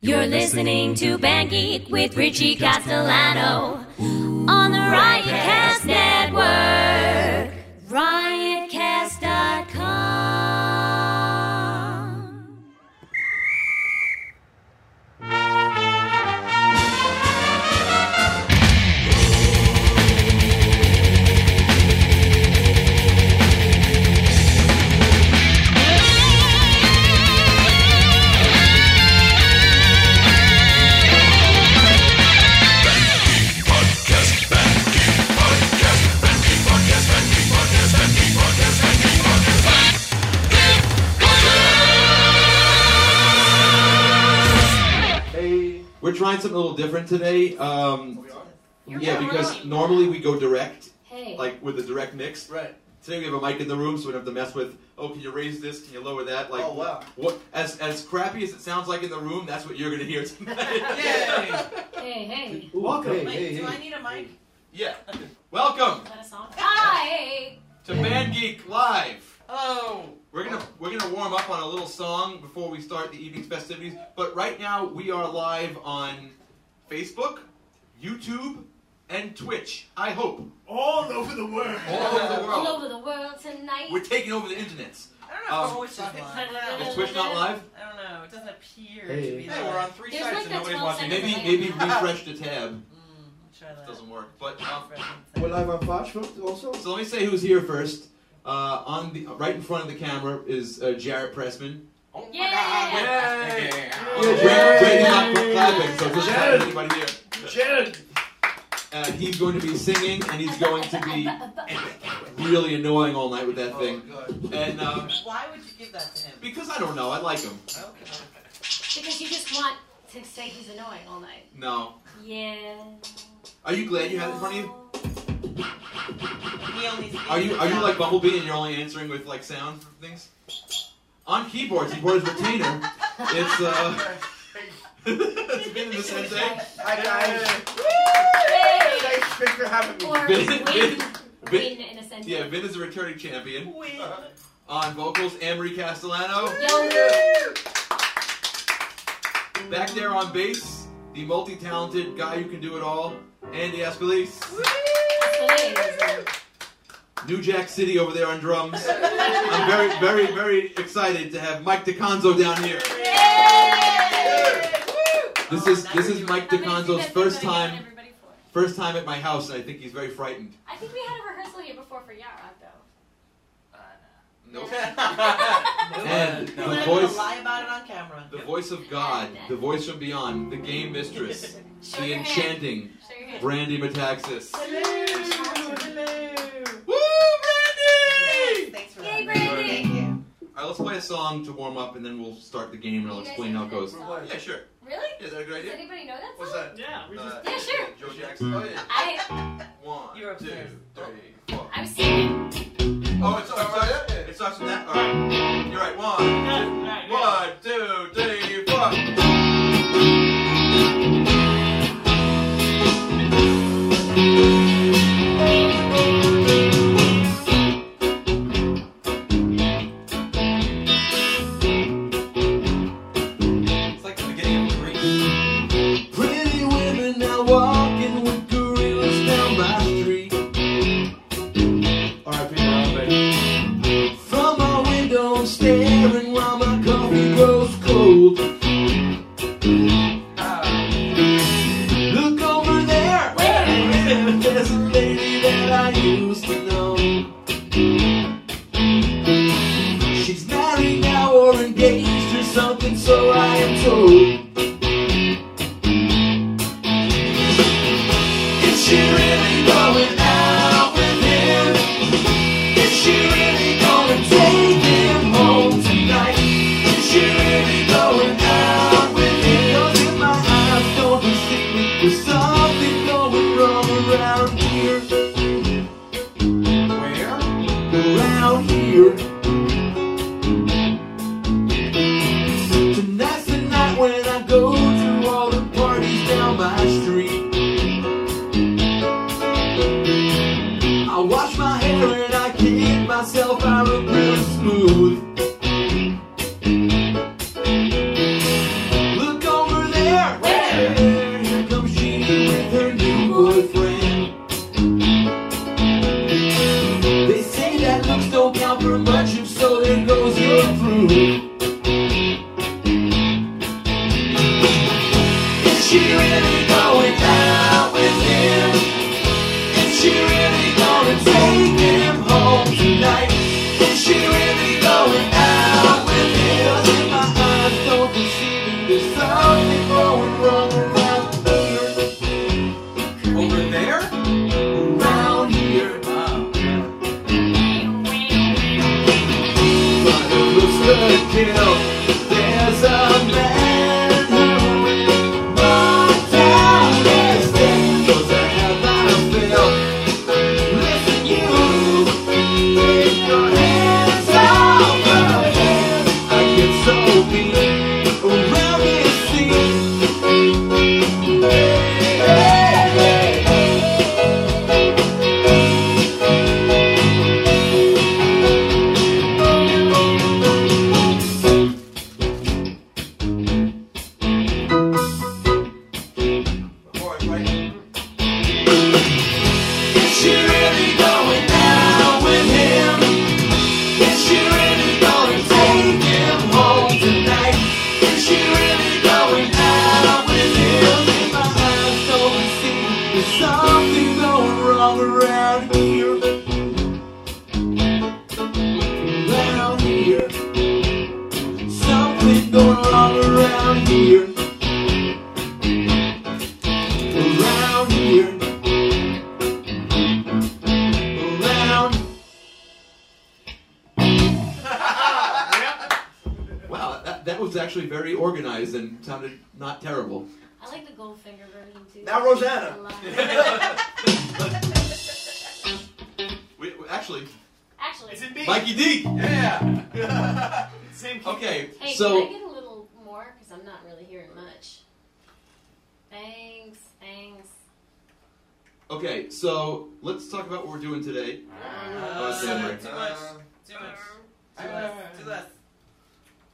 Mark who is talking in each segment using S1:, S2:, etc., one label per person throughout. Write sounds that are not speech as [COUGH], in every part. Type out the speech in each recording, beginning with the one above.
S1: You're listening to Band Geek with Richie Castellano on the Riotcast Network. Riotcast.com.
S2: Hey, we're trying something a little different today. Um, yeah, because normally we go direct,
S1: Hey.
S2: like with the direct mix.
S3: Right.
S2: Today we have a mic in the room, so we don't have to mess with. Oh, can you raise this? Can you lower that? Like,
S3: Oh, wow.
S2: What? As as crappy as it sounds like in the room, that's what you're gonna hear tonight. [LAUGHS]
S3: Yay!
S1: hey, hey.
S3: Welcome.
S4: Wait, do I need a mic?
S2: yeah. Welcome
S4: Let us on.
S1: Hi.
S2: to Band Geek Live.
S4: Oh,
S2: We're gonna we're gonna warm up on a little song before we start the evening's festivities. But right now we are live on Facebook, YouTube, and Twitch. I hope
S3: All over the world.
S2: all over the
S1: All
S2: world.
S1: over the world tonight.
S2: We're taking over the internet.
S4: I don't know
S2: Um,
S4: if Twitch is live. I don't
S2: Is
S4: know.
S2: Twitch not [LAUGHS] live?
S4: I don't know. It doesn't appear
S3: Hey.
S4: to be.
S3: Hey,
S4: live.
S3: we're on
S2: three
S1: There's sites like and that nobody's 12 watching.
S2: Maybe maybe refresh the tab.
S4: Mm, try that.
S2: Doesn't work. But um,
S3: We're live on Facebook also.
S2: so let me say who's here first. Uh, on the right in front of the camera is uh, Jarrett Pressman.
S1: Yeah.
S2: Oh, Brad- Brady's not clapping, so just not
S3: Jared.
S2: anybody here.
S3: Jared.
S2: Uh, he's going to be singing and he's going to be really annoying all night with that thing. And um,
S4: Why would you give that to him?
S2: because I don't know, I like him.
S4: Okay.
S1: Because you just want to say he's annoying all night.
S2: No,
S1: Yeah.
S2: are you glad you had it in front of you?
S4: He only
S2: Are you are you like Bumblebee and you're only answering with like sound things? On keyboards, he wore his retainer. It's uh [LAUGHS] it's been the sensei.
S3: Hi guys.
S1: Yay.
S3: Thanks, thanks for
S5: [LAUGHS]
S3: having me.
S1: Or
S2: Vin-
S1: win.
S2: Vin-
S1: Win in a sentence.
S2: Yeah, Vin is a returning champion.
S4: Win.
S2: On vocals, Amory Castellano. Back there on bass, the multi-talented guy who can do it all, Andy Aspelis. New Jack City over there on drums. I'm very, very, very excited to have Mike DeConzo down here. This is this is Mike DeConzo's first time first time at my house, and I think he's very frightened.
S1: I think we had a rehearsal here before for Yarak though. [LAUGHS]
S2: Uh, And
S4: I'm
S2: the
S4: not gonna
S2: voice
S4: lie about it on camera.
S2: The voice of God, the voice from beyond, the game mistress,
S1: [LAUGHS] Show
S2: the
S1: your hand.
S2: enchanting
S1: Show your hand.
S2: Brandy Metaxas.
S4: Hello. Hello.
S2: Woo, Brandy!
S4: Thanks for
S1: Yay,
S4: having
S1: Brandy.
S4: me. Thank you.
S2: Alright, let's play a song to warm up and then we'll start the game and I'll
S1: You guys
S2: explain how it goes.
S1: know that song?
S2: Yeah, sure.
S1: Really?
S2: Yeah, is that a good
S1: Does
S2: idea?
S1: anybody know that song?
S2: that?
S6: Yeah, we just
S2: Uh,
S1: Yeah, sure.
S2: Joe Jackson. Oh,
S6: [LAUGHS]
S2: yeah.
S1: I
S2: One,
S4: You're
S2: two,
S4: upstairs.
S2: three, four.
S1: I'm singing.
S2: Oh, it's alright. It starts from that. Alright. You're right. One, one, two, three, four. It's like the beginning of a dream. Pretty women now walking with gorillas down my street.
S3: R.I.P. Brown, baby.
S2: From my window, I'm staring while my coffee grows cold. Ah.
S6: she really going down with him? Is she really gonna take him home tonight? Is she really going out with him? My eyes don't be seeing there's something going wrong around here.
S2: Over there?
S6: Around here.
S2: Wow.
S6: But a rooster kill. There's a man who burned down his den 'cause I have my fill. Listen, you, take your hands off her head. I get so beat around this scene.
S2: Boy, right?
S6: Is she really going down with him? Is she really gonna take him home tonight? Is she really going out with him? In my eyes don't see there's something going wrong around here. Around here. Something going wrong around here. Around here. Around
S2: [LAUGHS] Wow, that, that was actually very organized and sounded not terrible.
S1: I like the Goldfinger version too.
S7: Now Rosanna.
S2: We, we- actually,
S1: Actually,
S3: Is it me?
S2: Mikey D!
S3: Yeah. Same key.
S2: Okay,
S1: hey,
S2: so.
S1: can I get a little more? Because I'm not really hearing much. Thanks, thanks.
S2: Okay, so let's talk about what we're doing today.
S4: Uh,
S2: Samurai.
S4: too much. Too much. Too less. Too less.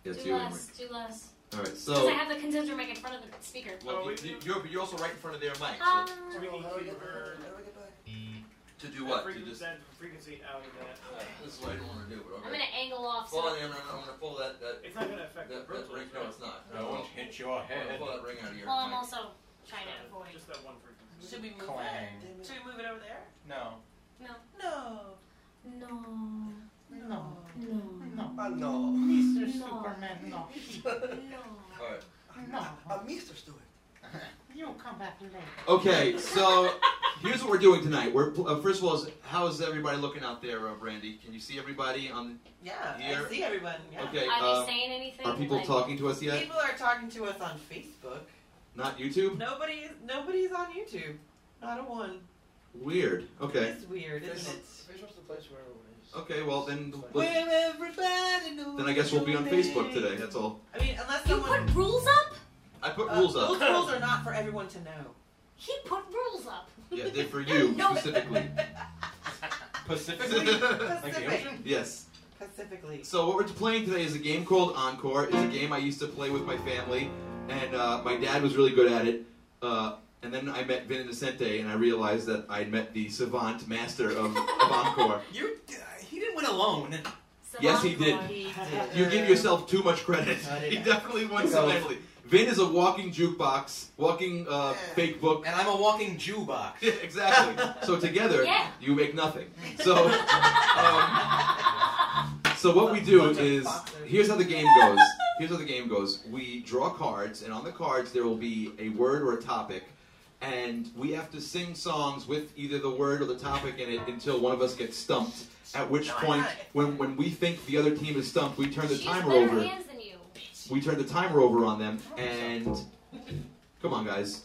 S2: Yes,
S1: Do
S2: you.
S1: less, do less.
S2: All right,
S1: Because
S2: so
S1: I have the condenser mic in front of the speaker.
S2: well, you, you're, you're also right in front of their mic.
S1: Ah.
S2: So,
S3: We need to reverb
S2: to do what?
S3: that
S2: To just
S3: frequency- that frequency out of that.
S2: this is what I don't want to do. But
S1: I'm
S2: okay.
S1: gonna angle off. So
S2: Well, I'm gonna, I'm gonna pull that that,
S3: It's not going to affect
S2: that,
S3: the
S2: that ring. No, it's not. No,
S5: Don't hit your
S2: I'm gonna
S5: head.
S2: pull that ring out of your
S1: well, I'm
S2: mic.
S1: also trying to avoid.
S3: Just that one frequency.
S4: Should we move
S5: Clang.
S4: that? Should we move it over there?
S5: No.
S1: No,
S4: No.
S1: no,
S4: No.
S1: no,
S7: No. Ah,
S1: No.
S7: no. Mr. Superman, no.
S1: no.
S2: All right.
S7: no. Uh, Mr. Stewart. you come back later.
S2: Okay, so here's what we're doing tonight. We're pl- uh, first of all, is, how is everybody looking out there, uh, Brandy? Can you see everybody on?
S4: Yeah,
S2: Here.
S4: I see everyone. Yeah.
S2: Okay.
S1: Are
S2: um,
S1: they saying anything?
S2: are people
S1: like,
S2: talking to us yet?
S4: People are talking to us on Facebook.
S2: Not YouTube.
S4: Nobody, nobody's on YouTube. Not a one.
S2: Weird. Okay.
S4: It's weird, isn't it?
S7: Facebook's the place where everyone is.
S2: Okay. Well, then we'll-
S4: Where everybody knows
S2: then I guess we'll be on
S4: your
S2: Facebook
S4: name.
S2: today. That's all.
S4: I mean, unless
S1: You
S4: someone
S1: put rules up?
S2: I put
S4: uh,
S2: rules up.
S4: Those rules are not for everyone to know.
S1: He put rules up.
S2: Yeah, they're for you
S1: [LAUGHS] No.
S2: specifically. [LAUGHS]
S5: Pacifically? Like the
S4: Pacific-
S5: ocean?
S2: yes.
S4: Pacifically.
S2: So what we're playing today is a game called Encore. It's a game I used to play with my family, and uh, my dad was really good at it. Uh, and then I met Vin Innocente, and I realized that I had met the savant master of, of Encore.
S5: You, uh, he didn't win alone.
S2: Yes, he did.
S1: Savant
S4: He
S1: Corps.
S4: did.
S2: You give yourself too much credit.
S7: I did
S2: He
S7: not.
S2: definitely won
S5: So-
S2: some heavily. Vin is a walking jukebox, walking uh,
S7: Yeah.
S2: fake book. [LAUGHS]
S5: And I'm a walking Jew box.
S2: Yeah, exactly. So together,
S1: Yeah.
S2: you make nothing. So, um, so what we do
S4: Bunch of
S2: is
S4: boxers.
S2: here's how the game goes. Here's how the game goes. We draw cards, and on the cards there will be a word or a topic, and we have to sing songs with either the word or the topic in it until one of us gets stumped. At which point, when, when we think the other team is stumped, we turn the
S1: She's
S2: timer
S1: better
S2: over.
S1: hands than you.
S2: We turn the timer over on them, and come on, guys.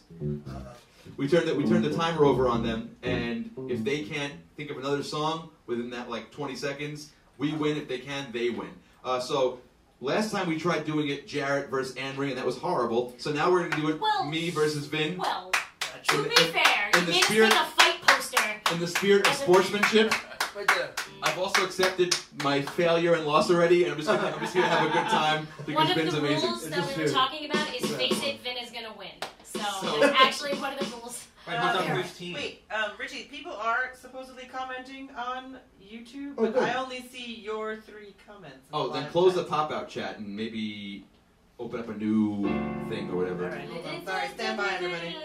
S2: We turn that we turn the timer over on them, and if they can't think of another song within that like 20 seconds, we win. If they can, they win. Uh, so last time we tried doing it, Jarrett versus Anne Marie, and that was horrible. So now we're gonna do it,
S1: Well-
S2: me versus Vin,
S1: Well,
S2: in
S1: to
S2: the-
S1: be fair,
S2: in
S1: you
S2: the
S1: made us
S2: spirit-
S1: make a fight poster.
S2: in the spirit of sportsmanship.
S7: Right there.
S2: I've also accepted my failure and loss already, and I'm just gonna, I'm just gonna have a good time because
S1: One of
S2: Vin's
S1: the
S2: amazing.
S1: rules that we were talking about is face it, Vin is gonna win. So,
S2: So-
S1: that's actually one of the
S4: [LAUGHS]
S1: rules.
S5: Right, who's on
S4: Okay.
S5: whose team?
S4: Uh, Wait, um, Richie, people are supposedly commenting on YouTube,
S7: Oh,
S4: but
S7: good.
S4: I only see your three comments.
S2: Oh, then close the pop-out chat and maybe open up a new thing or whatever.
S4: Alright, hold on. Sorry, stand by, everybody.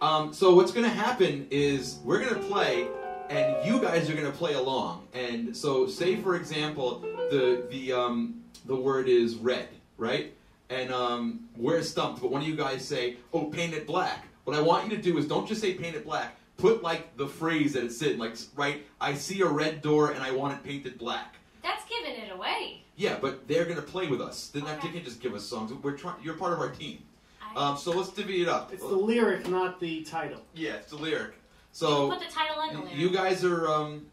S2: Um, so what's going to happen is we're going to play, and you guys are going to play along. And so, say for example, the the um, the word is red, right? And um, we're stumped, but one of you guys say, "Oh, paint it black." What I want you to do is don't just say "paint it black." Put like the phrase that it's in, like right. I see a red door, and I want it painted black.
S1: That's giving it away.
S2: Yeah, but they're gonna play with us. They're not. They
S1: Okay.
S2: can just give us songs. We're trying. You're part of our team.
S1: I
S2: Um, so let's divvy it up.
S8: It's the lyric, not the title.
S2: yeah, it's the lyric. So
S1: put the title under there.
S2: you guys are um,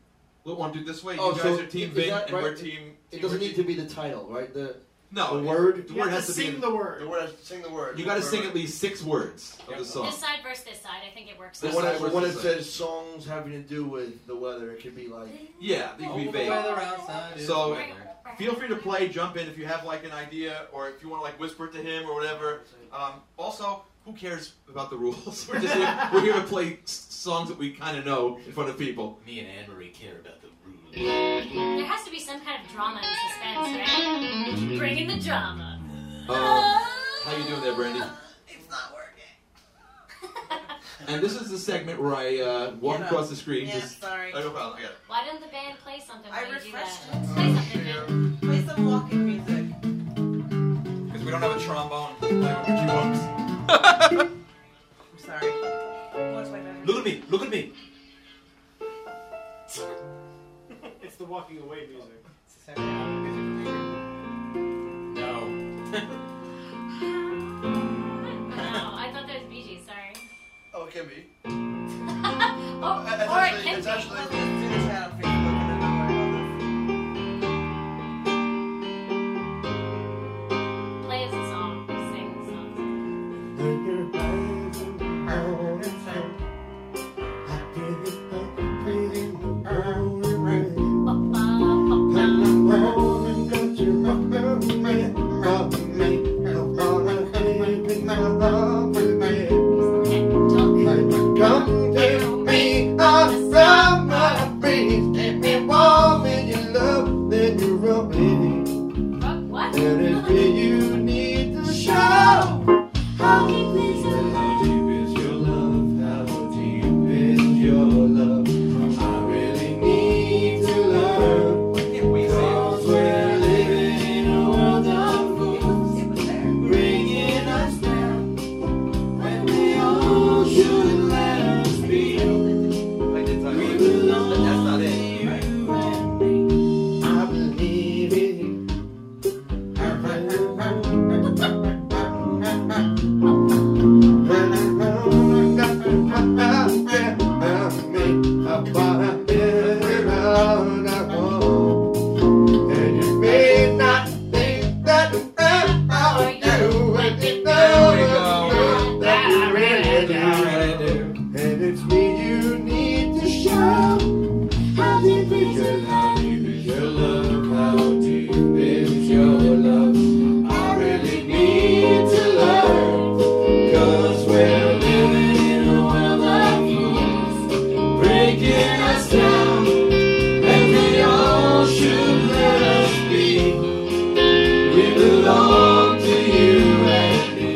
S2: we want to do it this way. You
S8: Oh,
S2: guys
S8: so
S2: are team
S8: is
S2: Ving,
S8: that
S2: and
S8: right?
S2: we're team.
S8: It doesn't need to be the title, right? The
S2: No,
S8: the
S2: it-
S8: word.
S2: The
S3: You
S2: word
S3: have
S2: has
S3: to
S2: to be.
S3: sing
S2: in-
S3: the word.
S7: The word has to sing the word.
S2: you got to sing at least six words of
S5: Yep.
S2: the song.
S1: This side versus this side. I think it works.
S7: The
S2: This
S1: out.
S7: one
S2: side
S7: that,
S2: versus
S7: when it
S2: this side.
S7: says songs having to do with the weather, it could be like.
S2: Yeah, you can be
S5: Oh, the
S2: vague.
S5: weather outside is
S2: So-
S5: weather.
S2: Feel free to play. Jump in if you have like an idea, or if you want to like whisper it to him or whatever. Um, also, who cares about the rules? [LAUGHS] We're just here, we're here to play s- songs that we kind of know in front of people.
S5: Me and Anne Marie care about the rules.
S1: There has to be some kind of drama and suspense, right? Bring in the drama.
S2: Um, how you doing there, Brandy?
S4: It's not working.
S2: And this is the segment where I uh, walk
S4: Get up.
S2: across the screen.
S4: Yeah,
S2: Just,
S4: sorry.
S2: oh, no problem. I got it.
S1: Why didn't the band play something?
S4: I
S1: while you do
S4: refreshed
S1: that?
S4: it.
S1: Play something. Ving.
S4: Play some walking music.
S5: Because we don't have a trombone. Like, would you want-
S4: I'm sorry. What's my memory?
S5: Look at me. Look at me.
S9: It's the walking away music.
S5: No.
S1: No, Oh, I thought that was Bee Gees. Sorry.
S2: [LAUGHS]
S7: Oh, it can be.
S1: Oh, or
S7: It's
S1: it
S7: actually-
S1: can
S7: it's
S1: be.
S7: actually-
S4: Let's do this out on Facebook and then I'll worry about this.
S1: Play as a song. Sing the song. Ba, ba, ba, ba. Okay, don't-
S7: Come to me, I'm from my breeze. Keep me warm in your love, then you're rubbing.
S1: What? What?
S7: That is where you need to show. How deep is your love? How deep is your love? How deep is your love? I really need to learn.
S5: Why can't we say it?
S7: Cause we're living in a world of
S4: It was, it was there.
S7: bringing us down. When we all should let us be.
S5: Like, it's like-
S7: We
S5: But
S7: belong
S5: that's not it. Right?
S7: you and me. I believe in you. And you may not think that I'll do it.
S5: go.
S7: That I really
S5: All
S7: do.
S5: right, I do.
S7: And it's me you need to show. How deep is your love? How deep is your love? How deep is your love? I really need to learn. Cause we're living in a world of fools. Breaking us down. And we all should let us be. We belong to you and me.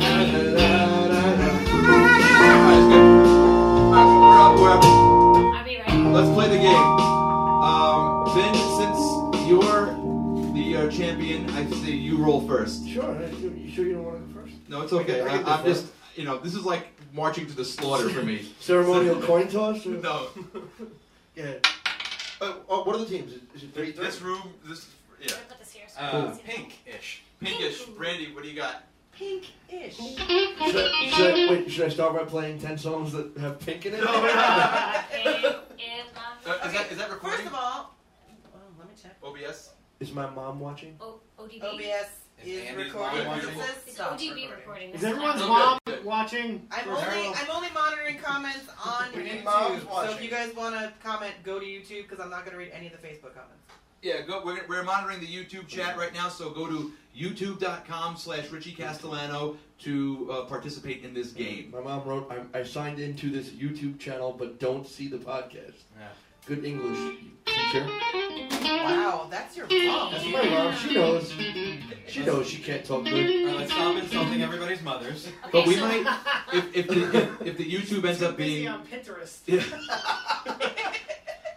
S2: All right, it's good. We're up. We're up.
S1: Are we ready?
S2: Let's play the game. Um, Vin, since you're the uh, champion, I say you roll first.
S8: Sure. You sure you don't want to go first?
S2: No, it's okay.
S8: Okay, I
S2: I,
S8: can do
S2: I'm
S8: first.
S2: just, you know, this is like marching to the slaughter for me.
S8: Ceremonial coin toss. Or?
S2: [LAUGHS] no,
S8: Yeah.
S7: Uh, oh, what are the teams? Is, is it three? three?
S2: this room, this, yeah,
S1: We'll put this here so we
S5: Uh,
S1: can see.
S5: pink-ish.
S2: pinkish. Brandy, what do you got?
S4: Pink-ish.
S8: Should I, should I, wait, should I start by playing ten songs that have pink in it?
S1: Pink in love.
S2: Uh, is that is that
S4: First
S2: recording?
S4: of all, well, let me check.
S2: OBS.
S8: Is my mom watching?
S1: O- ODB.
S4: OBS
S5: Is
S4: is
S5: Andy's
S4: recording.
S2: mom
S4: It
S2: watching?
S4: says
S1: It's
S4: stop
S1: ODB
S4: recording.
S1: recording.
S3: Is
S1: This
S3: everyone's
S1: time.
S3: mom watching?
S4: I'm only I'm only monitoring comments on
S7: We need moms
S4: YouTube. So if
S7: watching.
S4: you guys want to comment, go to YouTube because I'm not going to read any of the Facebook comments.
S2: Yeah, go. We're, we're monitoring the YouTube chat right now, so go to youtube.com/slash Richie Castellano to uh, participate in this game.
S8: My mom wrote, I, I signed into this YouTube channel but don't see the podcast.
S10: Good English teacher.
S4: Wow, that's your mom.
S10: That's my mom. She knows. She knows she can't talk good.
S5: Alright, let's stop insulting everybody's mothers.
S2: But we might,
S3: [LAUGHS]
S2: if, if, the, if, if the YouTube ends up
S3: Busy
S2: being,
S3: on Pinterest.
S2: [LAUGHS] if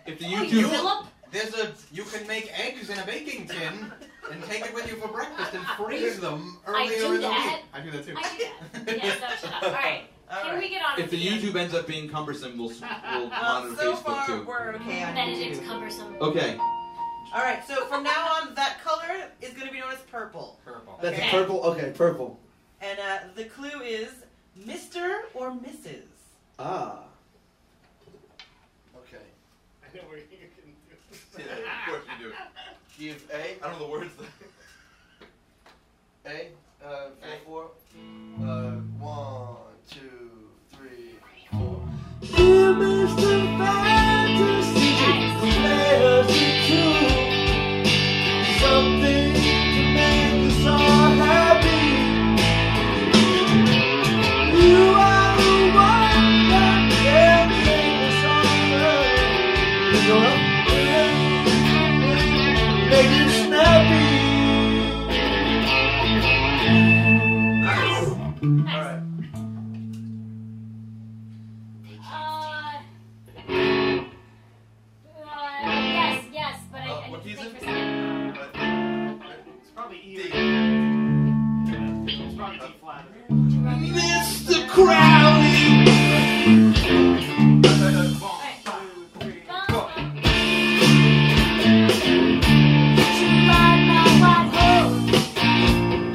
S2: the
S1: You
S2: YouTube,
S1: Philip,
S5: There's a you can make eggs in a baking
S4: [LAUGHS]
S5: tin and take it with you for breakfast and freeze them
S1: I
S5: earlier
S1: do
S5: in the
S1: that.
S5: week. I do that too.
S1: I do that. Yeah, stop, shut up. All right.
S4: All
S1: Can
S4: right.
S1: we get on?
S2: if
S1: with
S2: the
S1: end?
S2: YouTube ends up being cumbersome, we'll, s- we'll
S4: Well,
S2: monitor
S4: Um, so
S2: Facebook
S4: far
S2: too.
S4: we're okay on
S1: Benedict's
S4: YouTube.
S1: cumbersome.
S2: Okay,
S4: All right, so from now on, that color is going to be known as purple,
S5: Purple.
S10: That's
S4: Okay.
S10: purple. Okay, purple.
S4: and uh, the clue is Mister or
S7: [LAUGHS]
S4: Mrs.
S10: Ah. Okay.
S3: I know where you can
S7: Yeah,
S3: do it. [LAUGHS]
S7: of course you do. Give A. I don't know the words. a. Uh, four, four. Uh, one, two, three, four. Dear Mr. Fantasy, fantasy too. Something to make us all happy. You are the one that can make us all happy. You know Make it snappy.
S1: Nice.
S7: Alright.
S1: Uh, uh, yes, yes, but
S7: Uh,
S1: I, I
S7: what
S1: need to
S7: is
S1: think
S7: it?
S1: for a second.
S3: It's probably E.
S7: D.
S3: It's probably D flat.
S7: Mr. Crowley.
S1: Bum, bum. She lied my white horse.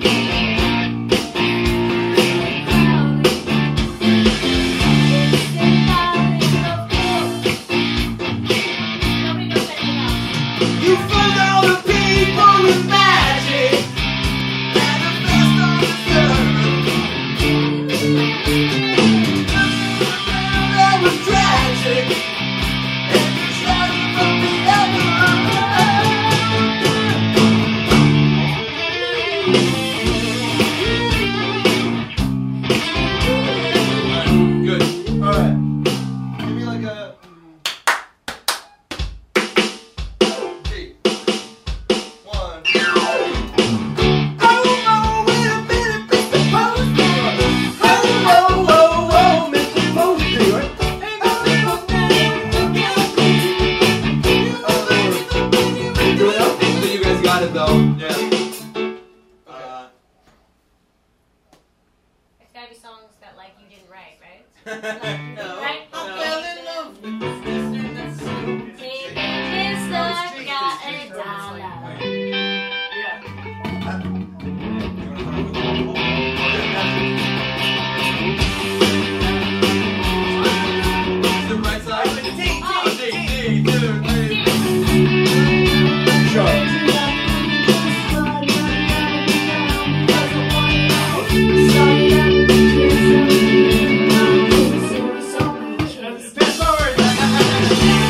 S1: It's the darling of course. Nobody knows anything else.
S7: You fund all the people with magic. Manifest on the earth. That was tragic. And you started from the other.
S2: good.
S7: Alright. Give me like a. mm, G. One. two, three. Oh, oh, wait a minute, Mr. Posey. Oh, oh, oh, oh, Mr. Posey, right? Oh, oh, oh, oh, oh.
S2: I think you guys got it though. Yeah.
S1: [LAUGHS]
S2: Uh,
S1: It's gotta be songs that like you didn't write, right?
S4: [LAUGHS]
S7: [LAUGHS]
S4: No.
S1: Right?
S4: I fell in love with this Mister and this
S1: Take this love, got a dollar.
S3: Yeah.
S2: is it right side?
S1: Oh,
S3: Fast forward.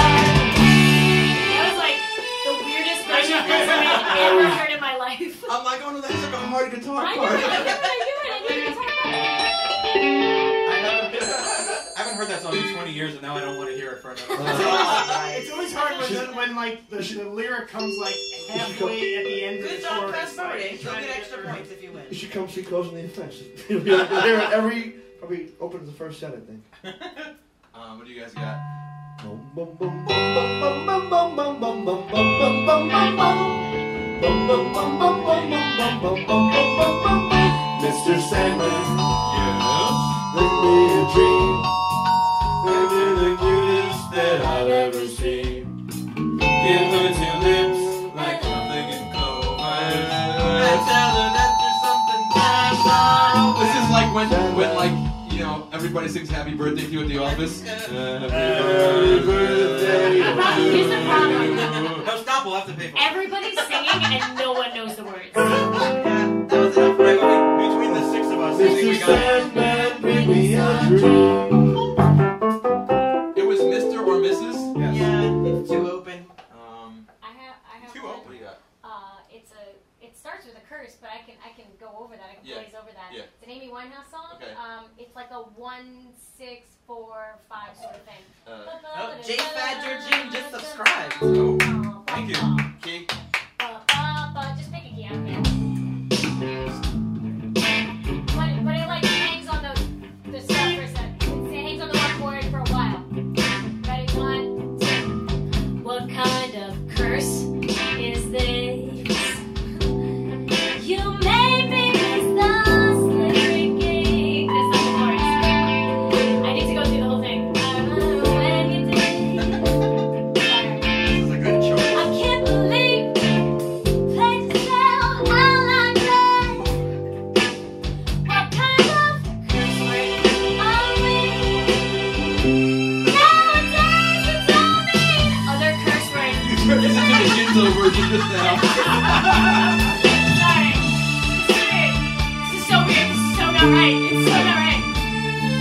S1: That was like the
S4: [LAUGHS]
S1: weirdest version of this I've ever heard in my life.
S2: I'm like, oh no, that's like a hard guitar
S1: I knew it,
S2: part.
S1: I knew it, I knew it, I knew it.
S5: I haven't, I haven't heard that song in 20 years, and now I don't want to hear it for another.
S3: It's always hard when, the, when like the, the lyric comes like halfway at the end of
S4: Good
S3: the
S4: job,
S3: chorus.
S4: fast
S3: like,
S4: forwarding. You'll
S3: trying to
S4: get extra
S3: everything.
S4: points if you win.
S10: You should come see Closing the Offense. You'll be there at every. Probably opens the first set, I think.
S2: Um, what do you guys got?
S10: Mr. Sandman, bring me a dream. And you're the cutest that I've ever seen. Give her two lips like something in clover.
S2: This is like when, when like, you know, everybody sings happy birthday to you at the office.
S10: Happy birthday.
S1: The problem- Here's the problem.
S5: no, stop. We'll have to pay for it.
S1: Everybody's singing and no one knows the words.
S11: dream.
S2: It was Mr. or Mrs.
S5: Yes.
S4: Yeah, it's too open.
S2: Um,
S1: I have, I have
S5: Too
S1: one.
S5: open. What do you got?
S1: Uh, it's a. It starts with a curse, but I can I can go over that. I can
S2: Yeah.
S1: blaze over that.
S2: Yeah.
S1: It's an Amy Winehouse song.
S2: Okay.
S1: Um, it's like a one six four five sort of thing.
S2: uh,
S4: Oh, J Fat Georgine just subscribed.
S2: so,
S1: Thank
S5: you.
S2: key.
S1: Just pick a key. I don't care. But but it like hangs on the the stuff for a second. It hangs on the one chord for a while. Ready? One, two. What kind of curse is this? You made me miss the slippery gig. That's not the chorus. I need to go through the whole thing. I remember when you did.
S5: This is a good choice.
S1: I can't believe played yourself out like that. What kind of curse word are we? Nowadays it's only other curse words.
S2: You turned this into a Jinzo version just now.
S1: Sorry, this is weird. This is so weird. This is so not right. It's so not right.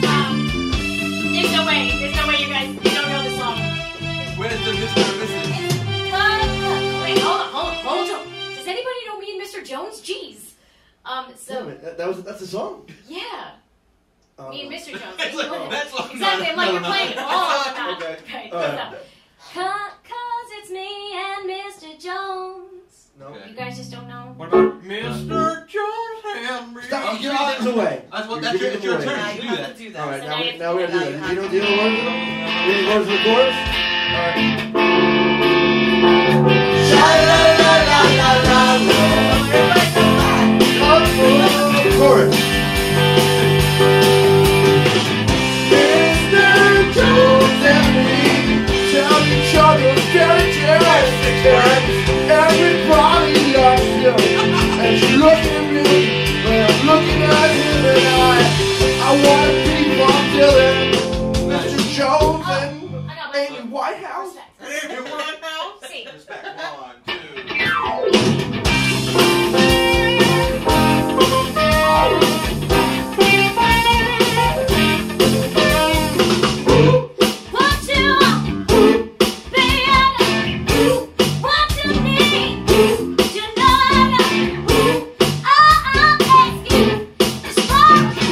S1: Um, there's no way. There's no way you guys you don't know the song.
S2: Where's the Mr. or Mrs.?
S1: Wait, hold on, hold on, hold on. Does anybody know me and Mr. Jones? Jeez. Um,
S7: Damn
S1: so
S7: it, that, that was that's the song.
S1: yeah,
S7: Um,
S1: me and Mr. Jones.
S2: That's
S1: you know
S2: like,
S1: that.
S2: that's like
S1: Exactly, I'm like
S2: no,
S1: you're
S2: no, [LAUGHS]
S1: playing it
S2: no.
S1: all the time.
S7: Okay.
S1: Okay,
S7: All
S1: good
S7: right.
S1: stuff. Ca- Cause it's me and Mr. Jones.
S7: No.
S2: Okay.
S1: You guys just don't know.
S5: What about Mr. Jones Henry?
S7: Stop! You give things away.
S2: That's what.
S7: You
S2: That's your, it's
S7: give things
S2: your
S7: away.
S2: turn
S4: Now
S2: to
S4: you
S2: do
S4: have
S2: that.
S4: to do that.
S7: All right,
S1: So
S7: now,
S1: now
S7: we-
S1: you-
S7: now we gotta do
S4: now you
S7: that.
S4: have
S7: You don't
S4: to-
S7: do the words at all? You don't go to the chorus? All right. The chorus. Mr. Jones and me tell each other fairy tales and everybody loves you. And you look at me, and I'm looking at him, and I, I want to keep on telling Mr. Jones and
S1: I got my
S7: Amy Whitehouse.
S1: respect.
S5: Everyone else?
S1: See,
S5: One, two.
S1: what you want, baby, I got what you need. You know I got all I'm asking is for you.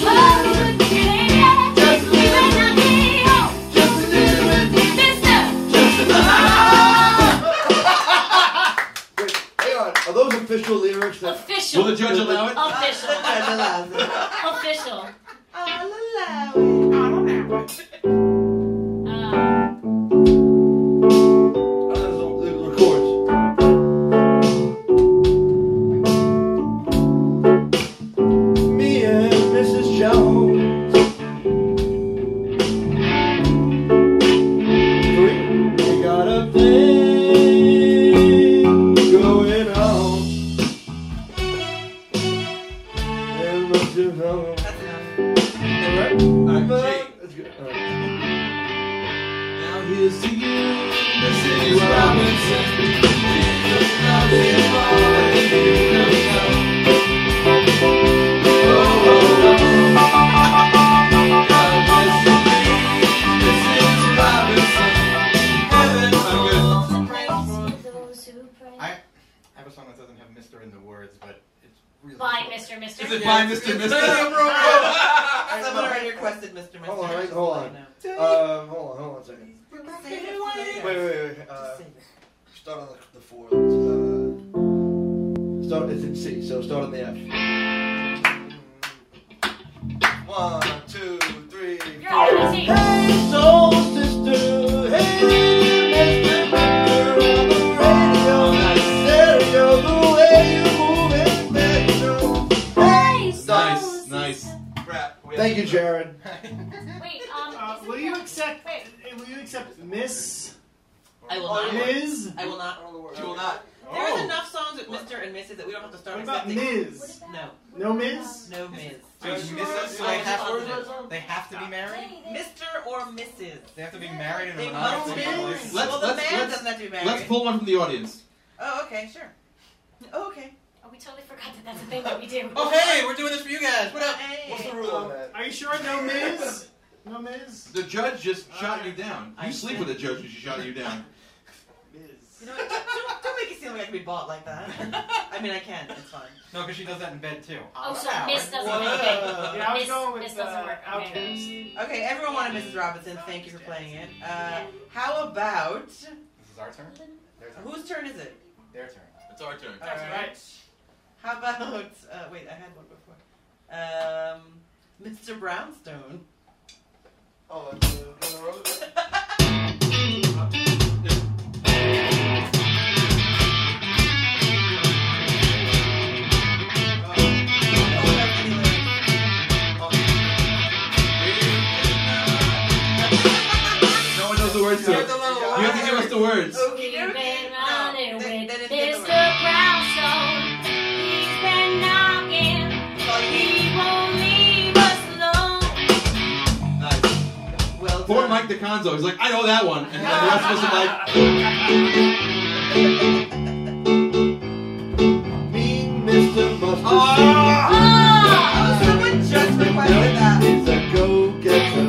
S1: Oh, baby, just a little bit, just a little bit, Mister.
S7: Wait, hang on. Are those official lyrics?
S1: [LAUGHS]
S7: That,
S1: Official.
S2: Will the judge allow it?
S1: Official.
S7: I
S1: Official.
S4: I'll allow it.
S1: Uh,
S4: I don't know.
S7: don't know. The, the chorus. Me and Mrs. Jones. We, we got a thing going on. And Mr. Jones.
S4: That's enough.
S2: Alright, Jake.
S7: That's good. All right.
S2: Now here's to you, Mrs. Robinson. Jesus loves you more than you can tell. Oh, oh, oh. God bless you, Mrs. Robinson. Heaven above.
S1: those who pray.
S5: I have a song that doesn't have Mr. in the words, but it's really.
S1: Bye,
S5: cool.
S1: Mr. Mister.
S2: Is it by Mr.
S5: [LAUGHS]
S2: Mister?
S4: Someone already requested Mr. Mister.
S7: Hold on,
S4: Just
S7: hold
S4: let
S7: on.
S4: you know.
S7: Um, hold on, hold on a second.
S4: Save it for
S7: Wait,
S4: later.
S7: wait, wait. wait. Uh,
S4: Just save it.
S7: start on the, the four. Uh, start. It's in C, so start on the F. One, two, three.
S1: You're on the team.
S7: Hey, soul sister. Hey, Mr. Mister on the radio. Stereo, the way you're moving better. Hey, soul
S2: Nice, nice. Crap. we have-
S7: Thank you, Jared.
S1: Wait, um,
S3: Uh,
S1: isn't
S3: will you
S1: that-
S3: accept? eh,
S1: Wait,
S3: Will you accept Miss
S4: I will
S3: or
S4: not.
S3: Ms?
S4: I will not roll the word.
S2: You will not.
S4: There's enough songs with Mr. and Mrs. that we don't have to start
S3: What about
S4: accepting.
S1: what
S3: Ms?
S1: about-
S4: No.
S1: what
S3: No
S1: about,
S3: Ms?
S4: No Ms.
S5: Mrs.
S4: I
S5: they,
S4: have
S5: have,
S4: to-
S5: they have to be married?
S4: Mr. or Mrs.
S5: They have to be married in a
S4: They
S5: monogamous
S4: must be.
S5: relationship.
S2: Let's-
S4: well, the
S2: let's-
S4: man
S2: let's-
S4: doesn't have to be married.
S2: Let's pull one from the audience.
S4: oh, okay, sure. Oh, okay.
S1: uh, Oh, we totally forgot that that's a thing that we do.
S5: Oh hey, we're doing this for you guys. What up?
S4: Hey. Um,
S5: What's the rule on that?
S3: Are you sure no Miz? No Miz?
S2: The judge just shot
S3: Alright.
S2: you down.
S4: I
S2: You sleep
S4: said-
S2: with a judge who just shot you down.
S4: You
S3: Miz.
S4: know what? Don't, don't make it seem like I can be bought like that. I mean, I can. It's fine.
S5: No, because she does that in bed too.
S1: Oh, so Miss doesn't
S5: Whoa.
S1: make it.
S3: Yeah, I was
S1: Miss-
S3: going with
S1: Miss doesn't
S3: uh,
S1: work.
S3: Outcast.
S4: Okay, everyone wanted Mrs. Robinson. Thank you for playing it. Uh, how about
S5: This is our turn. Their turn.
S4: whose turn is it?
S5: Their turn.
S2: It's our turn.
S4: All right. How about uh, wait? I had one before. Um, Mr. Brownstone. [LAUGHS]
S7: Oh, that's uh, Glenn Rose.
S2: No one knows the words to
S5: There's
S2: it.
S5: a
S2: You
S5: little
S2: have to give us the words.
S4: Okay,
S1: You've been running
S4: No,
S1: with
S4: that- that is
S1: Mr.
S4: different.
S1: Brownstone. He's been knocking. He won't leave us alone.
S2: Nice.
S4: Well
S2: Poor
S5: Oh
S4: done.
S2: Mike DeConzo. He's like, I know that one. And then the rest of us are like,
S7: Meet Mr. Mustard
S2: ah!
S1: Oh!
S4: Oh, someone just requested
S7: Seed.
S4: that.
S7: He's a go-getter.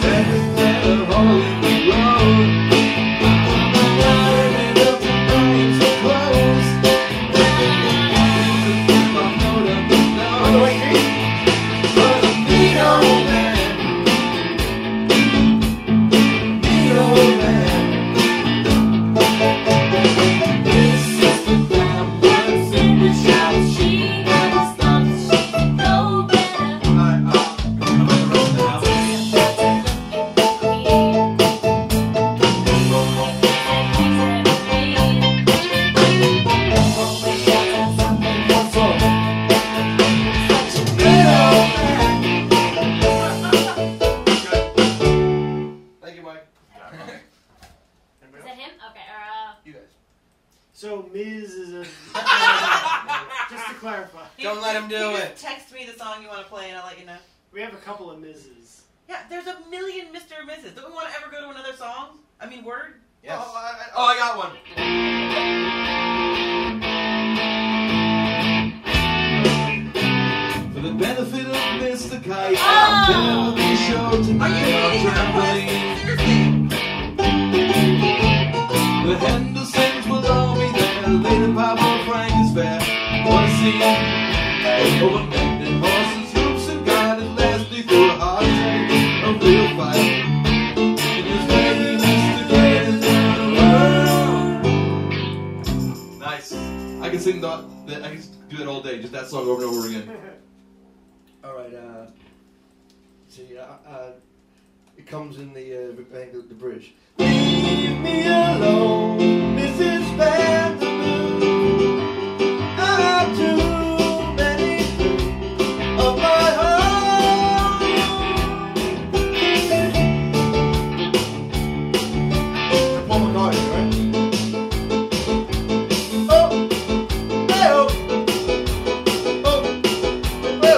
S7: Said he's never holy road. Lining up the lines to close. My note of the nose. But I'm mean old man. Mean old man. This is the time when we shall
S1: She never stops. She's no better.
S5: Thank you, Mike.
S1: Is that him? Okay, or, uh,
S5: You guys.
S3: So Miz is a. just to clarify,
S5: Don't let him do
S4: You just
S5: it.
S4: Text me the song you want to play, and I'll let you know.
S3: we have a couple of Miz's.
S4: Yeah, there's a million Mr. and Mrs. Don't we want to ever go to another song? I mean, word.
S5: Yes.
S11: Oh, I,
S5: Oh, I got one. [LAUGHS]
S2: For the benefit of Mr. Kite,
S1: Oh!
S2: I'm the show
S4: Are
S2: tonight.
S4: you reading
S2: I'm traveling.
S4: the request? Seriously?
S2: The Hendersons will all be there. Lady Papa Frank is fair. Wanna see a woman and horses, hoops, and God at last they threw a hard day of real fight. It is really Mr. Kite in the world. Nice. I can sing the, the I can do that all day, just that song over and over again.
S7: All right. Uh, see, uh, uh, it comes in the uh, the bank of the bridge. Leave me alone, Mrs. Vanderbilt. I have too many things of my own. Paul McCartney, right? Oh, hey, oh, oh, hey, oh.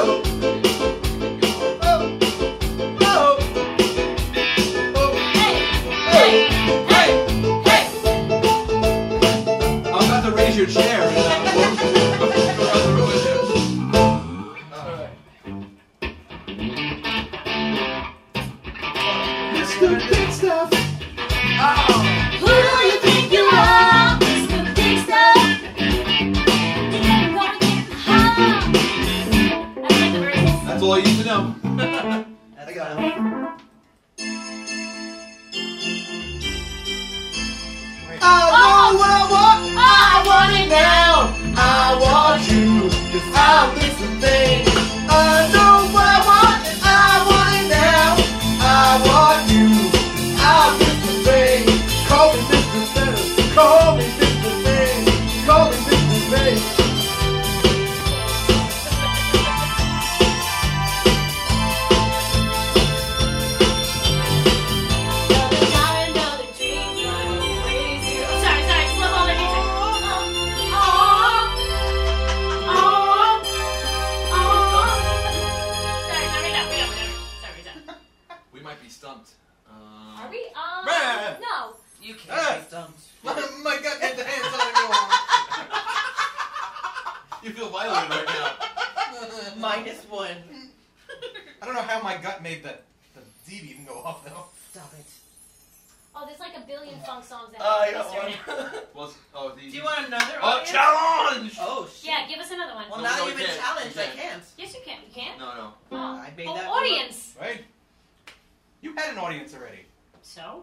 S2: I'm about to raise your chair. And, uh,
S7: Mr. Big Stuff.
S1: Who do you think you are? Mr. Big Stuff. Think I'm gonna get high. I like the verses.
S2: That's all you need to know.
S7: I got him.
S4: Oh,
S7: I know what I want. I want it now. I want you. Cause I miss the thing. I know what I want. and I want it now. I want you. I miss the thing. Call me Mr. Thing. Call me Mr. Thing. Call me Mr. Thing.
S1: Another night, another dream, driving me crazy. Oh, sorry, sorry, slow all the music. Oh, oh, oh, oh. Sorry, sorry, no, we don't, we don't. Sorry, we don't.
S2: We might be stumped. Uh,
S1: Are we? Um,
S5: Bruh.
S1: no.
S4: You can't be stumped.
S5: [LAUGHS] My God, get the hands on the wall. You feel violated right now.
S4: Minus one.
S5: I don't know how my gut made that the DB even go off though.
S4: Stop it.
S1: Oh, there's like a billion funk songs that
S4: Oh, I
S1: have Mr. now.
S4: got [LAUGHS] one.
S2: Well, it's- oh, the,
S4: Do you want another?
S2: Oh,
S4: audience?
S2: challenge!
S4: Oh shit.
S1: Yeah, give us another one.
S4: Well,
S2: No,
S4: now
S2: no,
S4: you've
S2: we
S4: been
S2: can't.
S4: challenged.
S2: We
S4: I
S2: can't.
S4: can't.
S1: Yes, you can. You can.
S2: No, no.
S1: Oh,
S4: I made
S1: oh,
S4: that one up.
S1: audience.
S5: Right? You had an audience already.
S1: So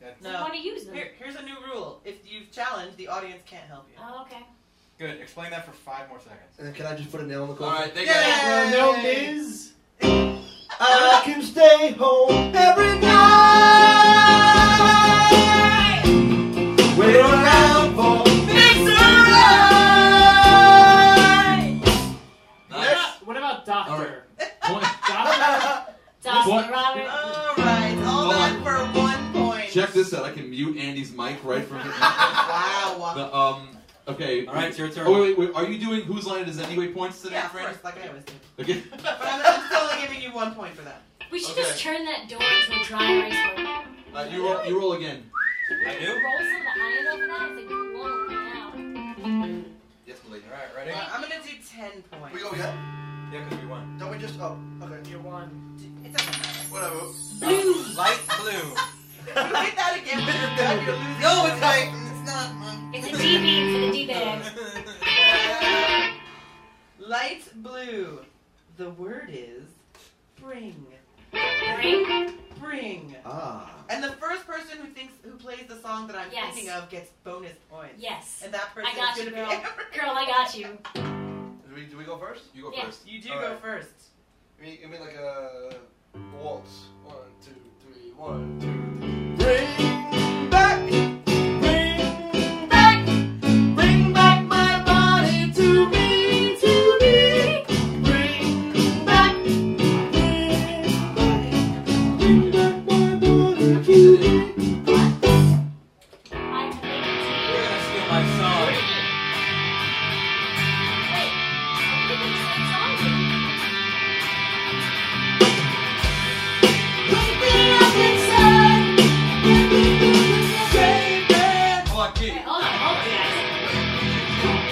S5: That's
S1: you
S4: No.
S1: want to use them?
S4: Here, here's a new rule. If you've challenged, the audience can't help you.
S1: Oh, okay.
S5: good. Explain that for five more seconds.
S7: And can I just put a nail in the coffin?
S2: Alright, they got it.
S4: Yeah.
S3: no Miz.
S7: I can stay home every night. Wait around for Mr. Right.
S2: Nice.
S3: What about Doctor?
S2: Point.
S3: Doctor?
S1: Dawson
S2: What?
S1: Robert.
S4: All right, all
S2: Hold
S4: that for one point.
S2: Check this out. I can mute Andy's mic right from here.
S4: [LAUGHS] Wow.
S2: the, um, okay.
S5: Alright, it's your turn.
S2: Oh, wait, wait, wait. Are you doing Whose Line It Is Anyway points today,
S4: Yeah, of
S2: Fran?
S4: course, like I always do.
S2: Okay.
S4: But I'm, I'm still only giving you one point for that.
S1: We should
S2: Okay.
S1: just turn that door into a dry erase board.
S2: Uh, you, roll, you roll again.
S5: [LAUGHS] I do?
S1: Roll some of the iron over that. It's like long right
S2: Yes, Malay.
S5: Alright, ready?
S4: Uh, I'm gonna do ten points.
S6: We go yet?
S5: Yeah, because we won.
S6: Don't we just? Oh, okay.
S3: You won.
S4: It doesn't matter.
S6: Whatever. [LAUGHS]
S5: Light blue. [LAUGHS]
S4: Repeat that again. [LAUGHS] Mr. Dad, you're
S7: [LAUGHS]
S4: losing.
S6: No, it's like it's not.
S1: now. It's a DB for the D bag.
S4: Uh, light blue. The word is bring.
S1: Ring.
S4: Bring.
S7: Ah.
S4: And the first person who thinks who plays the song that I'm
S1: Yes.
S4: thinking of gets bonus points.
S1: Yes.
S4: And that person
S1: I got
S4: is
S1: you,
S4: gonna
S1: girl.
S4: be
S1: Girl, I got you.
S6: Do we, do we go first?
S2: You go
S1: Yeah.
S2: first.
S4: You do
S6: All
S4: go
S6: right.
S4: first.
S6: I mean, I mean like a waltz. One, two, three. One, two, three.
S7: Bring back, bring back, bring back my body to me, to me. Bring back, bring back, bring back my body to me.
S1: I have
S5: You're
S1: made
S5: gonna steal my song.
S1: it
S2: Hold on,
S1: to you. Wait,
S2: Kate.
S1: hold on, hold on, guys.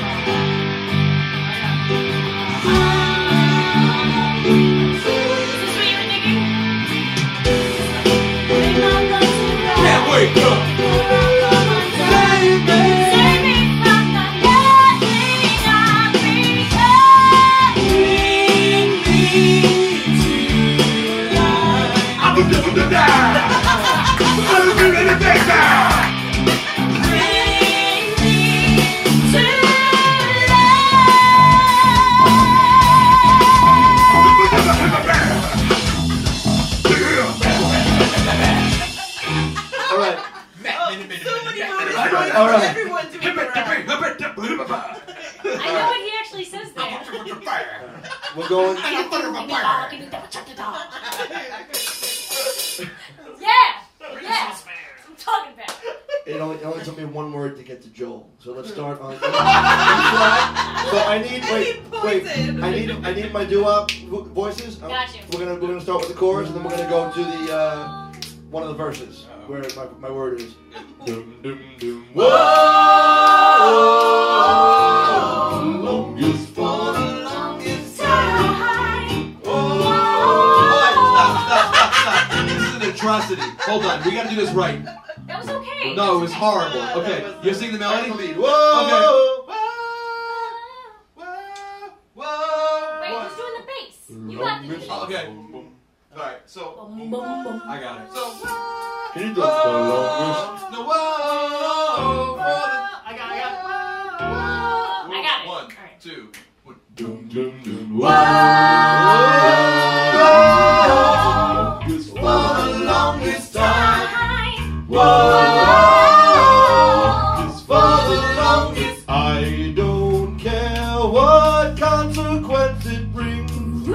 S1: Is this what you were thinking?
S2: Can't wake up.
S1: Save me from the loveliness I create.
S7: I would never deny. I would never deny.
S1: Bring me to
S2: All right.
S4: Oh, so many bonus
S7: All right,
S4: points
S7: all right.
S4: for everyone doing the
S2: [LAUGHS]
S4: round.
S1: love. I know what he actually says there.
S7: We're going.
S1: Yeah, yeah. That's what I'm talking about.
S7: It only, it only took me one word to get to Joel, so let's
S6: [LAUGHS]
S7: start on. so I need
S4: And
S7: wait
S4: he
S7: wait.
S4: pointed.
S7: I need I need my doo-wop vo- voices. Uh,
S1: Gotcha.
S7: We're gonna we're gonna start with the chorus, and then we're gonna go to the uh, one of the verses where my, my word is. Oh. Dum, dum, dum. Whoa! Longest for the longest
S2: Stop, stop, stop, stop. This is an atrocity. Hold on. We gotta do this right.
S1: That was okay.
S2: No, it was horrible.
S4: Uh,
S2: Okay.
S4: that was-
S2: You're singing the
S7: Melody
S2: melody?
S7: lead. Whoa!
S1: Wait, who's doing the bass? You got the
S7: Longest-
S1: bass.
S2: Okay. Alright, so.
S1: Boom, boom, boom.
S2: I got it. So.
S7: Can you do the longest?
S2: No, whoa! For the
S3: I got, I got.
S1: I got it.
S2: One,
S1: All right.
S2: two.
S7: Dum, dum, dum. Longest for the longest time.
S1: Time.
S7: Longest for the longest. I don't care what consequence it brings. I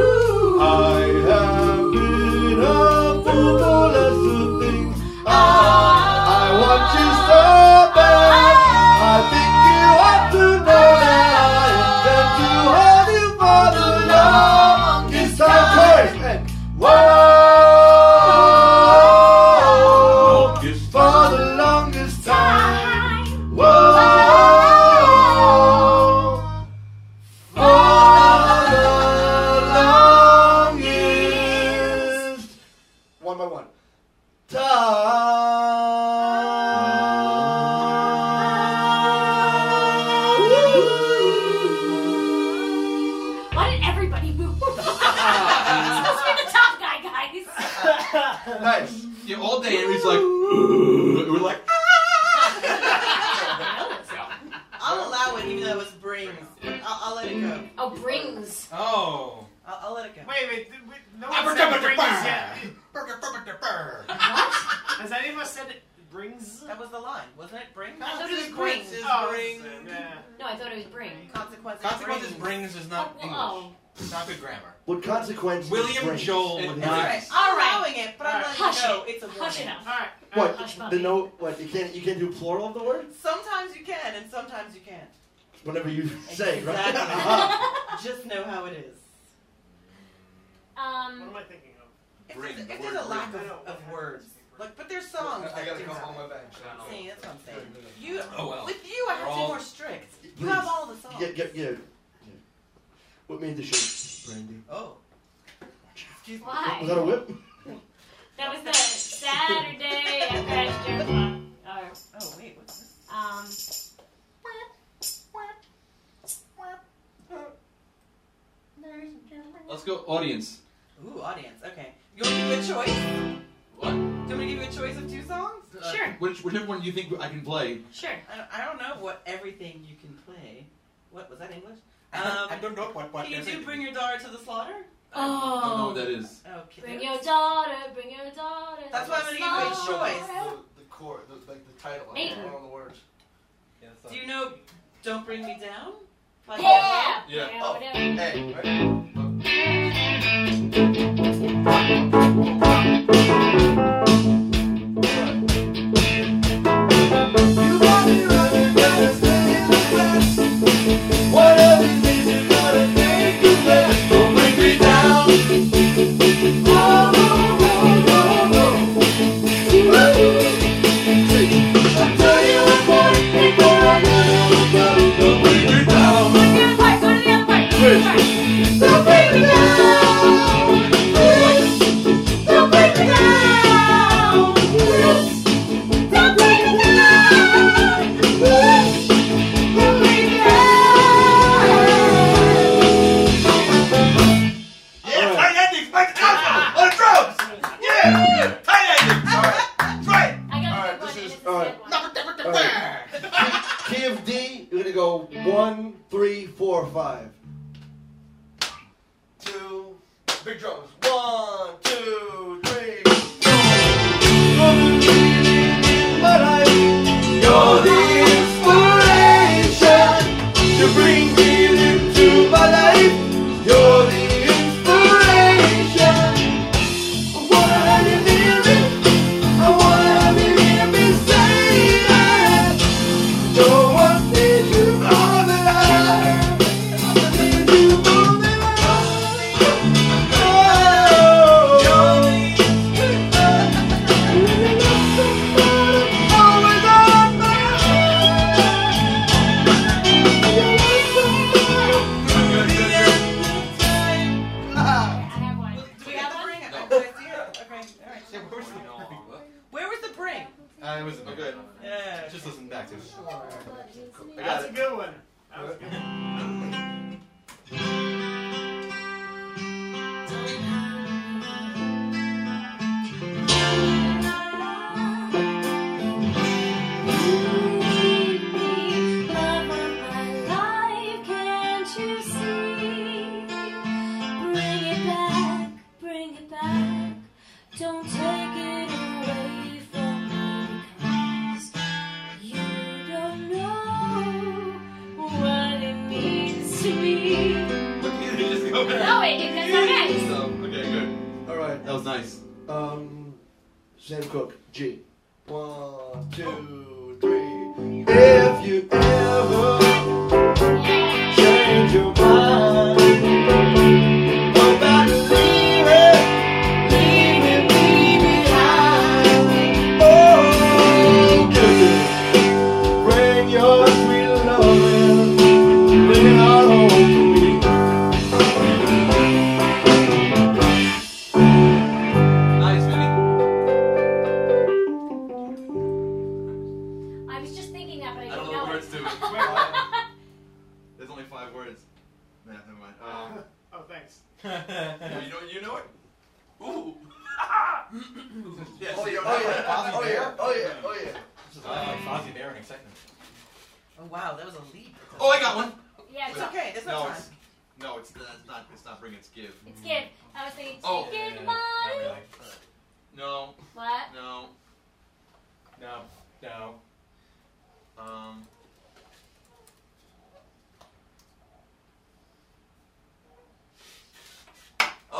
S7: have been up to the lesser things. I want you so bad. I think you ought to know that I intend to hold you for the love one by one. Time.
S1: Why did everybody move? [LAUGHS] it's supposed to be the top guy, guys.
S7: Nice.
S2: Yeah, all day Henry's [LAUGHS] like, "Ugh." we're like,
S4: I'll allow it, even though it was brings. I'll, I'll let it go.
S1: Oh, brings.
S5: [LAUGHS] Oh.
S4: I'll, I'll let it go.
S3: [LAUGHS] Wait, wait, th- wait, no
S5: Ah,
S3: one
S5: burr,
S3: said
S5: burr,
S3: brings
S5: burr.
S3: yet.
S5: Burger, burger, burger.
S3: Has any of us said it brings?
S4: That was the line, wasn't it? Brings.
S1: thought it was
S4: Consequences
S1: brings.
S3: Oh,
S4: bring.
S3: yeah.
S1: No, I thought it was bring.
S4: Consequences.
S5: Consequences
S4: brings.
S5: brings is
S1: Oh,
S5: not English.
S1: oh.
S5: It's not good grammar.
S7: What consequence?
S5: William
S7: brings?
S5: Joel
S2: It
S5: with
S2: brings.
S4: All
S5: knives.
S4: right, I'm
S1: All right.
S4: allowing it, but I'm letting
S1: Hush
S4: it go. It's a
S1: Hush it
S4: warning.
S1: up.
S3: All right. all right.
S7: What?
S1: Hush
S7: The
S1: puppy.
S7: no. What? You can't. You can't do plural of the word.
S4: Sometimes you can, and sometimes you
S1: [LAUGHS]
S4: can't.
S7: Whatever you [LAUGHS] say, right?
S4: Exactly.
S7: Uh-huh. [LAUGHS]
S4: Just know how it is.
S3: What am
S1: Um,
S3: I thinking of?
S4: If,
S5: Bring,
S4: there's, if
S5: word
S4: there's a lack
S3: bring.
S4: of,
S3: I know what
S4: of
S3: happens.
S4: words, like, but there's songs
S6: I
S4: that
S6: gotta
S4: do
S6: come
S4: have
S6: home
S4: it.
S6: with that.
S4: See, that's what I'm saying. You,
S5: Oh, well.
S4: with you, I
S5: We're
S4: have to be
S5: all-
S4: more strict. You have
S7: Please.
S4: all the songs.
S7: Yeah, yeah, yeah. yeah. What made the shape? Brandy.
S4: Oh,
S7: Was
S1: why?
S7: that a whip?
S1: That was the Saturday after I jerked off. Or,
S4: oh, wait, what's this?
S1: um,
S2: let's go audience.
S4: Ooh, audience. Okay, you want me to give you a choice?
S2: What?
S4: Do you want me to give you a choice of two songs?
S5: Uh,
S1: Sure.
S2: Which, whichever one you think I can play.
S1: sure.
S4: I don't, I don't know what everything you can play. What was that English?
S5: [LAUGHS]
S4: Um,
S5: I don't know what what
S4: Can you
S5: everything-
S4: do bring your daughter to the slaughter?
S2: I don't know what
S1: Oh.
S2: that is.
S4: Okay.
S1: Bring
S4: there-
S1: your daughter, bring your daughter.
S4: That's why I'm gonna
S1: Oh,
S4: give you a choice.
S6: The, the core, the, like the title. I
S1: Maybe.
S6: don't know the words.
S4: Do you know "Don't Bring Me Down"? By
S1: Yeah!
S2: Yeah.
S1: Oh, whatever.
S6: Hey, right?
S7: You got me running, gotta stay in the past. What are these things you gotta make you last? Don't bring me down. Oh, no, no, no, no. I tell you I'm more people I never know. Don't bring me down.
S1: Go to the park, go to the other park, go to the other park.
S7: Don't bring me down. Don't bring me down. Don't bring me down. Don't bring me down.
S2: Yeah, tight endings, Mike Johnson on drums. Yeah, tight endings. All right, try
S4: Oh.
S2: it.
S1: I got a
S6: Alright, this
S1: good one, and
S6: is-
S1: it's a
S7: alright.
S1: sad one.
S7: Key of D, you're gonna go one, three, four, five.
S6: Two, big drums. One, two, three.
S7: My life, you're the inspiration to bring me into my life. You're the inspiration. I wanna have you near me. I wanna have you near me, say Don't want me to more than I. I need you more than I. Oh.
S1: I have one.
S4: Do
S1: Do
S4: we
S1: you have
S4: have the
S1: one?
S4: bring? I- I see it. Okay, all right.
S5: Yeah, where's the-
S4: Where was the bring?
S5: [LAUGHS] Uh, it was
S2: Okay.
S4: Yeah.
S5: Just listen back to it.
S2: I got
S3: That's a
S2: it.
S3: good one. That was a good one.
S1: Love of my life, can't you see? Bring it back, bring it back. Don't take it away from me, 'cause you don't know what it means to me.
S2: Just go back.
S1: No, it, it, that's not nice.
S2: So, okay, good.
S7: All right,
S2: That was nice.
S7: um, Sam Cooke, G. One, two, three. If you ever
S1: Yeah.
S7: change your mind about leaving, leaving me behind, oh, could you bring your sweet loving, bring it all home to me?
S2: Nice, Vinny.
S1: [LAUGHS]
S2: Um,
S3: Oh,
S5: Um,
S2: [LAUGHS]
S7: Oh yeah.
S5: Fozzie
S7: Oh yeah.
S5: Bear.
S7: Oh yeah. Oh yeah.
S5: Uh, Fozzie Bear in excitement.
S4: Oh wow, that was a leap.
S2: Oh, I got one.
S1: Yeah,
S4: It's
S1: it's,
S4: okay. There's no,
S2: No,
S4: time.
S2: it's no, it's, it's not. It's not bring. It's give.
S1: it's give. I was thinking,
S2: Oh.
S1: give
S5: Yeah,
S1: money.
S5: not really.
S2: No,
S1: What?
S2: no.
S5: No, no.
S2: Um.
S4: Oh,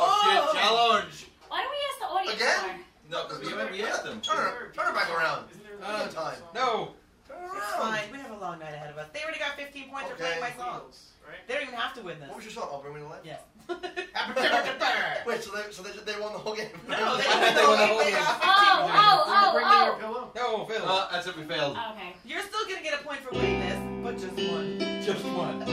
S2: Oh, shit,
S4: okay.
S2: challenge!
S1: Why don't we ask the audience
S6: Again?
S2: No, because we, we asked them.
S6: Turn her, turn her back around.
S5: Isn't there
S6: Uh, time.
S5: No.
S6: Turn her
S4: It's
S6: around.
S4: fine. We have a long night ahead of us. They already got 15 points for
S6: Okay.
S4: playing my songs. They don't even have to win this.
S6: What was your song? Open Winning Light?
S2: [LAUGHS]
S4: Yes.
S6: Wait, so they, so they, they won the whole game?
S4: no,
S7: [LAUGHS]
S4: they,
S2: They
S4: no,
S2: won the
S4: they-
S2: whole
S4: they
S2: game.
S4: got 15
S1: Oh, oh, oh,
S3: Bring me your
S1: oh.
S3: pillow.
S5: No, Phil.
S2: Uh, that's it. We failed.
S1: Okay.
S4: You're still gonna get a point for winning this, but just
S2: [LAUGHS]
S4: one.
S5: just one.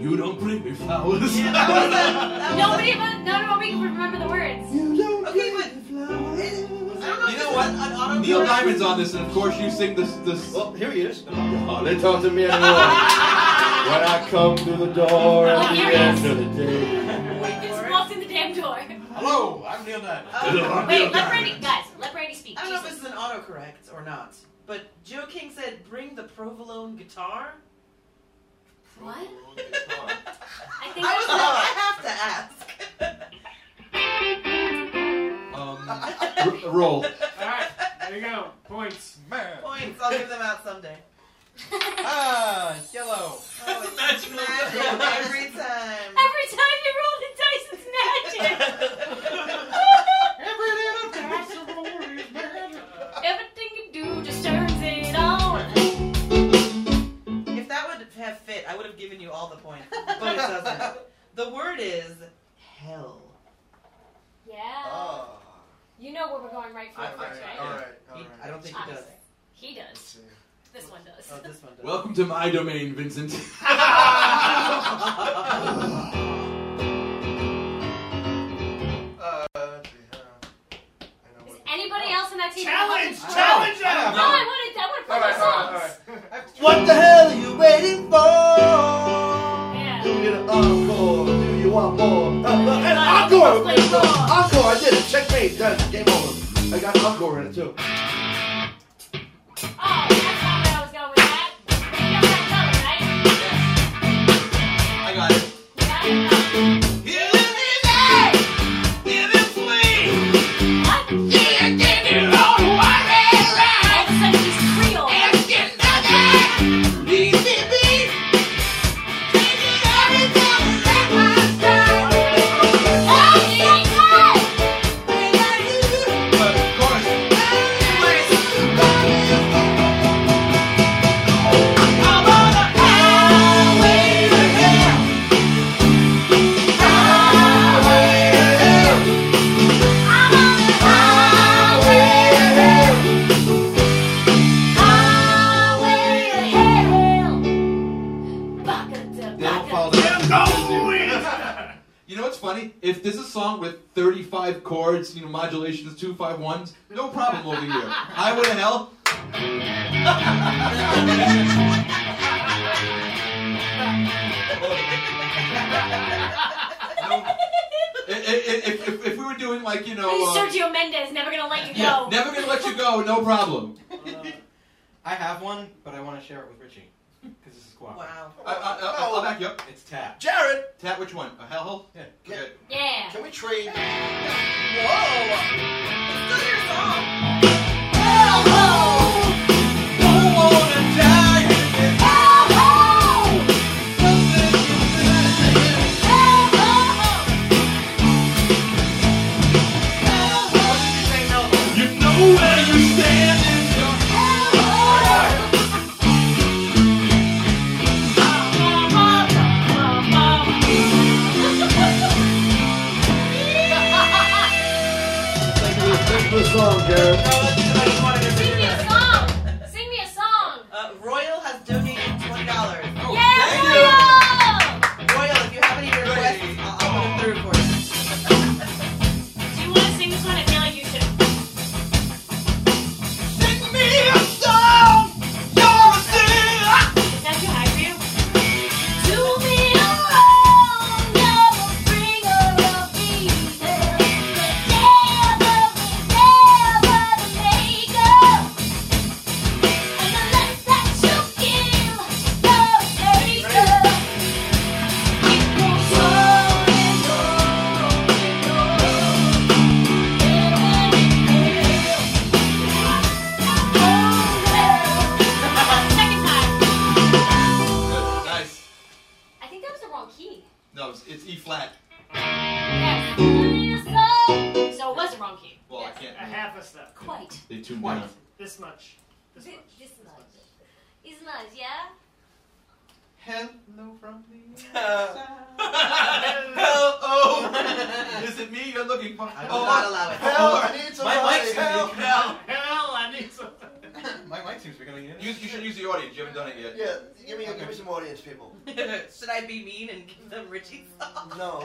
S11: You don't bring me flowers.
S4: Yeah, that was a, that was
S1: Nobody but none of we can remember the words.
S11: You don't
S4: Okay,
S11: bring
S4: but-
S11: me flowers.
S4: I don't know if
S2: You
S4: this
S2: know
S4: is
S2: what?
S4: An, an auto
S2: [LAUGHS] Neil Diamond's on this, and of course you sing this. This.
S7: Well, here he is.
S11: No.
S7: Oh, they talk to me anymore. when I come through the door
S1: Oh,
S7: at the
S1: here it
S7: end
S1: is.
S7: of the day.
S4: Wait
S1: Just
S4: for it.
S1: walked in the damn door.
S5: Hello, I'm Neil Diamond.
S4: Uh,
S1: Oh, Wait, let Brandy, guys, let Brandy speak.
S4: I don't know if
S1: Jesus.
S4: this is an autocorrect or not, but Joe King said, "Bring the provolone guitar."
S1: What?
S2: Guitar.
S1: I
S4: I
S1: think
S4: was like,
S1: that's-
S4: I have to ask. [LAUGHS]
S2: Um, r- roll.
S3: All right, there you go. Points.
S5: Man.
S4: Points. I'll give them out someday.
S5: Ah, yellow.
S4: Oh, it's magic
S2: [LAUGHS]
S4: every time.
S1: [LAUGHS] Every time you roll the dice, it's magic.
S4: [LAUGHS]
S5: Every little
S3: Uh,
S1: Everything you do just turns it on.
S4: If that would have fit, I would have given you all the points, but it doesn't. The word is hell.
S1: Yeah.
S6: Oh.
S1: You know where we're going right for
S6: Alright,
S1: it first, right?
S6: alright,
S4: You-
S6: alright.
S4: I don't think it does.
S1: Obviously. He does. This one does.
S4: Oh, this one does.
S2: Welcome to my domain, [LAUGHS] Vincent.
S6: Uh, yeah. I know
S1: Is
S6: what-
S1: anybody else in that team?
S3: Challenge!
S1: No,
S3: Challenge
S1: I
S3: them!
S1: wanted that one for
S6: Alright,
S1: the songs.
S6: alright, alright.
S7: What the hell are you waiting for?
S1: Yeah.
S7: Do you get an encore? Do you want more? Uh, uh, and encore!
S1: Play more.
S7: Encore! I did it. Checkmate. Done. Game over. I got encore in it too.
S1: Oh, that's not where I was going with that. You got that color, right?
S2: I got it.
S1: You got it?
S2: Yeah.
S1: What? All of a sudden he's Creole.
S2: They don't follow the You know what's funny? If this is a song with 35 chords, you know, modulations, two, five, ones, no problem over here. Highway to Hell. I- I- if, if, if we were doing like, you know, uh,
S1: Sergio Mendez never gonna let you
S2: yeah,
S1: go.
S2: never gonna let you go, no problem.
S5: I have one, but I want to share it with Richie. Because this is cooperative.
S4: Wow.
S2: I, I, I, will back you up.
S5: It's tap.
S6: Jared,
S2: Tap which one? A hellhole?
S5: Yeah.
S2: Okay.
S1: Yeah.
S6: can we trade?
S4: Whoa! It's still your song.
S11: You know where you stand in your
S7: Thank you. Thank you for the song, Jared.
S4: No, let's do it. I just wanted
S1: [LAUGHS]
S4: to
S1: Sing
S4: do
S1: me
S4: that.
S1: a song. Sing me a song.
S4: Uh, Royal has donated twenty dollars.
S1: Yeah, Julio!
S4: Royal, if you have any requests, I'll, I'll put it through for you.
S7: [LAUGHS]
S1: Do you want to sing this one? I feel like you should. Is that too high for you? Do me a wrong, you're a bringer of evil. But never, never to
S2: E
S3: half a step.
S1: Quite.
S2: They tuned
S5: Twice.
S2: down.
S3: This much. This
S1: Thi-
S3: much.
S1: this much. Is nice, yeah?
S4: Hello from the oh.
S5: Hello. Is it me you're looking for?
S4: I will
S5: Oh,
S4: not allow it.
S7: oh. Hell, I need somebody.
S5: my mic seems
S7: Help.
S5: to be hell.
S3: [LAUGHS] Hell, I need some.
S2: [LAUGHS]
S5: My mic seems to be going in.
S2: You, you should use the audience. You haven't done it yet.
S7: Yeah, give me, give me some audience people.
S4: [LAUGHS] Should I be mean and give them Richie's song?
S7: No.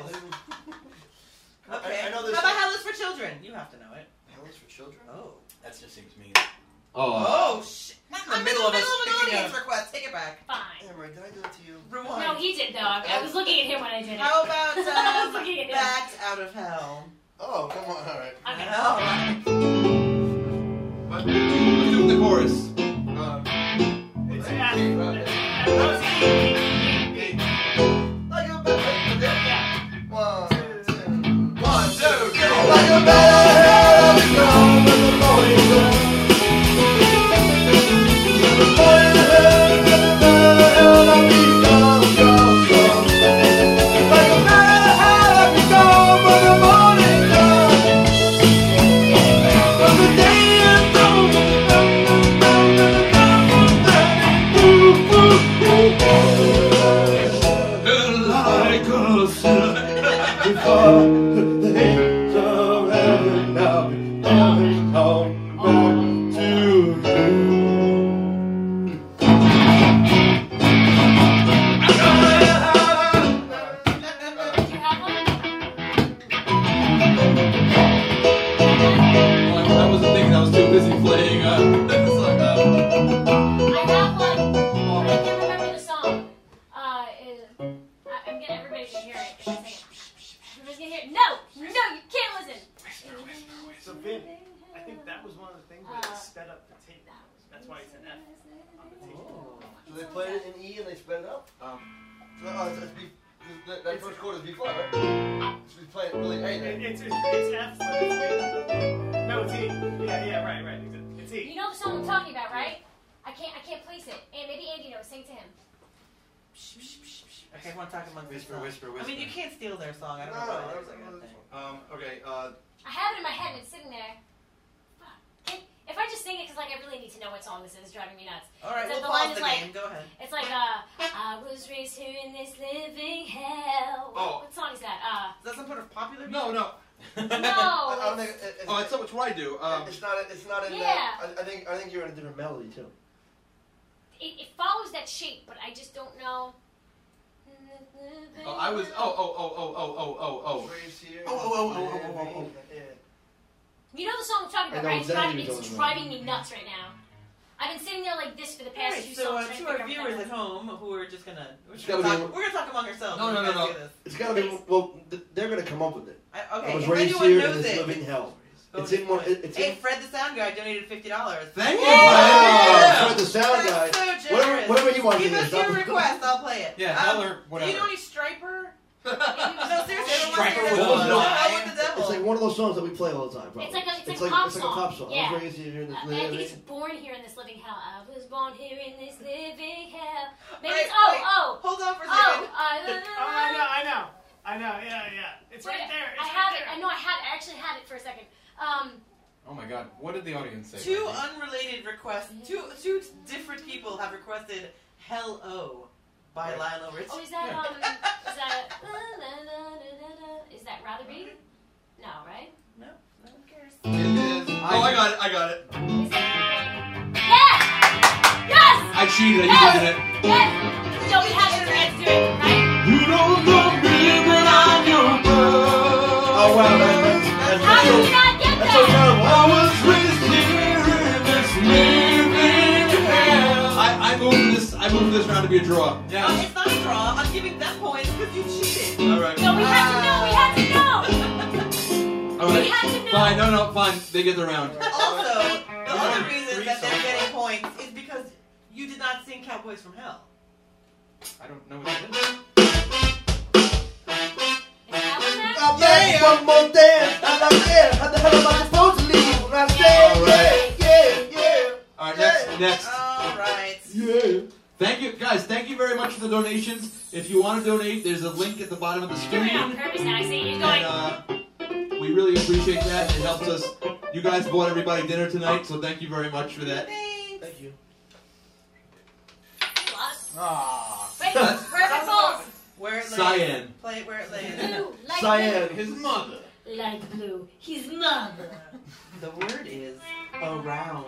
S4: Okay.
S7: I, I know
S4: How
S7: this.
S4: about Hell is for Children? You have to know it.
S7: Hell is for children.
S4: Oh.
S5: That just seems mean.
S7: Uh,
S4: Oh, shit.
S5: Not in the
S4: I'm in the
S5: middle of
S4: middle of an
S5: us picking
S4: audience
S5: a-
S4: request. Take it back.
S1: Fine.
S7: Amber, did I do it to you?
S4: Rewind.
S1: No, he did though. I, I was looking at him when I did it.
S4: How
S1: [LAUGHS]
S4: about
S1: I was
S4: um,
S1: looking at him.
S4: Bat Out of Hell?
S7: Oh, come on. All right.
S1: Okay.
S4: Alright.
S2: But let's do the chorus.
S3: It's
S7: Hey,
S3: half.
S7: hey, right.
S3: It's half.
S7: Like a bat. One, two.
S2: One, two, three.
S7: Like a bat. Come with the poison. The poison, the hell I be gone, gone, gone. Like a bat, I be gone when the morning comes. From the day it's over,
S11: Like a sun
S7: before the hits of heaven, I'll be coming home back to you.
S1: Did you have one?
S2: Well, I, I wasn't thinking. I was too busy playing. Uh, [LAUGHS] this song, uh,
S1: I have one. but I can't remember the song. Uh, it, I, I'm gonna everybody should hear it. in a second. Everybody's gonna hear it. No, no, you can't listen.
S3: So, Vin, I think that was one of the things where
S1: Uh,
S3: it sped up the tape. That's why it's an F on the tape.
S4: Oh.
S7: So they played it in E and they sped it up?
S2: Um.
S7: No, oh, it's, it's be, that, that first chord is before, right? So we play it really hey
S3: It,
S7: there.
S3: it's, it's, it's F, but it's E. No, it's E. Yeah, yeah, right, right. exactly. It's
S1: You
S3: E.
S1: know the song I'm talking about, right? I can't, I can't place it. And maybe Andy knows. Sing to him.
S4: Okay, I want to talk amongst
S5: Whisper,
S4: yourselves.
S5: whisper,
S4: I
S5: whisper.
S4: mean, you can't steal their song. I don't
S7: No,
S4: know
S7: no,
S4: why
S7: no,
S4: there's like
S7: no,
S4: a
S7: no.
S4: thing.
S5: Um, okay, uh,
S1: I have it in my head and it's sitting there. Fuck. Can- If I just sing it, because like I really need to know what song this is, it's driving me nuts.
S4: All right,
S1: The- the
S4: we'll pause
S1: line
S4: the
S1: is like-
S4: game. Go ahead.
S1: It's like uh, I was raised here in this living hell. What,
S2: Oh.
S1: what song is that? Uh,
S2: [LAUGHS]
S4: Is that some sort of popular music?
S2: no, no.
S7: I, I don't
S1: no.
S7: think
S1: it's-
S7: it, it,
S2: Oh, that's not what I do. Um,
S7: it's not. It's not in.
S1: Yeah.
S7: That, I, I think. I think you're in a different melody too.
S1: It, it follows that shape, but I just don't know.
S2: oh, I was. Oh, oh, oh, oh, oh, oh, oh, oh.
S7: Raised here.
S5: Oh, oh, oh, oh, oh, oh, oh.
S7: Yeah.
S1: You know the song I'm talking
S7: I
S1: about,
S7: know
S1: right?
S7: exactly
S1: it's
S7: what
S1: driving, it's driving me
S7: you're talking
S1: nuts right now. I've been sitting there like this for the
S4: All
S1: past
S4: right,
S1: few
S4: so uh,
S1: songs.
S4: to
S1: trying
S4: our
S1: figure out what
S4: viewers
S1: that
S4: at home who are just gonna, we're
S7: It's
S4: just gonna
S7: gotta be
S4: talk, we're gonna talk among ourselves.
S2: No,
S4: when
S2: no,
S4: you
S2: no,
S4: guys
S2: no.
S4: do this.
S7: It's gotta be. Well, th- they're gonna come up with it.
S4: I,
S7: I
S4: okay,
S7: was
S4: if
S7: raised
S4: anyone
S7: here in
S4: knows
S7: this
S4: it,
S7: living hell.
S4: go
S7: It's
S4: ahead.
S7: in one. It, it's
S4: Hey,
S7: in.
S4: Fred the Sound Guy donated fifty dollars.
S2: Thank you.
S4: Yeah!
S7: Wow,
S2: Fred.
S7: Fred the sound guy.
S4: That's so generous.
S7: Whatever, whatever you want to
S4: Give
S7: do.
S4: us
S7: stop-
S4: your request. I'll play it.
S5: Yeah,
S4: Um,
S5: hell or
S4: Do you know
S5: whatever.
S4: any Striper?
S1: happened.
S4: No, seriously.
S5: Striper
S4: everyone
S7: was
S4: wants to know.
S5: not.
S4: Hell with the devil.
S7: It's like one of those songs that we play all the time. Probably.
S1: It's like a- it's a
S7: like
S1: pop
S7: it's like a pop
S1: song.
S7: song.
S1: Yeah.
S7: I was raised here in
S1: Uh,
S7: this
S1: I think it's
S7: living.
S1: born here in this living hell. I was born here in this living hell. Maybe
S4: Wait,
S1: it's, oh,
S4: wait.
S1: oh,
S4: Hold on for
S1: oh,
S4: a
S1: uh,
S4: second.
S3: Oh, I know, I know. I know, yeah, yeah. It's right
S1: Wait,
S3: there. It's
S1: I
S3: right
S1: had
S3: there.
S1: it. I know I had it. I actually had it for a second. Um,
S5: Oh my god, what did the audience say?
S4: Two
S5: Mikey?
S4: unrelated requests. Two two different people have requested "Hell O" by
S5: Right.
S4: Lionel Richie.
S1: oh, is that,
S5: Yeah.
S1: um, is that, la, la, la, la, la, is that Rather Be? No, right?
S4: No, no one cares.
S2: Oh, I got it. I got it.
S1: Is that, yes! Yes!
S2: I cheated.
S1: Yes!
S2: I used it.
S1: Yes! No, we had to Reds do it, right?
S11: You don't know me, but I'm your brother.
S7: Oh wow, that's, that's,
S1: How
S7: that's,
S1: did
S7: so,
S1: we not get
S7: that's so
S1: that?
S7: terrible.
S11: I was raised here in this living hell.
S2: I, I moved this. I moved this round to be a draw.
S4: Uh,
S5: Yeah.
S4: it's not a draw. I'm giving them points because you
S2: [LAUGHS]
S4: cheated.
S2: All right.
S1: No, we had to know. We had to know.
S2: All
S1: We
S2: right.
S1: had to know.
S2: Fine. No, no. Fine. They get the round.
S4: Also, the
S5: You
S4: other
S5: won
S4: reason
S5: three
S4: that they're
S5: songs.
S4: getting points is because you did not sing "Cowboys from Hell."
S5: I don't know what that is.
S1: Is that what that-
S7: I'm back one more dance, and I'm there. How the hell am I supposed to leave when I stay?
S2: All right.
S7: Yeah, yeah,
S2: All right. Next. Next.
S4: All right.
S7: yeah.
S2: Thank you, guys. Thank you very much for the donations. If you want to donate, there's a link at the bottom of the
S1: Doing it
S2: screen.
S1: on purpose now. I see you
S2: And
S1: going.
S2: uh, We really appreciate that. It helps us. You guys bought everybody dinner tonight, so thank you very much for that.
S4: [LAUGHS] Thanks.
S3: Thank you.
S1: Lost.
S5: Ah.
S1: Wait, rabbit balls.
S4: Where it lays.
S2: Cyan.
S4: Play it where it
S1: [LAUGHS]
S4: lays.
S1: Blue, light
S2: Cyan.
S5: His mother.
S1: blue. Light blue. His mother.
S4: The word is around.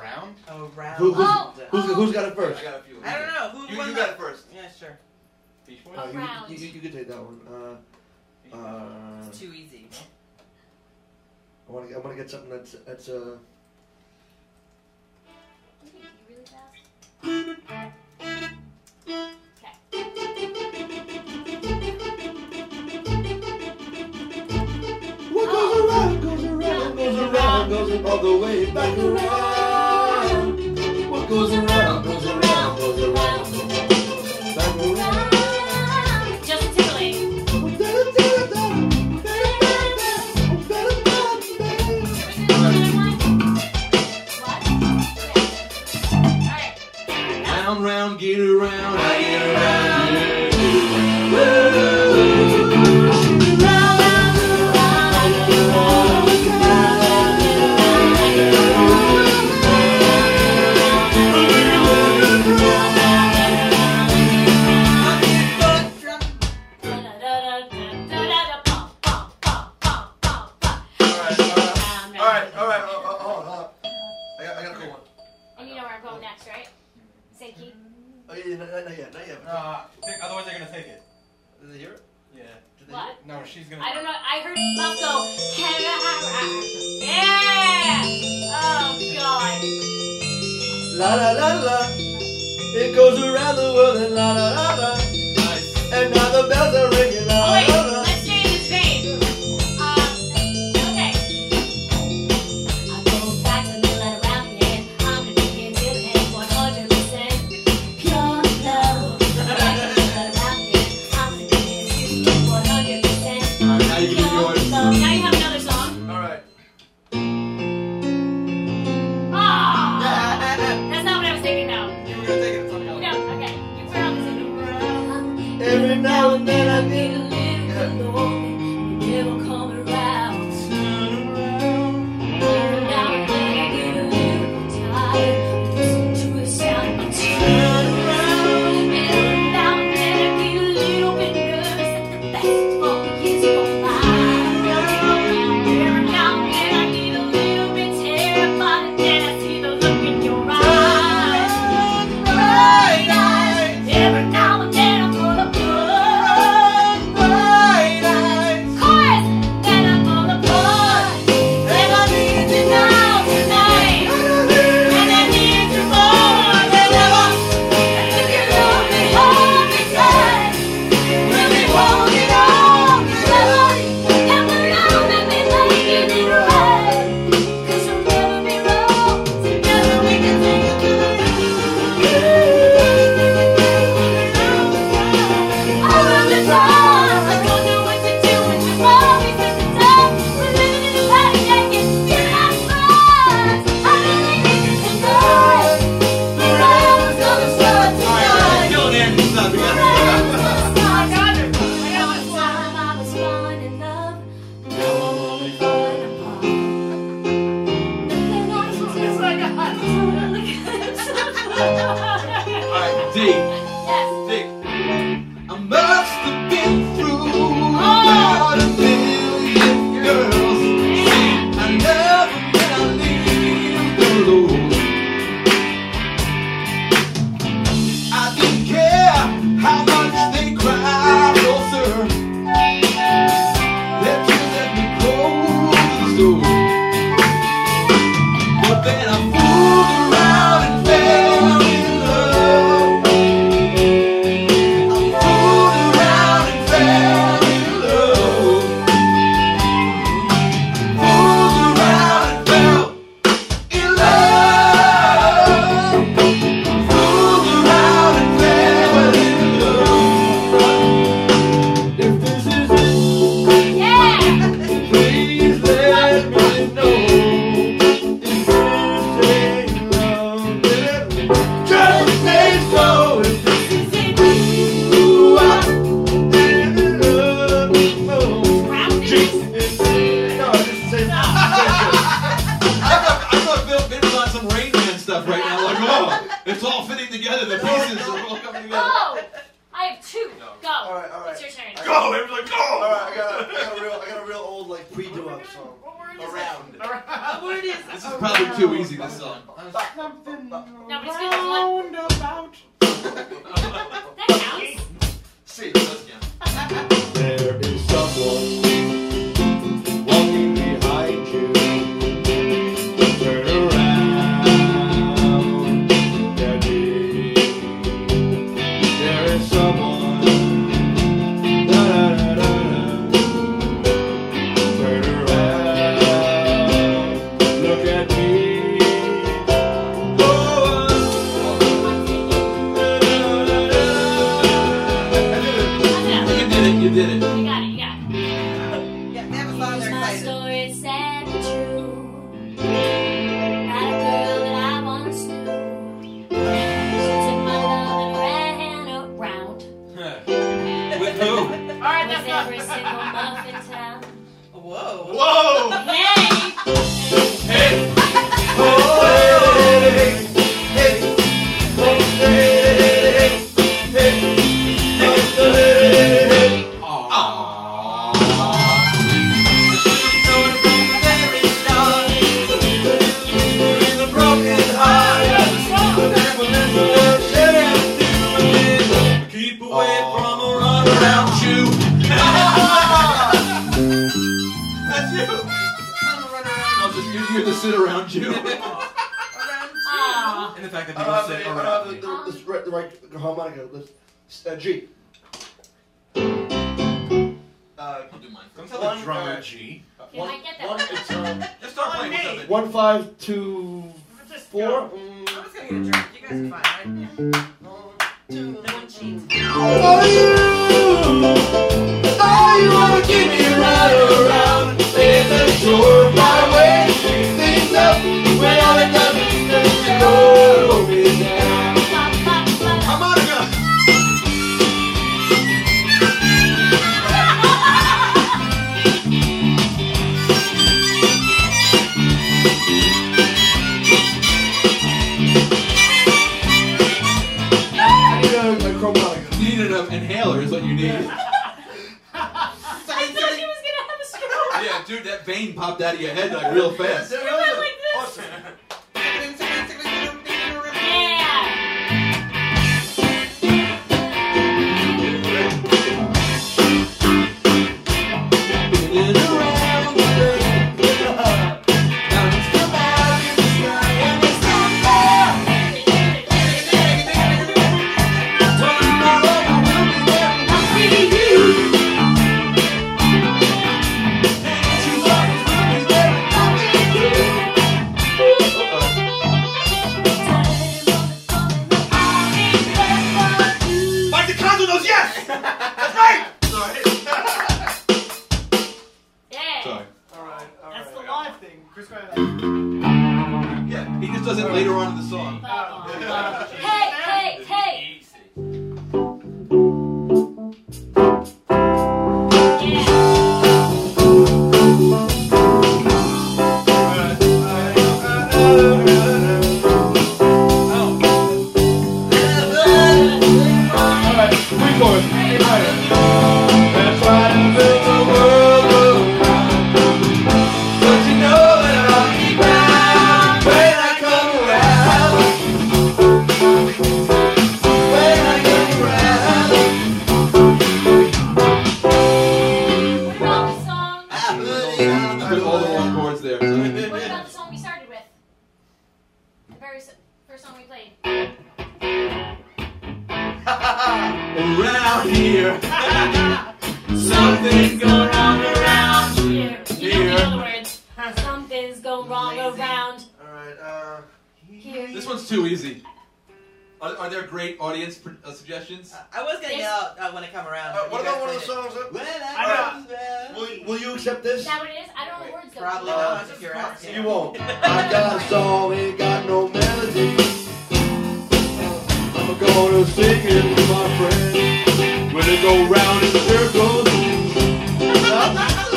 S5: Around?
S4: Around.
S7: Who- who's-
S1: Oh,
S7: Who's, who's got it first?
S2: I got a few.
S4: I don't know. Who
S2: You,
S4: won
S2: you
S4: that?
S2: got it first.
S4: Yeah, sure.
S5: Beach Boys?
S7: Oh,
S1: Around.
S7: you, you, you, you can take that one. Uh, uh,
S4: It's too easy.
S7: I want to I want to get something that's that's uh what goes around goes around goes around goes all the way back around. What goes around goes around goes around back around.
S1: Just tickling.
S2: Round, round, get around, I get around. Alright, alright, alright, alright, oh, oh, hold on, hold on. I got, I got a cool one.
S1: And you know where I'm going next, right? Sankey.
S7: Oh, yeah, not, not yet, not yet.
S5: Uh, think, otherwise they're gonna take it.
S7: Did they hear it?
S5: Yeah.
S7: Did they hear
S1: What?
S5: No, she's gonna.
S1: I don't know. I heard love go. Yeah. Oh God.
S7: it? La la la la. It goes around the world and la la la la.
S2: Nice.
S7: And now the bells are ringing
S1: Oh
S7: la
S1: wait.
S7: la la.
S1: Let's stay in this vein. Um. Okay. I go back to the middle around here. I'm gonna be here till 100 percent pure love. Back to the middle around here. I'm gonna be here till 100 percent
S2: Alright, now you
S1: pure
S2: can do yours.
S1: love. Um, Now you have another song.
S2: Alright.
S1: Ah. That's not what I was thinking though.
S5: You were gonna take it. It's on the
S1: No, okay. You put on the singing.
S7: Every now and then I get
S1: Feel it alone. You never come around. Every now and then I get a little tired. Listen to the sound of tears. Every now and then I get a little bit nervous that the best for years gone by. Every now and then I get a little bit terrified, and then I see the look in your eyes. Every now and then I'm gonna burn, burn, burn. Chorus, then I'm gonna burn. And I need you now tonight. And I need you more than ever. And if you love me, hold me tight. Really hold it on forever. And we're all maybe making it right. 'Cause we'll never be wrong. Together we can take it to the
S5: Alright, still there.
S2: Stop, you got it. Alright, D.
S1: Yes.
S2: D. I must have been through about a million girls. I never can leave alone. I didn't care how much they cried, no sir. They just let me close the door. But then I fooled around and fell in love. I fooled around and fell in love. Fooled around and fell in love. Fooled around and fell in love. If this is it,
S1: Yeah.
S2: please let me know. If you say
S1: Oh,
S5: go. Oh, Everyone's like, go.
S7: All right, I got, a,
S5: [LAUGHS]
S7: I got a real, I got a real old like pre-doo-wop song.
S3: What word is
S7: Around.
S3: it? Around.
S4: What it is?
S2: This is probably too easy. This song.
S7: Something
S1: No, but it's good. One.
S7: about.
S1: That counts.
S2: See, it does count.
S11: There is someone walking behind you. Turn around, Debbie. There is someone. Da, da, da, da, da. Turn around, look at me. Oh,
S1: That's enough.
S2: You did it. You did it.
S1: You got it. You got it.
S4: Yeah, they have a song
S1: Here's
S4: they're
S1: my
S4: excited.
S1: story, it's sad but true. About a girl that I once knew. She took my love and ran around
S5: With who?
S3: All right,
S1: with
S3: that's not.
S1: every single muff in town.
S4: Whoa.
S3: Whoa!
S1: Hey!
S5: Keep away from a run around you.
S2: [LAUGHS] That's you. No, just you. You're the sit around you.
S4: Around
S1: Aw.
S5: And the fact that they
S7: I don't
S5: don't
S7: have the,
S5: sit
S7: I don't have
S5: around
S7: the,
S5: me.
S7: the, the, right, the right harmonica. Let's, uh, G. Uh,
S2: I'll do mine first.
S5: Don't tell the
S7: One,
S5: drummer
S7: uh,
S5: G.
S1: Can I get that
S7: one,
S1: one?
S7: it's, um,
S5: Just start playing with something.
S7: one, five, two,
S3: [LAUGHS] Just
S7: four.
S3: go.
S7: Mm.
S4: I'm just gonna get a drink. You guys are fine, right? One, two, one cheat.
S6: Oh, you, oh, you wanna give me a ride around? There's a short highway, things up when all it does is just go down.
S1: Bop, bop, bop.
S2: Harmonica.
S7: I need a, a chromatica.
S2: You needed an inhaler. Is what you needed.
S1: I thought she was gonna have a stroke.
S2: Yeah, dude, that vein popped out of your head like real fast.
S1: She went like this.
S5: [LAUGHS]
S7: Awesome.
S1: Yeah.
S5: Like the Congo knows yes! That's right!
S1: Yeah.
S2: Sorry.
S3: All right, all
S6: That's
S3: right.
S6: the
S3: live thing. Chris Graham.
S2: Yeah, he just does it later on in the song.
S3: Oh,
S1: Hey, hey, hey. Yeah.
S7: Alright, three chords. A minor.
S6: That's why I built the world around. Don't you know that I'll be back when I come around? When I come around.
S1: What about the song?
S2: I did all the wrong chords there.
S1: What
S2: Sorry.
S1: about the song we started with? The very s- first song we played.
S2: Around here,
S6: Something's going on around.
S1: Here. You
S2: Here.
S1: know the words. Something's gone wrong around
S7: Alright, uh,
S1: here.
S2: this one's too easy. Are, are there great audience pr- uh, suggestions?
S4: I was gonna
S1: Yes.
S4: yell out uh, when I come around.
S7: uh,
S4: but
S7: what
S4: you
S7: about
S4: guys
S7: one of the
S4: played it.
S7: songs that.
S4: When
S3: I
S4: I
S3: know.
S4: comes back.
S7: Will, will you accept this?
S1: Is that what it is? I don't know the words though. Oh,
S4: Probably
S7: Uh,
S4: not. If you're asking.
S7: You won't. I got a song, ain't got no melody. I'm gonna sing it with my friend. We're gonna go round in circles.
S4: Absolutely not.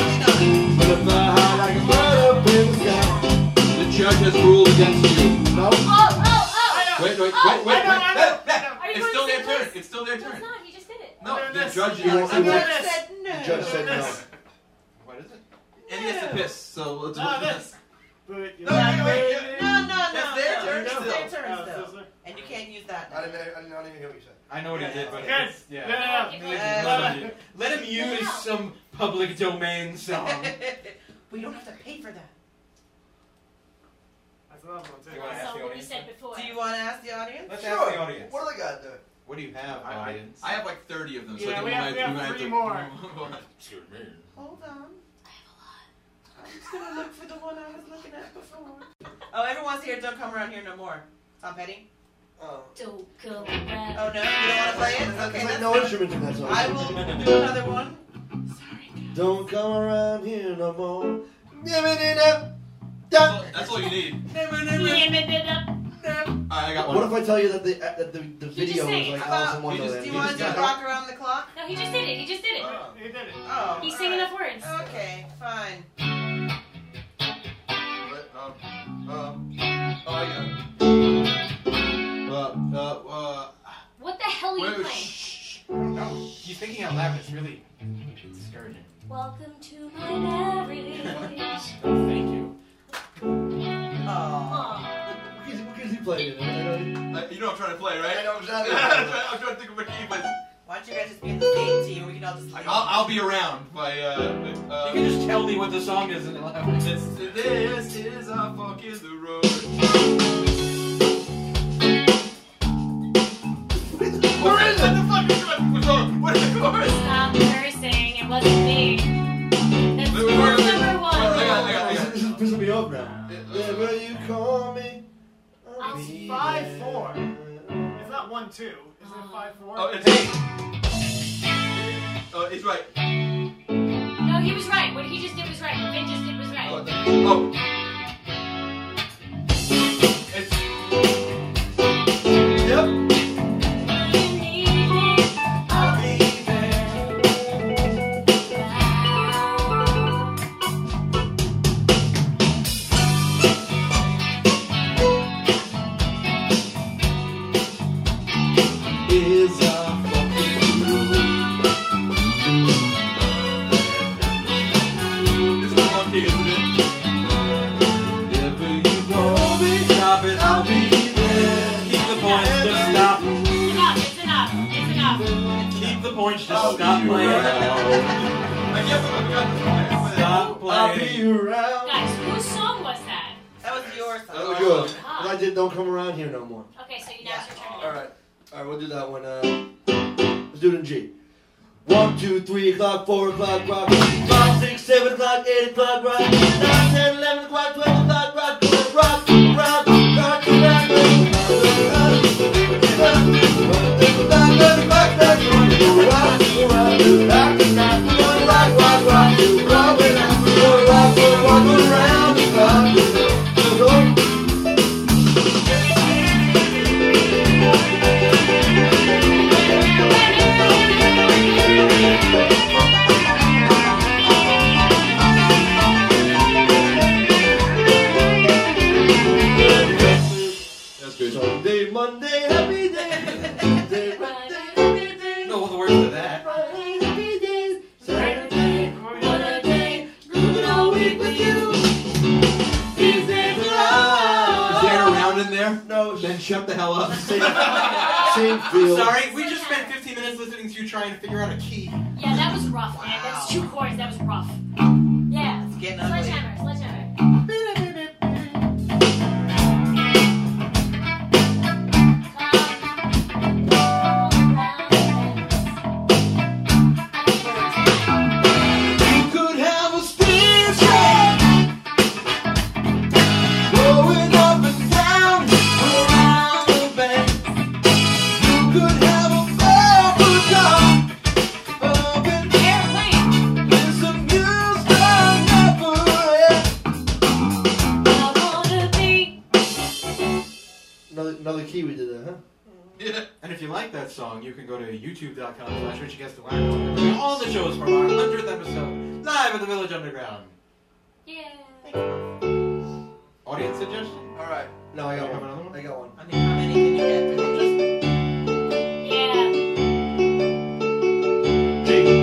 S7: But if I hide like a bird up in the sky.
S2: The judge has ruled against you.
S7: No?
S1: Oh, oh, oh!
S2: Wait, wait, wait, wait, wait.
S3: I know, I know,
S2: wait, wait.
S3: I know.
S1: Are you
S2: It's
S1: going
S2: still
S1: to
S2: their
S1: the same
S2: turn.
S1: place?
S2: It's still their
S1: No, it's
S2: turn.
S1: not. He just did it.
S2: No,
S3: They're
S2: the
S3: this.
S2: judge
S7: You want-
S2: I
S4: The
S2: mean,
S7: you
S4: judge
S7: want-
S2: this.
S4: said no.
S7: The judge said no.
S3: This.
S5: What is it?
S2: And yes, to piss. So let's
S3: Ah, this. But you
S4: No,
S3: know-
S4: wait, No, no, no.
S2: It's their
S4: no,
S2: turn
S4: It's
S2: still.
S4: their turn
S3: Oh,
S4: still.
S3: so- so-
S4: And you can't use that.
S7: I didn't, I didn't even hear what you said.
S5: I know what he did, but
S3: Good.
S5: it's, yeah.
S3: Yeah.
S1: Good.
S5: Uh, Let him-
S3: Yeah.
S5: Let him use some public domain
S2: [LAUGHS]
S4: Oh.
S5: song.
S4: [LAUGHS] we don't have to pay for that.
S3: That's another one, too.
S5: You wanna-
S1: So what we said before.
S4: Do you want to ask the audience?
S5: Let's
S7: sure.
S5: ask the audience.
S7: What do they got there?
S5: What do you have,
S2: I-
S5: audience?
S2: I have like 30 of them, so
S3: Yeah,
S2: I think
S3: we have-
S2: might,
S3: we have
S2: might
S3: three
S2: to,
S3: more.
S11: Excuse me.
S4: Hold on. I have a lot. I'm just gonna look for the one I was looking at before. Oh, everyone's here. Don't come around here no more. Tom Petty.
S7: Oh.
S1: Don't go around.
S4: Oh no, you don't want to play it. Okay,
S7: There's like
S4: that's
S7: no instruments in that song.
S4: I will do another one.
S2: Oh,
S4: Sorry.
S7: Don't come around here no more. Give it up.
S2: That's all,
S7: Done.
S2: that's all you need.
S4: Never,
S1: You
S4: never,
S1: damn it, bit up.
S4: never.
S2: All right, I got one.
S7: What if I tell you that the uh, that the, the
S1: You just
S7: video
S1: say
S7: was
S1: it.
S7: like
S4: How
S7: Alice in
S4: about-
S7: Wonderland?
S4: Do you
S7: He
S4: want
S7: just
S4: to do
S7: got it.
S4: rock around the clock?
S1: No, he just did it. He just did it.
S3: He did it.
S4: Oh,
S1: He's singing
S4: alright.
S1: enough words.
S4: Okay, fine.
S2: Um, um, oh, I got it. Uh, uh, uh,
S1: What the hell are you
S2: wait, wait,
S1: playing?
S2: shh.
S5: No, he's thinking out loud. It's really discouraging.
S1: Welcome to my marriage.
S5: Oh, thank you.
S4: Oh.
S1: Aw.
S7: Because because he played it. and I know-
S2: Uh, you know what I'm trying to play, right?
S7: I know
S2: [LAUGHS]
S7: exactly. what
S2: I'm,
S7: it
S2: trying, I'm trying to think of a key, but
S4: Why don't you guys just be at the same team? We can all just.
S2: I'll, I'll be around by, uh,
S5: You
S2: uh,
S5: can just tell me what the song is and allow me
S2: it's, this is our fuck in the road. Where is it? The fucking song. What's wrong? What is the chorus?
S1: Stop cursing. It wasn't me. That's
S2: Wait, wait, wait,
S1: rule
S2: wait.
S1: number
S2: I
S1: one.
S2: got- I got- I
S7: is.
S2: got-
S7: This is pissing me off now. Yeah, will you call me?
S1: I'll
S7: be
S3: five,
S7: there.
S3: four. It's not one, two. Is
S1: Uh-huh.
S3: it five, four?
S2: Oh, it's eight. Oh, it's right.
S1: No, he was right. What he just did was right. What Vin just did was
S2: Oh,
S1: right.
S2: it's- oh. It's. Yep.
S1: You need me.
S4: I'll be there.
S7: Is our fucking room.
S2: This is the wrong key, isn't it?
S7: Wherever you call me,
S5: stop it.
S7: I'll be there.
S5: Keep the points. Just stop.
S1: It's enough. It's enough. It's enough.
S5: Keep the points.
S7: I'll
S5: Just stop
S7: be
S5: playing.
S7: around.
S2: I guess I'm gonna
S5: Stop
S7: I'll be
S5: playing.
S7: around.
S1: Guys, whose song was that?
S4: That was your song.
S7: That was good. And I did don't come around here no more.
S1: Okay, so you now it's your turn.
S7: All right, all right, we'll do that one. Uh, let's do it in G. One, two, three o'clock, four o'clock, rock. Five, six, seven o'clock, eight o'clock, rock. Nine, ten, eleven o'clock, twelve o'clock, rock. Rock, rock, rock, rock, rock, rock, rock, rock, rock, rock, rock, rock, rock,
S2: That's good.
S7: Sunday, Monday, happy day. Tuesday, Wednesday, happy day.
S5: No, the words to that.
S7: Friday, happy days.
S3: Right?
S7: Saturday, what a day. Good old week with you. These days are
S2: Is there a
S7: all.
S2: round in there?
S7: No,
S2: Then shut the hell up.
S7: same, same field.
S5: Sorry, we just spent 15 minutes listening to you trying to figure out a key.
S1: Yeah, that was rough, man.
S4: Wow.
S1: That's two chords. That was rough. Yeah.
S4: It's getting ugly.
S1: Sledgehammer. Sledgehammer.
S7: You could have a speed train going up and down around the bend. You could have a bubble gum up in the air. There's some music never ends. Another, another key we did there, huh?
S2: Yeah.
S5: And if you like that song, you can go to youtube.com slash Richie Guest the Live. All the shows from our 100th episode, live at the Village Underground. Audience suggestion?
S7: All right. No, I got
S5: You have another
S7: one.
S5: one?
S7: I got one.
S4: I mean, how many can you get? Just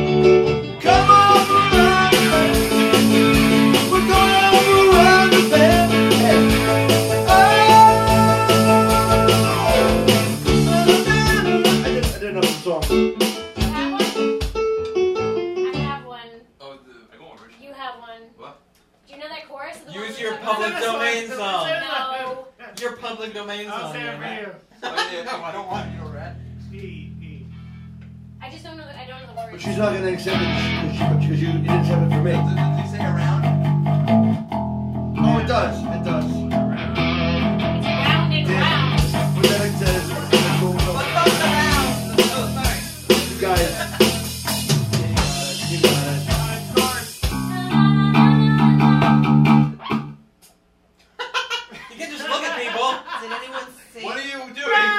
S5: domain song.
S1: No.
S5: Your public domain
S3: I'll
S5: song.
S3: say it
S5: man.
S3: for you.
S5: No, [LAUGHS] I don't want your rat.
S3: E, E.
S1: I just don't know that I don't know the words.
S7: But she's not gonna accept it because you, you didn't accept it for me.
S2: Does it say around?
S7: Oh, it does. It does.
S1: It's round and round.
S7: But then it says, it's going over.
S4: What's up the house? Oh, sorry.
S7: you guys. You got
S3: Five cards.
S5: You can just look at people.
S4: Did anyone see?
S2: What are you doing?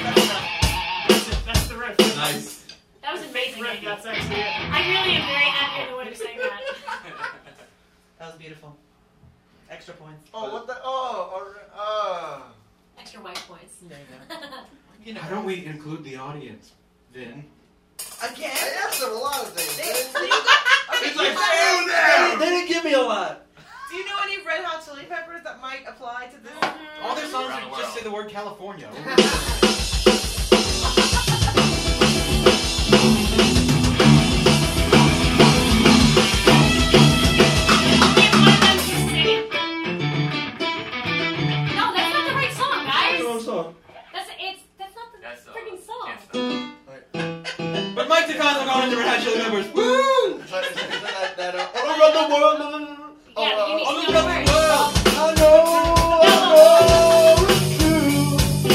S3: That's it. That's the riff. That's
S2: Nice.
S1: That was
S3: the
S1: amazing.
S3: riff.
S1: Andy.
S3: That's actually it.
S1: I really am very happy with the way you sang that.
S4: That was beautiful. Extra points.
S2: Oh, what
S3: the? Oh, oh.
S1: [LAUGHS] Extra white points. [LAUGHS]
S4: There you
S5: You know, Why don't we include the audience, Vin?
S4: go. Again?
S2: asked him a lot of things.
S4: Okay,
S2: It's like,
S4: you guys-
S2: "Slow down!"
S7: They didn't give me a lot.
S4: Do you know any Red Hot Chili Peppers that might apply to this?
S3: Mm-hmm.
S5: All their songs
S2: Around the
S5: just
S2: world.
S5: say the word California.
S1: No, that's not the right song,
S7: That's the wrong
S1: guys.
S7: song.
S1: That's it's that's not the
S6: That's uh,
S1: freaking song.
S6: can't stop.
S5: but Mike DeConzo going into Red Hot Chili Peppers. Woo!
S7: [LAUGHS] All around Oh, the world. no, no, no, no.
S1: Yeah, you need
S5: All
S7: oh,
S1: to know
S5: over the
S1: the words.
S5: world.
S7: I know, I know it's true.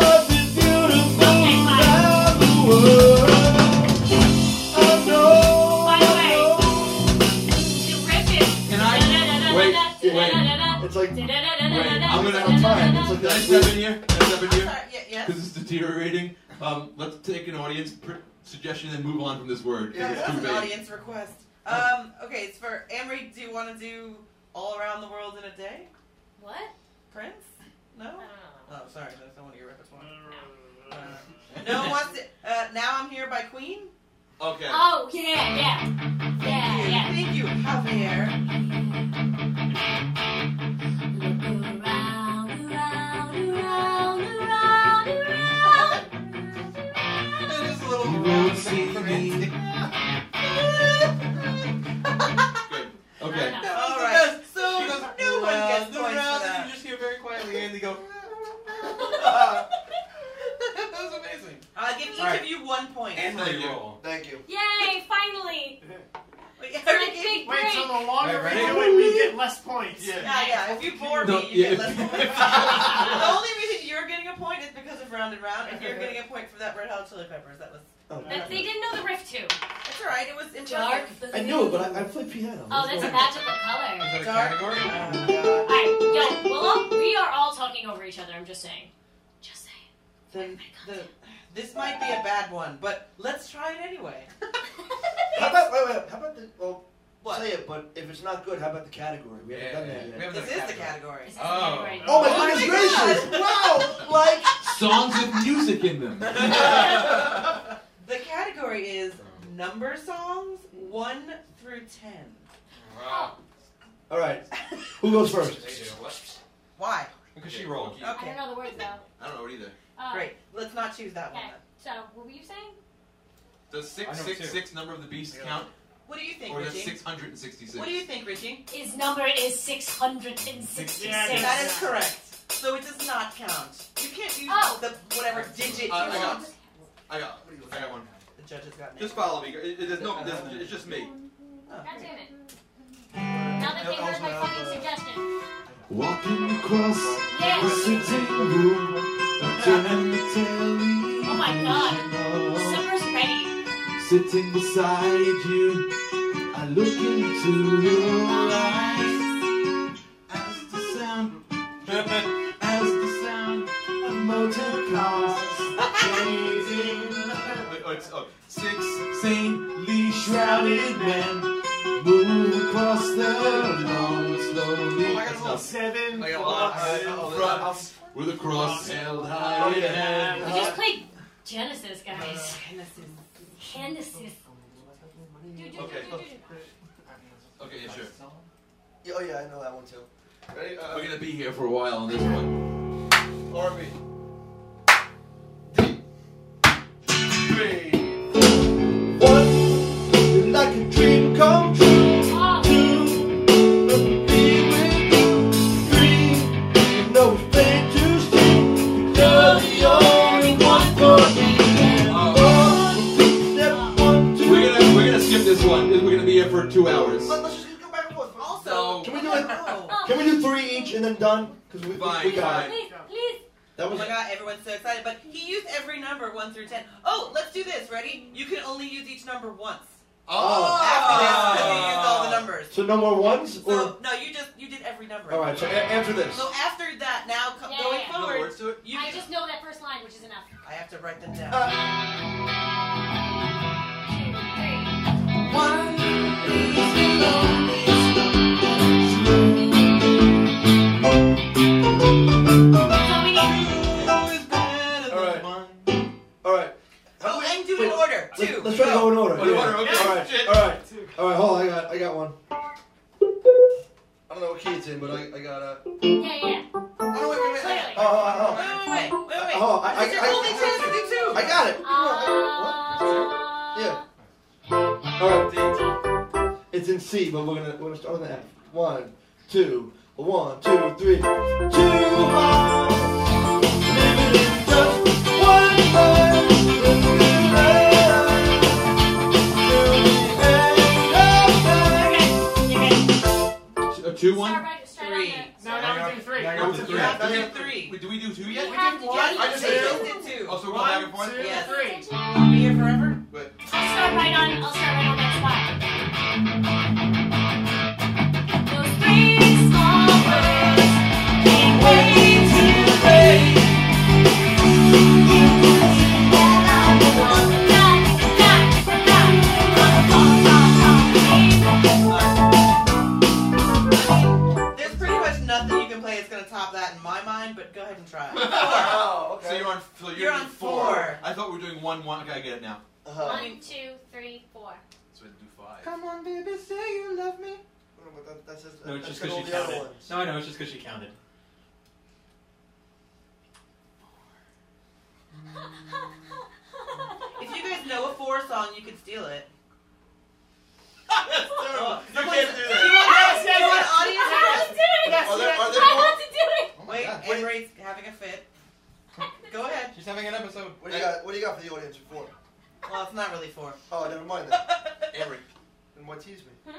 S7: Love is beautiful
S1: Okay, fine.
S7: around the world. I know.
S1: By the way, the riff is.
S5: Can I-
S7: Wait,
S1: Da-da-da-da-da-da-da-da-da-da-da.
S7: It's like, wait,
S2: I'm gonna-
S7: I'm trying. It's like
S2: Can I
S7: that.
S2: step in here? Can I step in here?
S4: Sorry, Uh, yeah, yes.
S2: Because it's deteriorating. Um, let's take an audience pr- suggestion and move on from this word. 'cause
S4: That
S2: it's too
S4: was an
S2: vague.
S4: audience request. Um, okay, it's for Amory. Do you want to do All Around the World in a Day?
S1: What?
S4: Prince?
S1: I
S4: No?
S1: don't know.
S4: Oh, sorry, that's not one of your repertoire.
S3: Uh,
S4: Uh, no one wants to. Uh, now I'm Here by Queen?
S2: Okay.
S1: Oh yeah, yeah, yeah, yeah.
S4: Thank
S5: [LAUGHS]
S4: you, Javier.
S5: It is a little
S2: You
S5: round
S2: won't see
S5: thing for [LAUGHS] me.
S2: Good. Okay.
S5: That was
S4: All
S5: the
S4: right.
S5: best.
S4: So
S5: She goes,
S4: no one
S5: "Round
S4: gets
S5: the
S4: points for
S5: round," And
S4: that.
S5: you just hear very quietly Andy [LAUGHS] go. that was amazing.
S4: I'll give each
S5: All right.
S4: of you one point.
S5: And
S4: [LAUGHS]
S2: Thank
S5: the
S2: you.
S5: roll.
S6: Thank you.
S1: Yay, finally!
S4: Wait,
S1: For a big
S3: Wait,
S1: break!
S3: so the longer
S5: Right,
S3: we
S5: right.
S3: do it, we get less points.
S4: Yeah, yeah. If you bore
S2: No,
S4: me, you
S2: yeah,
S4: get
S5: [LAUGHS]
S4: less
S2: if-
S4: points. the only reason you're getting a point is because of Round and Round, and you're getting a point for that Red Hot Chili Peppers. That was.
S1: That, they didn't know the riff too.
S4: That's all right. It was impressive.
S7: I know, but I, I play piano.
S1: Oh, that's a magical color.
S5: Is that a
S4: Dark.
S5: category?
S4: Oh, God.
S1: Alright, yo, Willow, we are all talking over each other, I'm just saying. Just saying.
S4: Then the this might be a bad one, but let's try it anyway.
S7: How about wait, wait, how about the well
S4: What?
S7: say it, but if it's not good, how about the category? We haven't
S5: Yeah,
S7: done
S5: yeah,
S7: that
S5: yeah.
S7: yet.
S5: We haven't
S4: This
S5: done
S4: is the category.
S1: This is
S5: Oh.
S1: great.
S7: Oh my
S4: Oh my
S7: goodness
S4: God.
S7: gracious! Wow! Like
S2: Songs with music in
S5: [LAUGHS]
S2: them.
S4: The category is number songs one through ten.
S1: Oh,
S5: Wow.
S7: Alright. Who goes first?
S6: They do what?
S4: Why?
S5: Because she rolled.
S2: Okay.
S1: I don't
S4: Okay,
S1: know the words though.
S2: I don't know it either.
S1: Uh,
S4: great. Let's not choose that one.
S1: Okay,
S4: Then.
S1: so what were you saying?
S2: Does
S5: I know it
S2: 666 number of the beast
S6: Yeah.
S2: count?
S4: What do you think,
S2: Or does
S4: Richie?
S2: 666?
S4: What do you think, Richie?
S1: His number is 666.
S3: Yeah,
S4: That is correct. So it does not count. You can't use
S1: Oh.
S4: the whatever digit you
S2: Uh, I got
S4: want.
S2: I got, I got one.
S4: The judges got names.
S2: Just follow me. It, it, there's no, there's, it's just me.
S4: Oh,
S1: God damn it. Now that they
S7: That was
S1: heard my
S7: my,
S1: fucking
S7: uh,
S1: suggestion.
S6: Walking across the
S1: Yes!
S6: sitting room, I'm trying to tell
S1: Oh my god. Supper's ready.
S6: you. Sitting beside you, I look into your eyes. As the sound, as the sound of motor cars fading.
S2: Wait, oh, [LAUGHS] it's, oh,
S6: Six saintly shrouded men move across the lawn
S2: Oh
S6: slowly.
S5: I got a little
S3: Seven.
S2: I got a lot.
S3: plus-
S2: I- I'll- I'll- With a cross held high
S3: Oh, yeah.
S7: Uh,
S1: We just
S6: and
S1: played Genesis, guys. Genesis. Do, do, do,
S2: Okay.
S1: do, do, do.
S2: Okay, yeah, sure.
S7: Yeah, oh yeah, I know that one too. Ready? Uh,
S2: We're gonna be here for a while on this one.
S7: R&B. One, like a dream come true.
S1: Oh,
S2: We're gonna we're gonna skip this one. We're gonna be here for two hours.
S4: Oh, Also,
S7: Can we do it?
S4: Oh,
S7: Can we do three each and then done? Because we, we,
S2: Fine,
S7: we got it.
S1: please, please.
S7: That
S4: oh
S7: was
S4: my god, everyone's so excited. But he used every number one through ten. Oh, let's do this. Ready? You can only use each number once.
S2: Oh!
S4: After
S2: Ah.
S4: this, because you used all the numbers.
S7: so no more ones or Oh,
S4: So no, you just you did every number.
S7: all right. So a- answer this.
S4: So after that, now co-
S1: Yeah,
S4: going
S1: yeah, yeah.
S4: forward,
S2: to it.
S4: you
S1: I
S4: can,
S1: just know that first line, which is enough.
S4: I have to write them down.
S7: Uh,
S1: Two, three. So we need-
S7: all right. All right.
S4: oh,
S7: Wait,
S4: and do it
S7: wait,
S4: in order.
S7: let-
S4: Two.
S7: Let's try to go in order.
S2: Oh, in order, okay.
S7: All right.
S2: Shit.
S7: All right. All right. Hold on. I got. I got one. I don't know what key it's in, but I, I got a.
S1: Yeah, yeah.
S7: Oh wait, wait, wait.
S1: Clearly.
S7: Oh, oh, oh.
S4: Wait, wait, wait, wait, wait.
S7: Oh, I- I-
S4: This is
S7: I-
S4: your only chance to do two.
S7: I got it.
S1: Uh,
S7: Yeah. All right. It's in C, but we're gonna we're gonna start on the F. One, two, one, two, three. Two hearts living in just one mind. Living in love till the end of
S2: A two
S1: Start
S2: one.
S1: right, start on the-
S4: Three.
S3: No, now we do three.
S5: Yeah, I got
S3: One,
S5: the
S3: two,
S5: three.
S4: You have to do
S7: Diane-
S4: three.
S2: Wait, do we do two
S1: You
S2: yet?
S1: have to get
S7: I
S4: You
S7: just
S4: just
S7: did.
S4: did two.
S2: Oh, so we're going back and
S3: One,
S2: forth.
S3: two,
S4: Yes.
S3: three.
S1: I'll
S4: Be here forever.
S2: But
S1: start right on. I'll start right on that spot. Those three small words came way too late. All I want, dot, dot, dot, dot, dot, dot, dot, dot.
S4: There's pretty much nothing you can play that's gonna top that in my mind, but go ahead and
S7: [LAUGHS]
S4: try.
S7: Wow.
S2: so you're on. So you're,
S4: You're
S2: doing
S4: on
S2: four.
S4: four.
S2: I thought we were doing one one. Okay, I get it now.
S7: Uh-huh.
S1: One, two, three, four. [LAUGHS]
S2: So we have to do five.
S4: Come on, baby, say you love me.
S7: No, but that- that's just-
S5: No, it's
S7: that's
S5: just 'cause
S7: all
S5: you
S7: the other
S5: counted.
S7: ones.
S5: No, I know. It's just because she counted.
S4: If you guys know a four song, you could steal it.
S7: Oh,
S4: You
S7: you
S4: want-
S7: can't do
S4: you
S7: that.
S4: want-
S7: [LAUGHS]
S3: Yes, yes,
S4: you want
S3: yes.
S4: audience members?
S7: Yes, Are there- yes. are there
S1: I
S7: more?
S1: want to do it.
S7: Oh my
S4: Wait,
S7: God.
S4: Anne Ray's having a fit. Go ahead.
S5: She's having an episode.
S7: What do you got? What do you got for the audience for? four?
S4: Well, it's not really four.
S7: Oh, never mind then.
S2: Every.
S7: Then why tease me?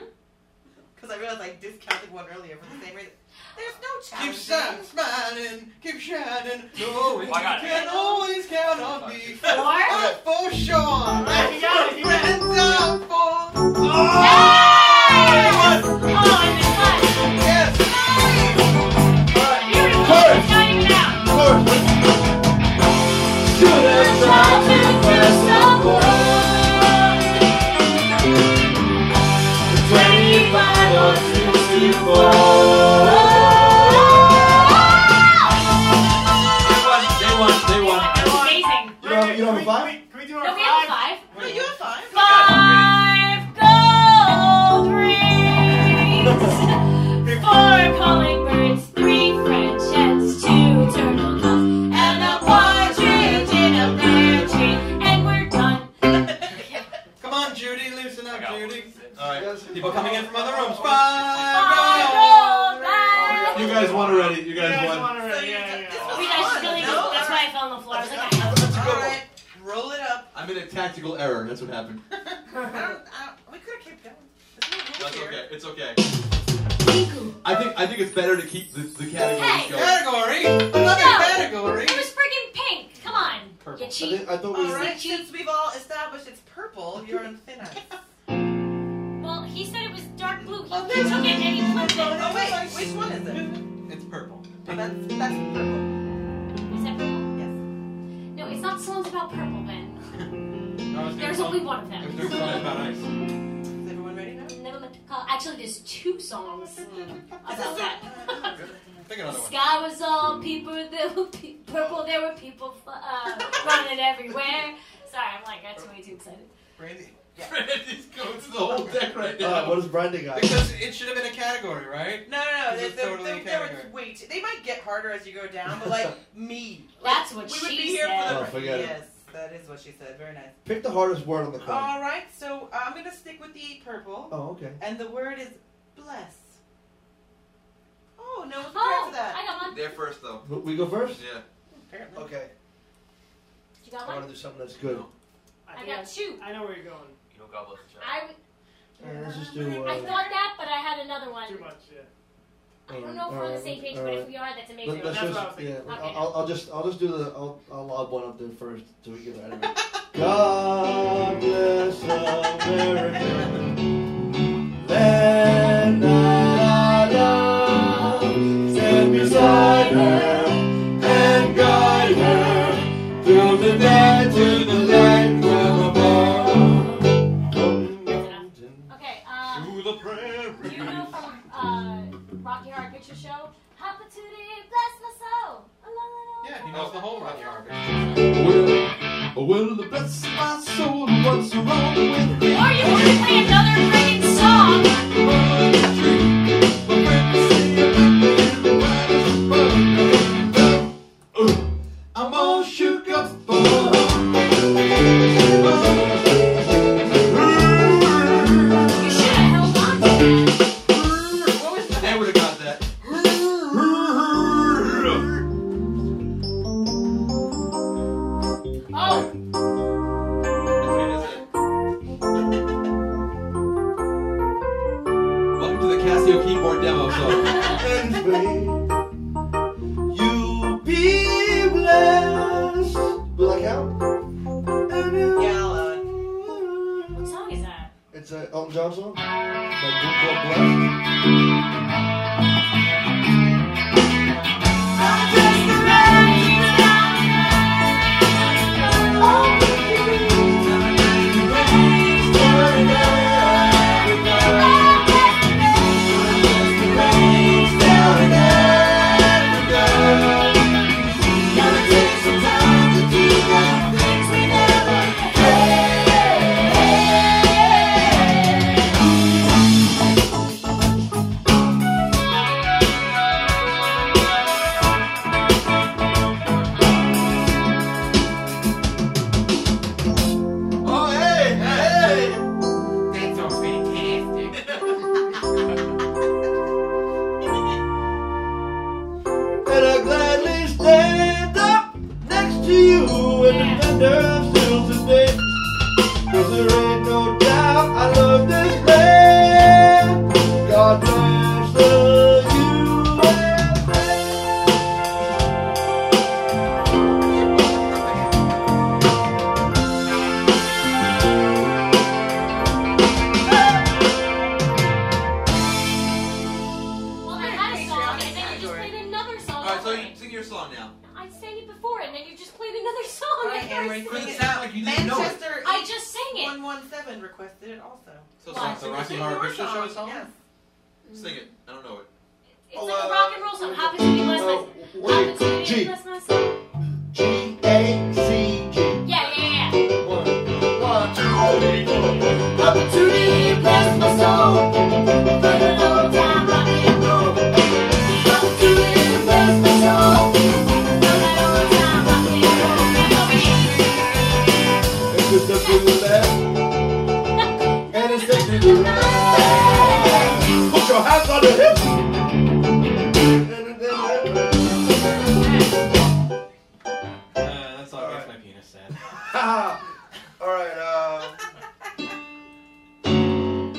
S4: Because I realized I discounted one earlier for the same reason. There's no
S5: Keep
S4: challenge.
S5: shining, smiling, keep [LAUGHS] shining. No, you
S3: I got it.
S5: can always count on me.
S1: Four?
S5: Not for sure.
S3: You got it, you got it.
S5: Friends are for-
S1: Yes! Oh, I'm in touch. Beautiful.
S7: First.
S1: Shine it out.
S7: Should have tried to impress someone. Twenty-five or sixty-four.
S2: They won. They won. They won.
S1: That was amazing.
S7: You don't- you don't have
S3: Can
S7: a five?
S3: we- Can we- can we do
S1: No,
S3: our
S1: we have a
S3: five?
S1: five.
S4: No, you have five.
S1: Five gold rings. Four calling birds, three French hens, two turtle doves, and a partridge in a pear tree. And we're done.
S5: Come on, Judy, loosen
S3: I
S5: up,
S3: got
S5: Judy.
S3: one.
S2: All right.
S5: People coming in from other rooms.
S1: Five gold rings.
S2: You guys won already. You
S3: You
S2: guys
S3: guys
S2: won.
S3: won
S4: So
S3: already.
S4: you
S3: Yeah,
S4: did-
S3: yeah,
S4: this
S3: yeah.
S4: was-
S1: Wait, I still need to-
S4: No,
S1: That's why I fell on the floor. I was like, I have
S7: That's a
S4: All
S7: good one.
S4: right, roll it up.
S2: I'm in a tactical error. That's what happened.
S4: I
S3: [LAUGHS]
S4: don't, I don't, we could have kept going. There's no
S2: That's
S4: rules here.
S2: okay. It's okay.
S1: Bingo.
S2: I think I think it's better to keep the, the categories
S1: Hey.
S2: going.
S5: Category. Another
S1: No.
S5: category.
S1: It was friggin' pink. Come on. You
S7: I
S1: cheat.
S7: think- I thought we
S4: All
S7: were.
S4: right, since we've all established it's purple, you're on thin ice.
S1: Well, he said it was dark blue. He, he took it and he flipped it.
S4: [LAUGHS] Oh wait, which one is it?
S5: It's purple.
S4: Oh, that's that's purple.
S1: Is that purple?
S4: Yes.
S1: No, it's not songs about purple, Ben.
S5: I was doing
S1: There's only
S5: something-
S1: one of
S5: I
S1: them.
S5: was doing something about ice.
S4: Is everyone ready now?
S1: Uh,
S4: Hmm.
S1: Never meant to call. Actually, there's two songs about that.
S5: Pick
S1: The
S5: another one.
S1: sky was all people. There were pe- purple. There were people fl- uh, running everywhere. Sorry, I'm like that's way too excited.
S5: Brandy. [LAUGHS]
S4: Yeah.
S5: Brandy's going to the [LAUGHS] whole deck right now.
S7: Uh, what does Brendan got?
S5: because it should have been a category, right?
S4: No, no, no.
S5: This
S4: There,
S5: is
S4: there,
S5: totally
S4: there, there
S5: category.
S4: was way too, they might get harder as you go down, but like me. Like,
S1: That's what
S4: we
S1: she
S4: would be here
S1: said.
S4: for the
S7: Oh, forget it.
S4: Yes, that is what she said. Very nice.
S7: Pick the hardest word on the card.
S4: All right, so I'm going to stick with the purple,
S7: Oh, okay.
S4: and the word is bless. Oh, no one's prepared
S1: Oh,
S4: for that.
S1: I got one.
S2: They're first though.
S7: W- We go first?
S2: Yeah.
S4: Apparently.
S7: Okay.
S1: You got
S7: I want
S1: one.
S7: to do something that's good.
S1: I
S3: think
S1: got two.
S3: I know where you're going.
S12: Yo, God bless the
S1: I, w-
S7: Alright, let's just do. Uh,
S1: I thought that, but I had another one.
S3: Too much, yeah.
S1: I don't know if we're on the
S7: um,
S1: same page,
S7: uh,
S1: but if we are, that's amazing.
S7: Let, us
S3: That's what I
S7: just,
S3: was
S7: yeah,
S3: thinking.
S7: I'll, I'll- I'll just, I'll just do the, I'll, I'll lob one up there first so we get it out of
S3: [LAUGHS]
S7: it. God bless America, land that I love. Stand beside her and guide her through the night to the light from above.
S1: Okay, um,
S5: To the
S1: you know
S5: prairie.
S1: from uh, Rocky Horror Picture Show, Opportunity, bless my soul. La, la, la, la,
S5: Yeah,
S1: la.
S5: he knows the whole Rocky Horror Picture
S2: Well, well, bless my soul. What's wrong with me?
S1: Or you want to play another freaking song?
S2: I'm all shook up. Oh,
S1: You should have held on to that.
S2: They would have got that.
S1: Oh,
S2: Welcome to the Casio keyboard demo show.
S4: [LAUGHS]
S7: You be blessed. We like how?
S4: Yeah, I'll, uh,
S1: what song is that?
S7: It's a Elton John song. Like, we're called blessed.
S2: Oh, hey, hey.
S4: That's all fantastic.
S7: And I gladly stand up next to you and defend her still today. Cause there ain't no doubt I love this land. God bless the USA.
S1: Well, I had a song, and then you just played another song.
S2: All right, so
S1: over
S2: you
S1: it.
S2: sing your song now.
S1: I sang it before, and then you just played another song.
S4: Right,
S1: after I
S4: Emery.
S1: sang
S2: Because
S1: it.
S2: it sounded like you didn't know it.
S4: Manchester
S1: I just sang it.
S4: 117 requested it also.
S5: Show. So,
S1: Why?
S5: so the Rocky Horror Picture Show song?
S4: Yes. [LAUGHS]
S2: Sing it. I don't know it.
S1: It's like a rock and roll song. Opportunity, bless
S7: Oh,
S1: my Opportunity,
S7: G.
S1: bless my soul.
S7: G A C G.
S1: Yeah, yeah, yeah.
S7: One, one, two, three, four. Opportunity bless my soul.
S1: Living all the time, rock and roll.
S7: Opportunity bless my soul.
S1: Living all the time, rock and roll.
S7: It's a step to the left and a step to the right. Put your hands on the hips. And then-
S5: [LAUGHS] Uh, that song makes my penis sad.
S7: Ha! [LAUGHS] All right. Um. And,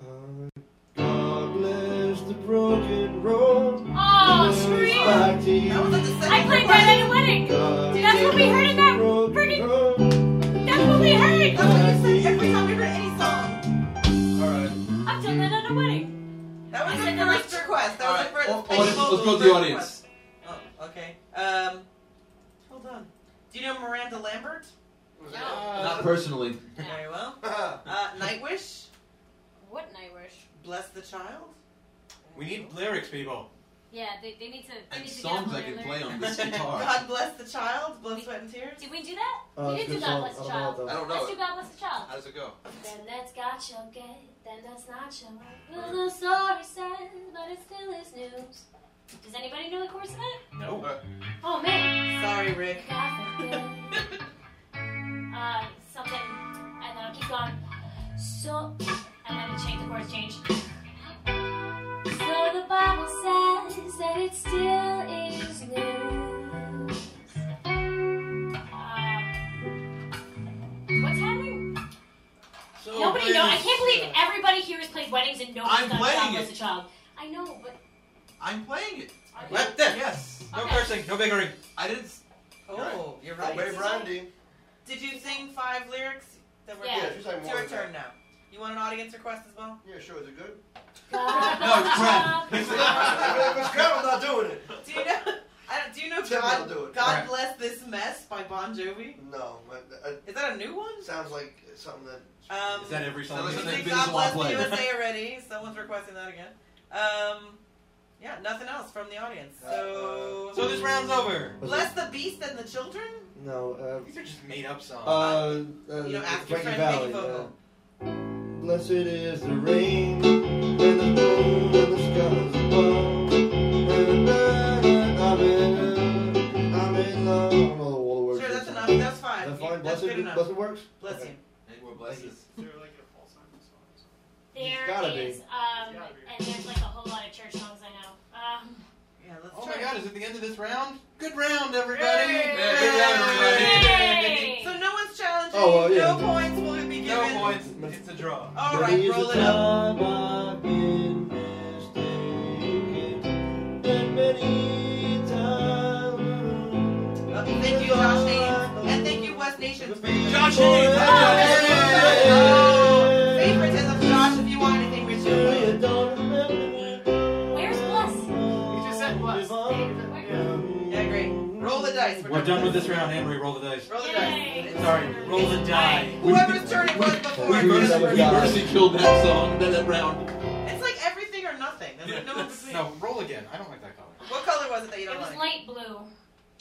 S7: uh, God bless the broken road.
S1: Oh, screw you.
S7: Back
S4: That
S7: to
S4: was
S7: you.
S4: like the second
S1: I played that at a wedding.
S7: God
S1: That's what we heard in that
S7: broken
S1: freaking.
S7: road.
S1: That's what we heard.
S4: That's what you said every time we heard any song.
S7: All right.
S1: I've done that at a wedding.
S4: That was
S1: I
S4: the
S1: said that
S4: first request. That was the first.
S2: Well, Oh, let's, let's go to the audience.
S4: Oh, okay. Um, hold on. Do you know Miranda Lambert?
S1: No.
S2: Uh, Not personally.
S1: Yeah.
S4: Very well. Uh, Nightwish,
S1: What night wish?
S4: bless the child?
S5: We need lyrics, people.
S1: Yeah, they, they need to. They
S2: And
S1: need to
S2: songs
S1: get
S2: I
S1: on
S2: can
S1: their
S2: play
S1: lyrics.
S2: [LAUGHS] on this
S4: [LAUGHS]
S2: guitar. I
S4: God bless the child, blood, sweat, and tears?
S1: Did we do that?
S7: Uh,
S1: we
S7: it's
S1: did do
S7: a
S1: God
S7: good song.
S1: Bless
S7: I
S1: the
S7: don't know
S1: Child.
S7: about that.
S2: don't know
S1: Let's do
S2: it.
S1: God Bless the Child.
S2: How does it go?
S1: Then that's got your gay, then that's not your way. Little story says, but it still is news. Does anybody know the chorus of that?
S5: No.
S1: Oh man,
S4: Sorry,
S7: [LAUGHS]
S4: Rick.
S1: God forbid. uh, something. I don't know. Keep going. So, and then change the chorus change. So the Bible says that it still is news. Um, what's happening?
S5: So
S1: Nobody knows. I
S5: please,
S1: can't believe
S5: uh,
S1: everybody here has played weddings and nobody's
S2: I'm
S1: done
S2: playing
S1: God
S2: it.
S1: Bless the Child. I know, but
S2: I'm playing it.
S1: are you-
S5: What the?
S2: Yes.
S5: No
S1: Okay.
S5: cursing, no bickering.
S2: I didn't. s-
S4: Oh, you're right.
S7: Obey Brandy.
S4: Did you sing five lyrics that were
S1: Yeah.
S7: Yeah,
S4: good?
S7: she's like
S4: It's
S7: more
S4: your
S7: than
S4: turn now. You want an audience request as well?
S7: that. Yeah, sure. Is it good?
S2: [LAUGHS]
S1: God
S2: No,
S1: Bless
S2: it's
S1: the
S2: Brad.
S1: Child.
S7: [LAUGHS] if it's good, I'm not doing it.
S4: Do you know? [LAUGHS] I don't, do you know
S7: [LAUGHS] Tell me I'll
S4: God?
S7: do it.
S4: God
S5: Alright.
S4: bless this mess by Bon Jovi.
S7: No, but uh,
S4: Is that a new one?
S7: it sounds like something that.
S4: Um,
S5: Is that every song?
S2: Sounds
S4: you
S5: you
S2: like something-
S5: sing?
S4: think
S2: Vince
S4: God
S2: will
S4: bless the
S2: play.
S4: USA already? Someone's requesting that again. Um, yeah, nothing else from the audience. So,
S5: So this round's over.
S4: bless the beast and the children.
S7: No.
S5: These are just made up songs.
S7: Uh, uh, uh,
S4: You know, ask your friend to
S7: Frankie Valley.
S4: make a
S7: Yeah.
S4: vocal.
S7: Blessed is the rain and the moon and the skies above. And then I'm in, I'm in love. I don't know the all the words.
S4: Sure,
S7: to
S4: that's
S7: the
S4: enough.
S7: song.
S4: That's
S7: Is
S4: fine.
S7: that
S4: You-
S7: fine?
S4: that's
S7: Blessed,
S4: good enough.
S7: blessed works.
S4: Bless
S7: Okay.
S4: you.
S2: Any more blesses?
S3: Is there like a Paul Simon song? or something?
S1: There
S7: gotta be.
S1: is, um,
S3: It's gotta be.
S1: and there's like a whole lot of church songs I know. Um,
S4: Yeah, let's
S5: oh
S4: try.
S5: my god, is it the end of this round? Good round, everybody.
S4: Yay!
S5: Yeah, good round, everybody.
S1: Yay!
S4: So no one's challenging.
S7: Oh, well, yeah.
S4: No points will be given.
S5: No points. It's a draw.
S4: All
S7: There
S4: right,
S7: is a
S4: roll it up.
S7: time I've been mistaken, and many times.
S4: Uh, Thank you, Josh Haynes, and thank you, West Nation.
S5: Josh
S7: Boy,
S5: Haynes.
S4: Oh,
S7: I-
S4: Favoritism, Josh. If you want anything, we're
S7: Sure you
S4: still.
S7: don't remember me.
S1: Where's Bless?
S3: He just said bless. Yeah.
S4: Yeah, great. Roll the dice.
S5: We're
S4: gonna-
S5: done with this round, Henry. Roll the dice.
S4: Roll the
S1: Yay!
S4: dice.
S5: Sorry, roll the die.
S4: Whoever's turn it was before.
S7: We mercy-
S4: It's
S7: we
S2: Mercy killed that song, that, that round.
S4: like everything or nothing. There's like no in between.
S5: No, roll again. I don't like that color.
S4: What color was it that you
S1: It
S4: don't
S1: was
S4: like?
S1: light blue.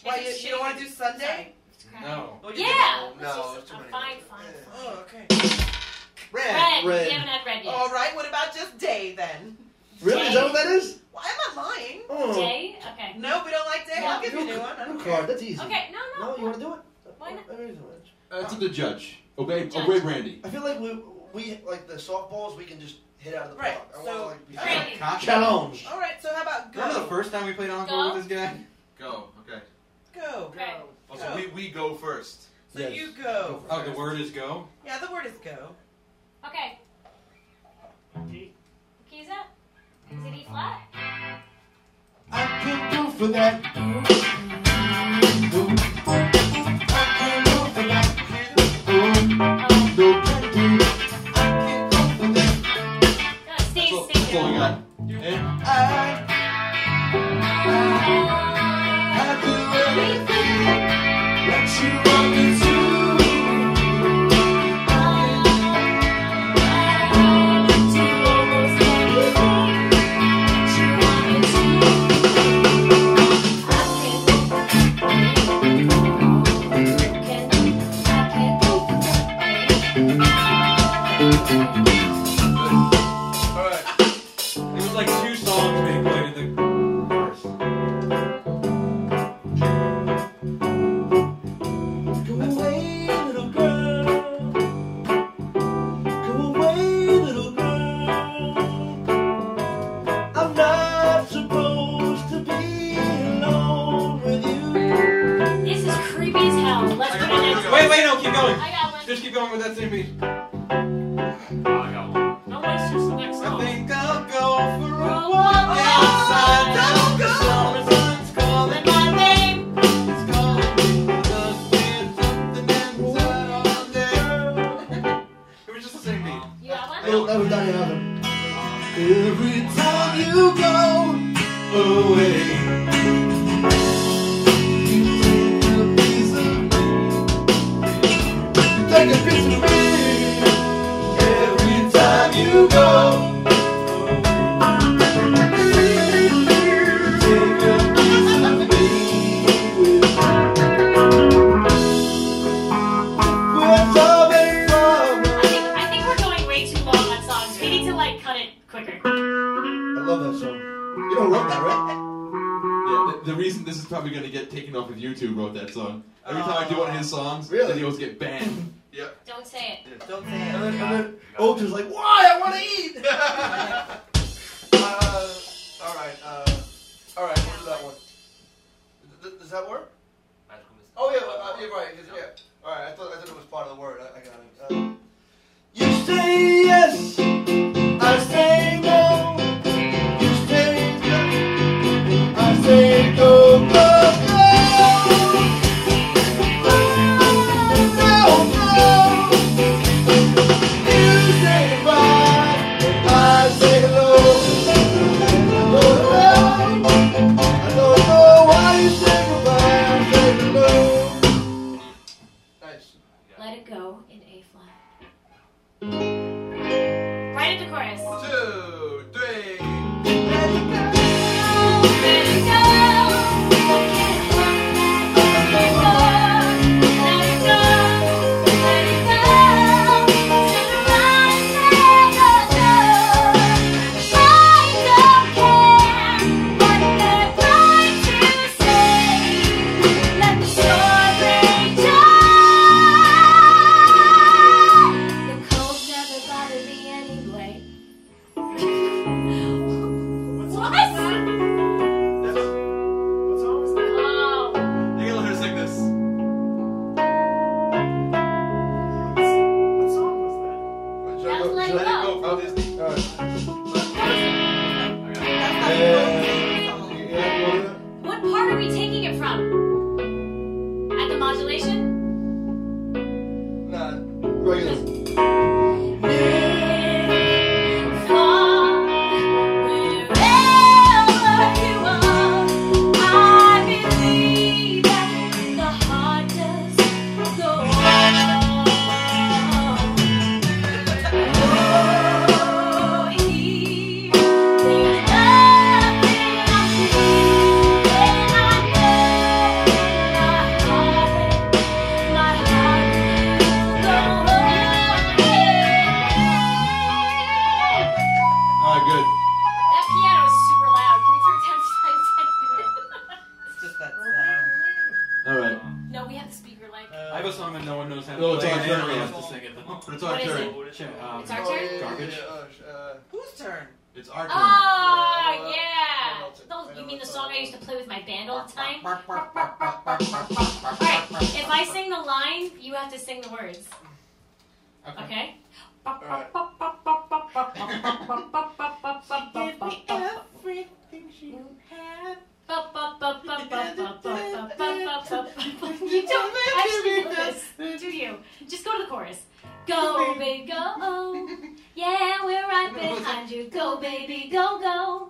S4: Why you,
S1: It's
S4: you don't want to do Sunday?
S1: Sorry. It's crap.
S5: No.
S4: Well, you
S1: Yeah.
S7: No,
S1: let's
S7: it's
S1: just-
S7: too
S1: uh,
S7: many.
S1: Fine, fine,
S7: Yeah.
S4: did.
S1: fine.
S4: Oh, okay.
S5: Red.
S1: Red.
S7: Red.
S1: We haven't had red yet.
S4: All right. What about just day then?
S7: Really? Is that what that is?
S4: Well, I'm not lying.
S7: Oh,
S1: Day. Okay.
S4: No, we don't like day.
S1: Yeah.
S4: I'll give you a new one. I
S7: no
S4: don't
S7: card.
S4: care.
S7: That's easy.
S1: Okay. No,
S7: No,
S1: no.
S7: you want to do it?
S1: Why not?
S7: I mean, it's not-
S2: That's Uh, up to judge. Obey,
S1: Judge.
S2: obey Randy.
S7: I feel like we we like the softballs we can just hit out of the
S4: Right,
S7: park. I
S4: so-
S7: want to like
S1: Right.
S7: be
S5: Cock.
S7: challenge.
S4: All right. So how about go?
S5: Oh, Remember the first time we played Encore with this guy?
S2: Go. Okay.
S4: Go.
S1: Right.
S2: Oh, so we, we go first.
S4: So
S7: Yes.
S4: you go.
S5: Oh, the word is
S7: [LAUGHS]
S5: go.
S4: Yeah, the word is go.
S1: Okay.
S3: Key.
S1: Key is up. Is it E flat?
S11: I can't go for that. I can't go for that.
S1: Oh.
S11: No, I can't go for that.
S1: No, stay,
S2: That's all,
S1: stay
S2: that's all we
S1: there.
S2: got. Eh?
S11: I I do everything that you want me to.
S2: All right.
S5: It was like two songs being played in the verse.
S11: Go away, little girl. Go away, little girl. I'm not supposed to be alone with you.
S1: This is creepy as hell. Let's put it next.
S5: Wait, wait, no, keep going.
S1: I got one.
S5: Just keep going with that same beat.
S3: Oh, I got one. No, it's just the next
S5: I
S3: song.
S5: think I'll go for a
S1: Roll
S5: walk
S1: one.
S5: outside.
S4: Don't go.
S5: The summer sun's calling my name. It's calling me. Just feel something inside all day. It was just the same beat.
S1: You got one?
S7: Little never done another.
S11: Every time you go away, you take a piece of me. Take a piece of me. Every time you go
S2: probably gonna get taken off of YouTube. Wrote that song. Every time I do one of his songs,
S13: Really?
S2: videos get banned.
S1: Don't say it.
S4: Don't say
S13: And
S4: it.
S13: then, and then Oldter's like, why? I want to eat.
S7: [LAUGHS] Oh, uh, all right. Uh, all right. What is that one? Th- th- does that work? Oh yeah. well, Uh, yeah. Right. 'cause- Yeah. All right. I thought I thought it was part of the word. I, I got it. Uh, you say yes. I say no. You say no. I say go, go, go. No, no. You say bye. I say hello. Oh,
S1: Let it go in A flat. Right at the chorus.
S7: Two, three.
S1: Let it go. Let it go. Let it go. Set the right go. I don't care what they're trying to say. Let the story die. The cold never bothered me anyway. What?
S3: What song is that?
S1: Oh,
S2: You gotta let her sing this.
S3: What song was that?
S1: just let it go.
S2: Oh, this-
S4: That's not even
S1: What part are we taking it from? At the modulation? Far, wherever you are, I believe that the heart does go on. Oh, here, there's nothing I feel, and I know my heart my heart
S2: All right, good.
S1: That piano is super loud. Can we turn it down just a second?
S4: It's just that sound.
S2: All right.
S1: No, we have the speaker like.
S5: I have a song that no one knows how to
S2: No, it's
S5: play.
S2: on
S5: and everyone
S2: camera.
S5: has to sing it though.
S2: It's our
S1: What is
S2: turn.
S1: it?
S5: Shit, um,
S1: It's our turn?
S4: Whose turn?
S2: It's our turn.
S1: Oh yeah. Don't- You mean the song I used to play with my band all the time? Alright, if I sing the line, you have to sing the words. Okay?
S4: Give me everything she had.
S1: [LAUGHS] You don't actually know this, do you? Just go to the chorus. Go, baby, go. Yeah, we're [LAUGHS] right behind you. Go, baby, go, go.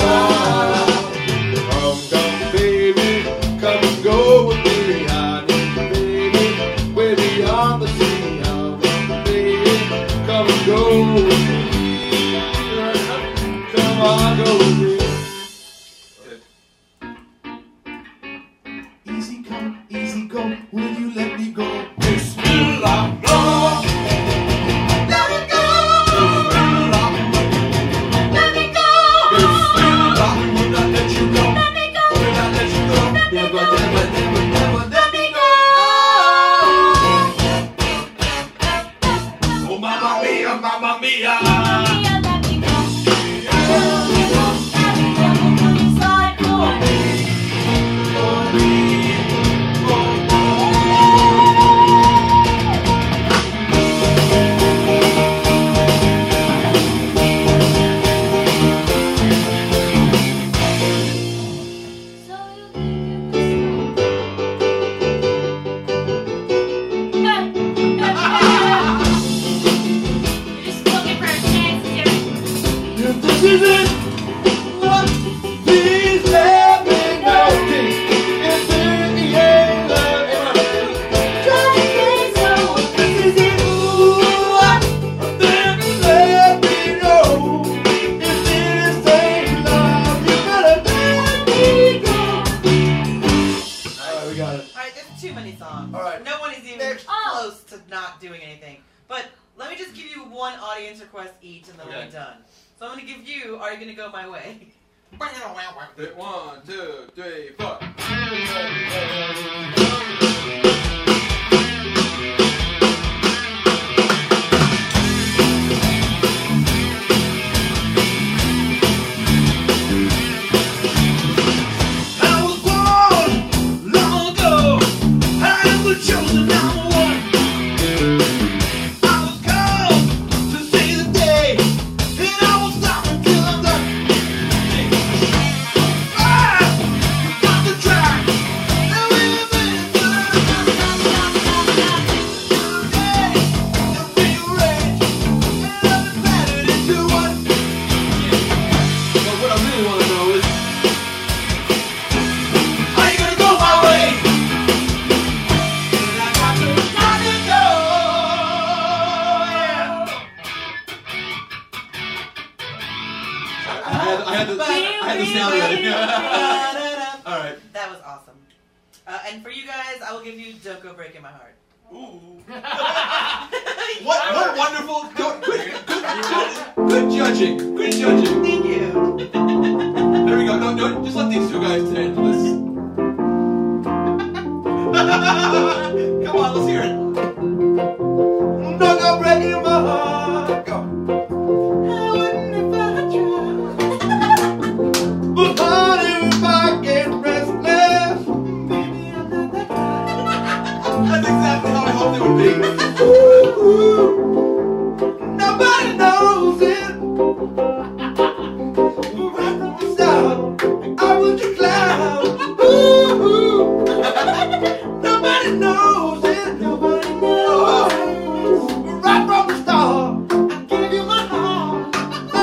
S7: wow. Come come baby, come and go with me, honey, baby. We're beyond the sea, now, baby. Come and go with me. Come on, go with me. Easy come, easy go, will you let me go? Bismillah, no. Let it go. Bismillah,
S1: Let me go.
S7: Bismillah, we will not let you go.
S1: Let me go.
S7: We will not let you go. Never, never, never, never let me go. Oh, mamma mia, mamma mia.
S1: Let me go. Let me go. Slide on. So you think you can stay. You're [LAUGHS] just looking for a
S4: to not doing anything. But let me just give you one audience request each, and then we'll
S11: Okay.
S4: be done. So I'm gonna give you. Are you gonna go my way?
S11: One, two, three, four.
S6: I was born long ago. I was chosen number one. I was called to see the day, and I was not until I'm done. Ah, you got to try. Now we're ready to Hey, and rearrange and divided into one.
S11: But what I really want to know is,
S6: Are you gonna go my way? And I got to knock the door, yeah.
S2: I had, I had, the, I had the sound
S4: [LAUGHS]
S2: ready.
S4: that
S2: [LAUGHS] All right.
S4: was awesome. Uh, and for you guys, I will give you Doko Break in My Heart. [LAUGHS]
S2: What, what wonderful. Good, good, good, good, good judging. Good judging.
S4: Thank you.
S2: There we go. No, no, just let these two guys handle this. [LAUGHS] Come on, let's hear it.
S6: No go breaking my heart. Go. I wouldn't if I tried. [LAUGHS] But honey, if I get restless, baby, I'm not that
S2: That's exactly how I hoped it would be.
S6: Ooh, ooh. Nobody knows it. Right from the start, I was your clown. Ooh, ooh. Nobody knows it. Nobody knows. Right from the start, I gave you my heart. Oh,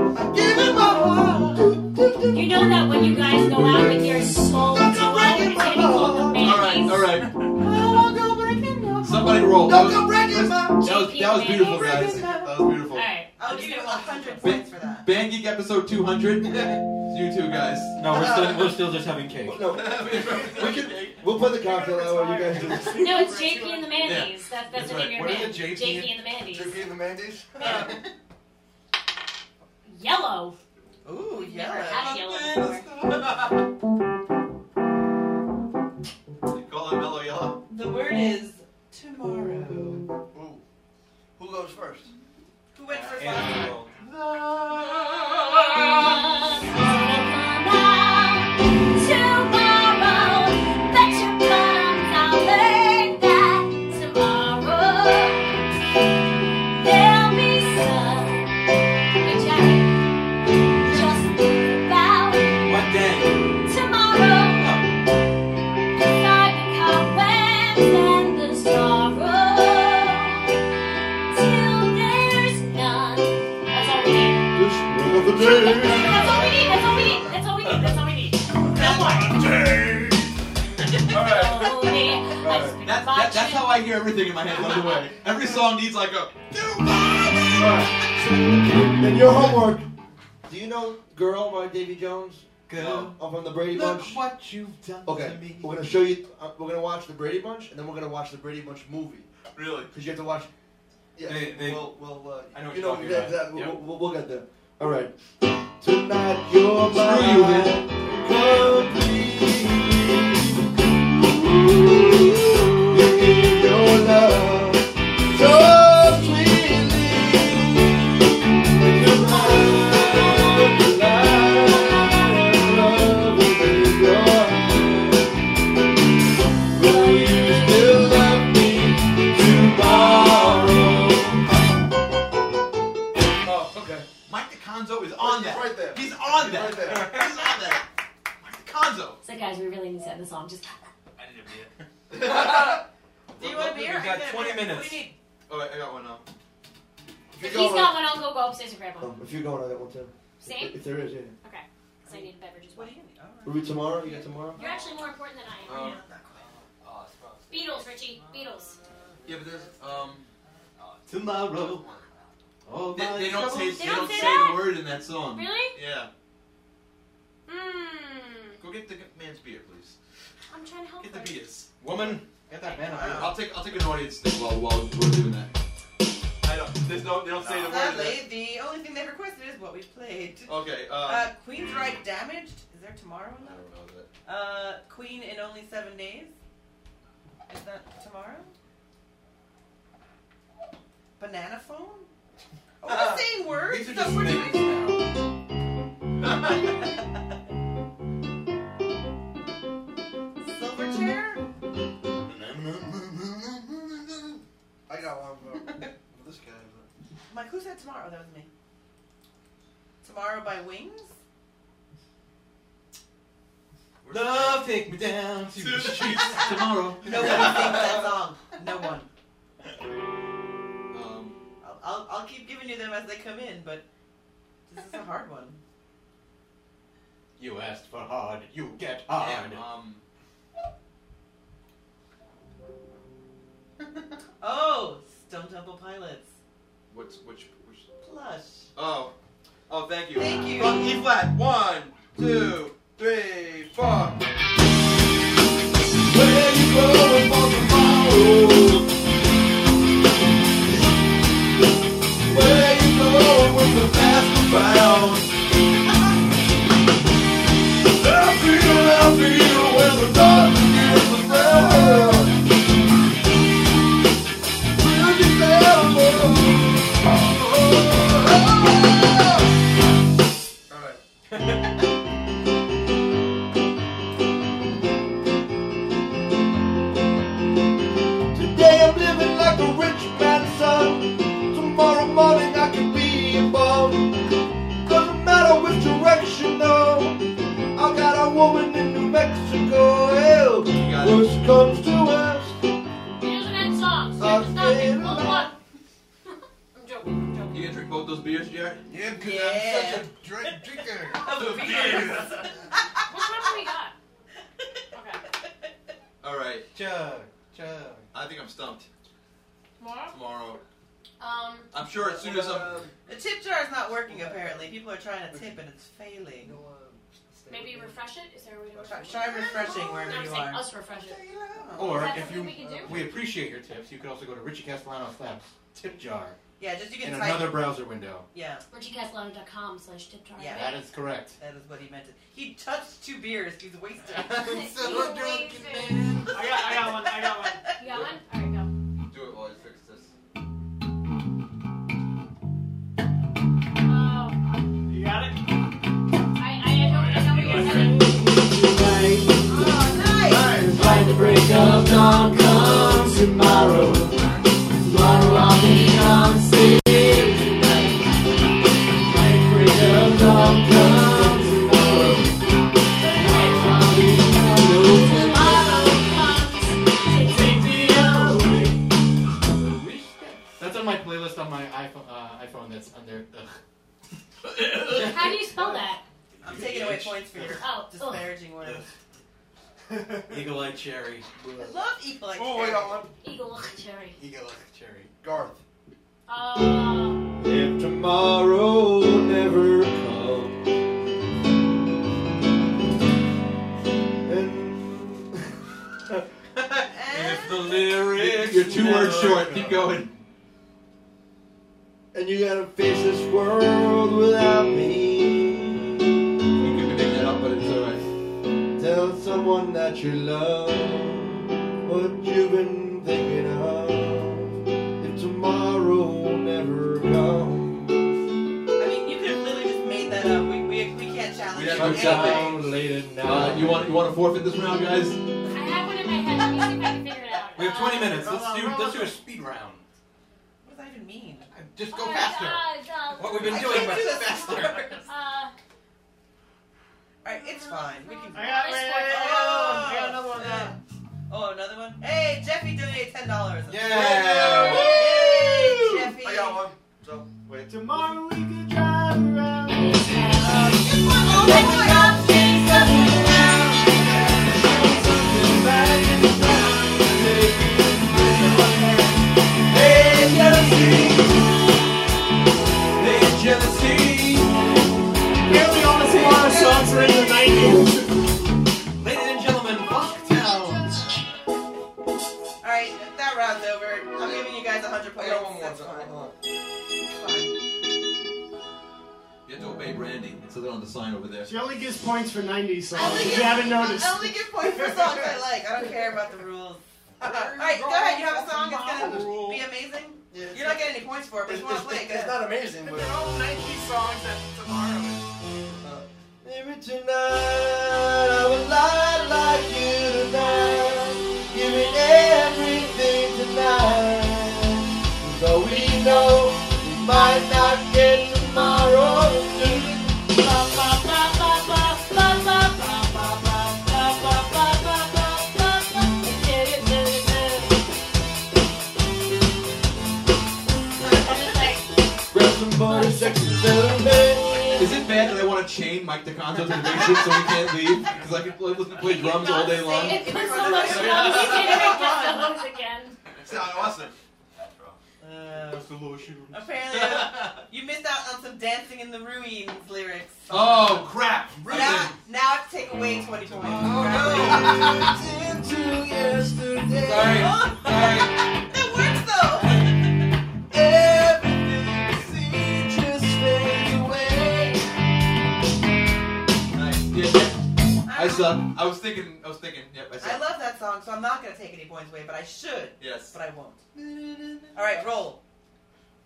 S6: I gave you my heart. Do, do, do.
S1: You know that when you guys go out with your soul duo, it's gonna be called the
S2: All right,
S1: Mandy's.
S2: all right.
S6: Don't go breaking my heart.
S2: Somebody roll. That
S6: Don't
S2: was,
S6: go breaking my heart.
S2: that was, that was beautiful, guys. That was beautiful.
S1: Alright.
S4: I'll give you a hundred points for that.
S2: Band Geek episode 200. [LAUGHS] You two guys.
S11: no, we're still, we're still just having cake.
S7: No, we can. We'll play the cocktail hour. You guys do. this.
S1: No, it's Jakey and the Mandy's. That's, that's
S2: That's
S1: the
S2: right.
S1: name of
S5: What
S1: your
S5: is
S1: band.
S5: it, Jakey
S1: Jakey and the Mandy's.
S5: Drinking the Mandy's?
S1: Yeah. Yellow.
S4: Ooh,
S1: We've never
S4: yeah.
S1: had yellow
S4: [LAUGHS]
S1: before.
S2: Call it Mellow Yellow.
S4: The word is tomorrow.
S5: Ooh. Who goes first?
S4: Who went first?
S11: And
S4: last?
S11: roll. What day?
S7: Another day.
S1: That's all we need. That's all we need. That's all we need. That's all we need.
S5: Alright.
S2: That, that, that's how I hear everything in my head, by the way. Every song needs like a.
S7: And your homework. Do you know "Girl" by Davy Jones?
S11: Girl,
S7: I'm from the Brady
S11: look
S7: Bunch.
S11: what you've done
S7: Okay,
S11: to me.
S7: we're gonna show you. Uh, we're gonna watch the Brady Bunch, and then we're gonna watch the Brady Bunch movie.
S2: Really?
S7: Cause you have to watch. Yeah.
S11: They- they-
S5: Well, well, uh,
S11: I know what
S7: you
S11: you're
S7: know
S11: talking
S7: that,
S11: about.
S7: that,
S11: Yep.
S7: we'll, we'll, we'll get there. All right. Tonight you're mine.
S2: you,
S7: Complete. Your love so sweetly. You're mine, mine, love is in your heart. Will you still love me tomorrow?
S5: Oh, okay.
S2: Mike DeConzo is on
S5: He's
S2: that.
S5: right there.
S2: Oh, He's on
S5: He's
S2: that.
S5: right there.
S2: He's on that. Mike [LAUGHS] DeConzo.
S1: So guys, we really need to end the song. Just
S11: I need a beer.
S4: Do you want a
S11: We've
S4: beer? I
S11: got
S4: can get a
S11: 20
S4: beer.
S11: minutes.
S4: What do you need?
S2: Oh, wait, I got one now.
S7: If
S1: if
S7: you're
S1: he's
S7: going,
S1: got one, I'll go go upstairs and grab one.
S7: um, if you're going, I got one too.
S1: Same?
S7: If there is, yeah.
S1: Because I need a beverage as well.
S4: What do you need? All right.
S7: Are we tomorrow? You got tomorrow?
S1: You're actually more important than I am.
S2: Um,
S11: Oh, it's gross.
S1: Beatles, Richie. Beatles.
S2: yeah, but there's. Um,
S11: Tomorrow. Oh,
S2: they,
S11: my
S2: they don't say,
S11: troubles.
S2: they don't
S1: say
S2: say
S1: that?
S2: the word in that song.
S1: Really?
S2: Yeah.
S1: Hmm.
S2: Go get the man's beer, please.
S1: I'm trying to help
S2: Get
S1: her.
S2: the beers.
S11: Woman, get that man out of here.
S2: I'll take I'll take an audience thing while while we're doing that. I don't. There's no. They don't say the word. in
S4: Sadly, the only thing they requested is what we played.
S11: Oh,
S2: there. Okay. Uh,
S4: Uh, Queen's Right Damaged. Is there tomorrow?
S2: I don't know that.
S4: Uh, Queen in Only Seven Days. Is that tomorrow? Banana Phone? Oh, we're saying words.
S2: Uh, These are
S4: so
S2: just
S4: we're
S2: things now.
S4: doing-
S2: [LAUGHS]
S4: Silverchair?
S11: [LAUGHS]
S5: I got one. Bro. [LAUGHS] this guy. But...
S4: Mike, who said tomorrow? That was me. Tomorrow by Wings?
S7: Love, take me down to [LAUGHS] the streets tomorrow.
S4: No one sings that song. No one.
S2: Um,
S4: I'll, I'll, I'll keep giving you them as they come in, but this is a hard one.
S7: You asked for hard, you get
S2: damn,
S7: hard.
S2: um,
S4: Oh, Stone Temple Pilots.
S2: what's which? which
S4: Plush.
S2: oh, oh, thank you.
S4: Thank you.
S2: From E flat. One, two, three, four.
S7: Where you going for tomorrow? Where you going with the past around? I feel, I feel when the dark begins to fell. Will you
S5: All
S7: never?
S5: right.
S7: Today I'm living like a rich man's son. Tomorrow morning I could be a bum. Doesn't matter which direction though. I got a woman in New Mexico. Hell,
S2: got it.
S7: worst comes to worst.
S1: It doesn't end songs. You have to stop it. Hold on. I'm joking. I'm joking.
S2: You gonna drink both those beers, Jared?
S5: Yeah, because
S4: Yeah.
S5: I'm such a drink drinker.
S4: Of beers.
S1: Which one do we got? Okay.
S2: All right.
S7: Chug, chug.
S2: I think I'm stumped.
S1: Tomorrow?
S2: Tomorrow.
S1: Um,
S2: I'm sure as soon as I'm.
S4: [LAUGHS] The tip jar is not working apparently. People are trying to tip and it's failing.
S1: maybe refresh it? Is there a way to
S4: Try,
S1: refresh it?
S4: try refreshing
S1: No,
S4: wherever
S1: I'm
S4: you
S1: saying
S4: are.
S1: us refresh it. Is
S7: Or
S1: that
S7: if
S1: something
S7: you
S1: we can do?
S7: we appreciate your tips, you could also go to Richie Castellano Slaps tip jar
S4: Yeah, just you
S7: in
S4: can type.
S7: another browser window.
S4: Yeah,
S1: RichieCastellano.com slash tip jar.
S4: Yeah.
S7: That is correct.
S4: that is what he meant. He touched two beers. He's
S5: [LAUGHS]
S4: wasted.
S1: I'm so drunk and
S3: I got, I got one. I
S4: [LAUGHS]
S3: got one.
S1: You got one? Alright, go.
S2: Do it while I fix this.
S1: Uh,
S3: You got it.
S1: I, I know, I know what you're saying.
S4: oh, nice.
S7: Fight the break of dawn comes tomorrow. Tomorrow I'll be on stage tonight. Fight the break of dawn comes tomorrow. Tonight I'll be alone. Take me away. That's on my playlist on my iPhone. Uh, iPhone that's under. Ugh.
S1: How do you spell that?
S4: I'm taking away points for your
S1: Oh, ugh.
S4: disparaging words.
S7: Eagle Eye Cherry.
S4: I love equal. like
S5: Oh, I got one.
S1: Eagle Eye Cherry.
S7: Eagle Eye Cherry.
S5: Garth.
S1: Uh,
S7: If tomorrow never comes, [LAUGHS] and
S4: And
S7: [LAUGHS]
S4: [LAUGHS]
S7: if the lyrics
S2: You're two words
S7: never
S2: short. Keep
S7: come,
S2: going.
S7: and you gotta face this world without me,
S2: You can pick that up, but it's alright.
S7: tell someone that you love what you've been thinking of. If tomorrow never comes,
S4: I mean, you could have literally just made that up. We, we, we can't challenge
S2: We
S4: you.
S2: have
S7: come
S2: no challenge.
S4: Anyway.
S7: down late at
S2: Uh,
S7: night.
S2: you want you want to forfeit this round, guys?
S1: I have one in my head. Let me see if I can figure it out.
S7: We have 20
S1: Uh,
S7: minutes. Let's do let's do a speed round.
S4: What does that even mean?
S7: Just go
S1: alright,
S7: faster.
S1: uh, uh,
S7: What we've been
S4: I
S7: doing,
S4: can't
S7: but
S4: do this.
S7: faster.
S1: Uh,
S4: Alright, it's fine. We can.
S3: I got, wait, wait, wait, I got another one. I got another one.
S4: Uh, oh, another one? Hey, Jeffy donated $10.
S7: Yeah.
S4: Yay, Jeffy.
S5: I got one. So wait.
S3: Tomorrow we could drive around.
S7: Hey jealousy, hey jealousy. Nearly all the smaller songs were in the 90s. Ladies and gentlemen, Bucktown.
S4: Alright, that round's over. I'm giving you guys 100
S7: I
S4: points.
S7: got one more.
S4: That's
S7: Hold
S4: fine.
S7: on.
S4: It's fine.
S2: You have to obey Randy. It's a little on the sign over there.
S3: She only gives points for 90s songs.
S4: I only
S3: if
S4: give-
S3: you haven't noticed.
S4: I only give points for songs [LAUGHS] I like. I don't care about the [LAUGHS] rules. Alright, go ahead. You have a song. It's going to be amazing.
S7: Yeah,
S4: You're not getting any points for it, but
S7: It's,
S4: you want to play it.
S7: it's, it's not amazing, but.
S3: all 90s songs that tomorrow
S7: Maybe tonight I would lie like you tonight. Give me everything tonight. 'Cause all we know, we might not get tomorrow. Grab some body, sex, and little man.
S2: Is it bad that I want to chain Mike DeConto to the basement so he can't leave? Because I can play, listen to play drums all day long.
S1: It's been so much fun. You can't make the songs again.
S2: It's not awesome.
S7: Uh,
S4: Apparently, you missed out on some Dancing in the Ruins lyrics.
S2: Oh crap!
S4: Now, now I have to take away 20 points. Oh,
S7: into yesterday.
S2: Sorry.
S4: that works though!
S2: Nice. Yeah, yeah. I
S4: I
S2: suck. I was thinking. I was thinking. Yep. I suck.
S4: I love that song, so I'm not going to take any points away, but I should,
S2: yes.
S4: but I won't. Alright, roll.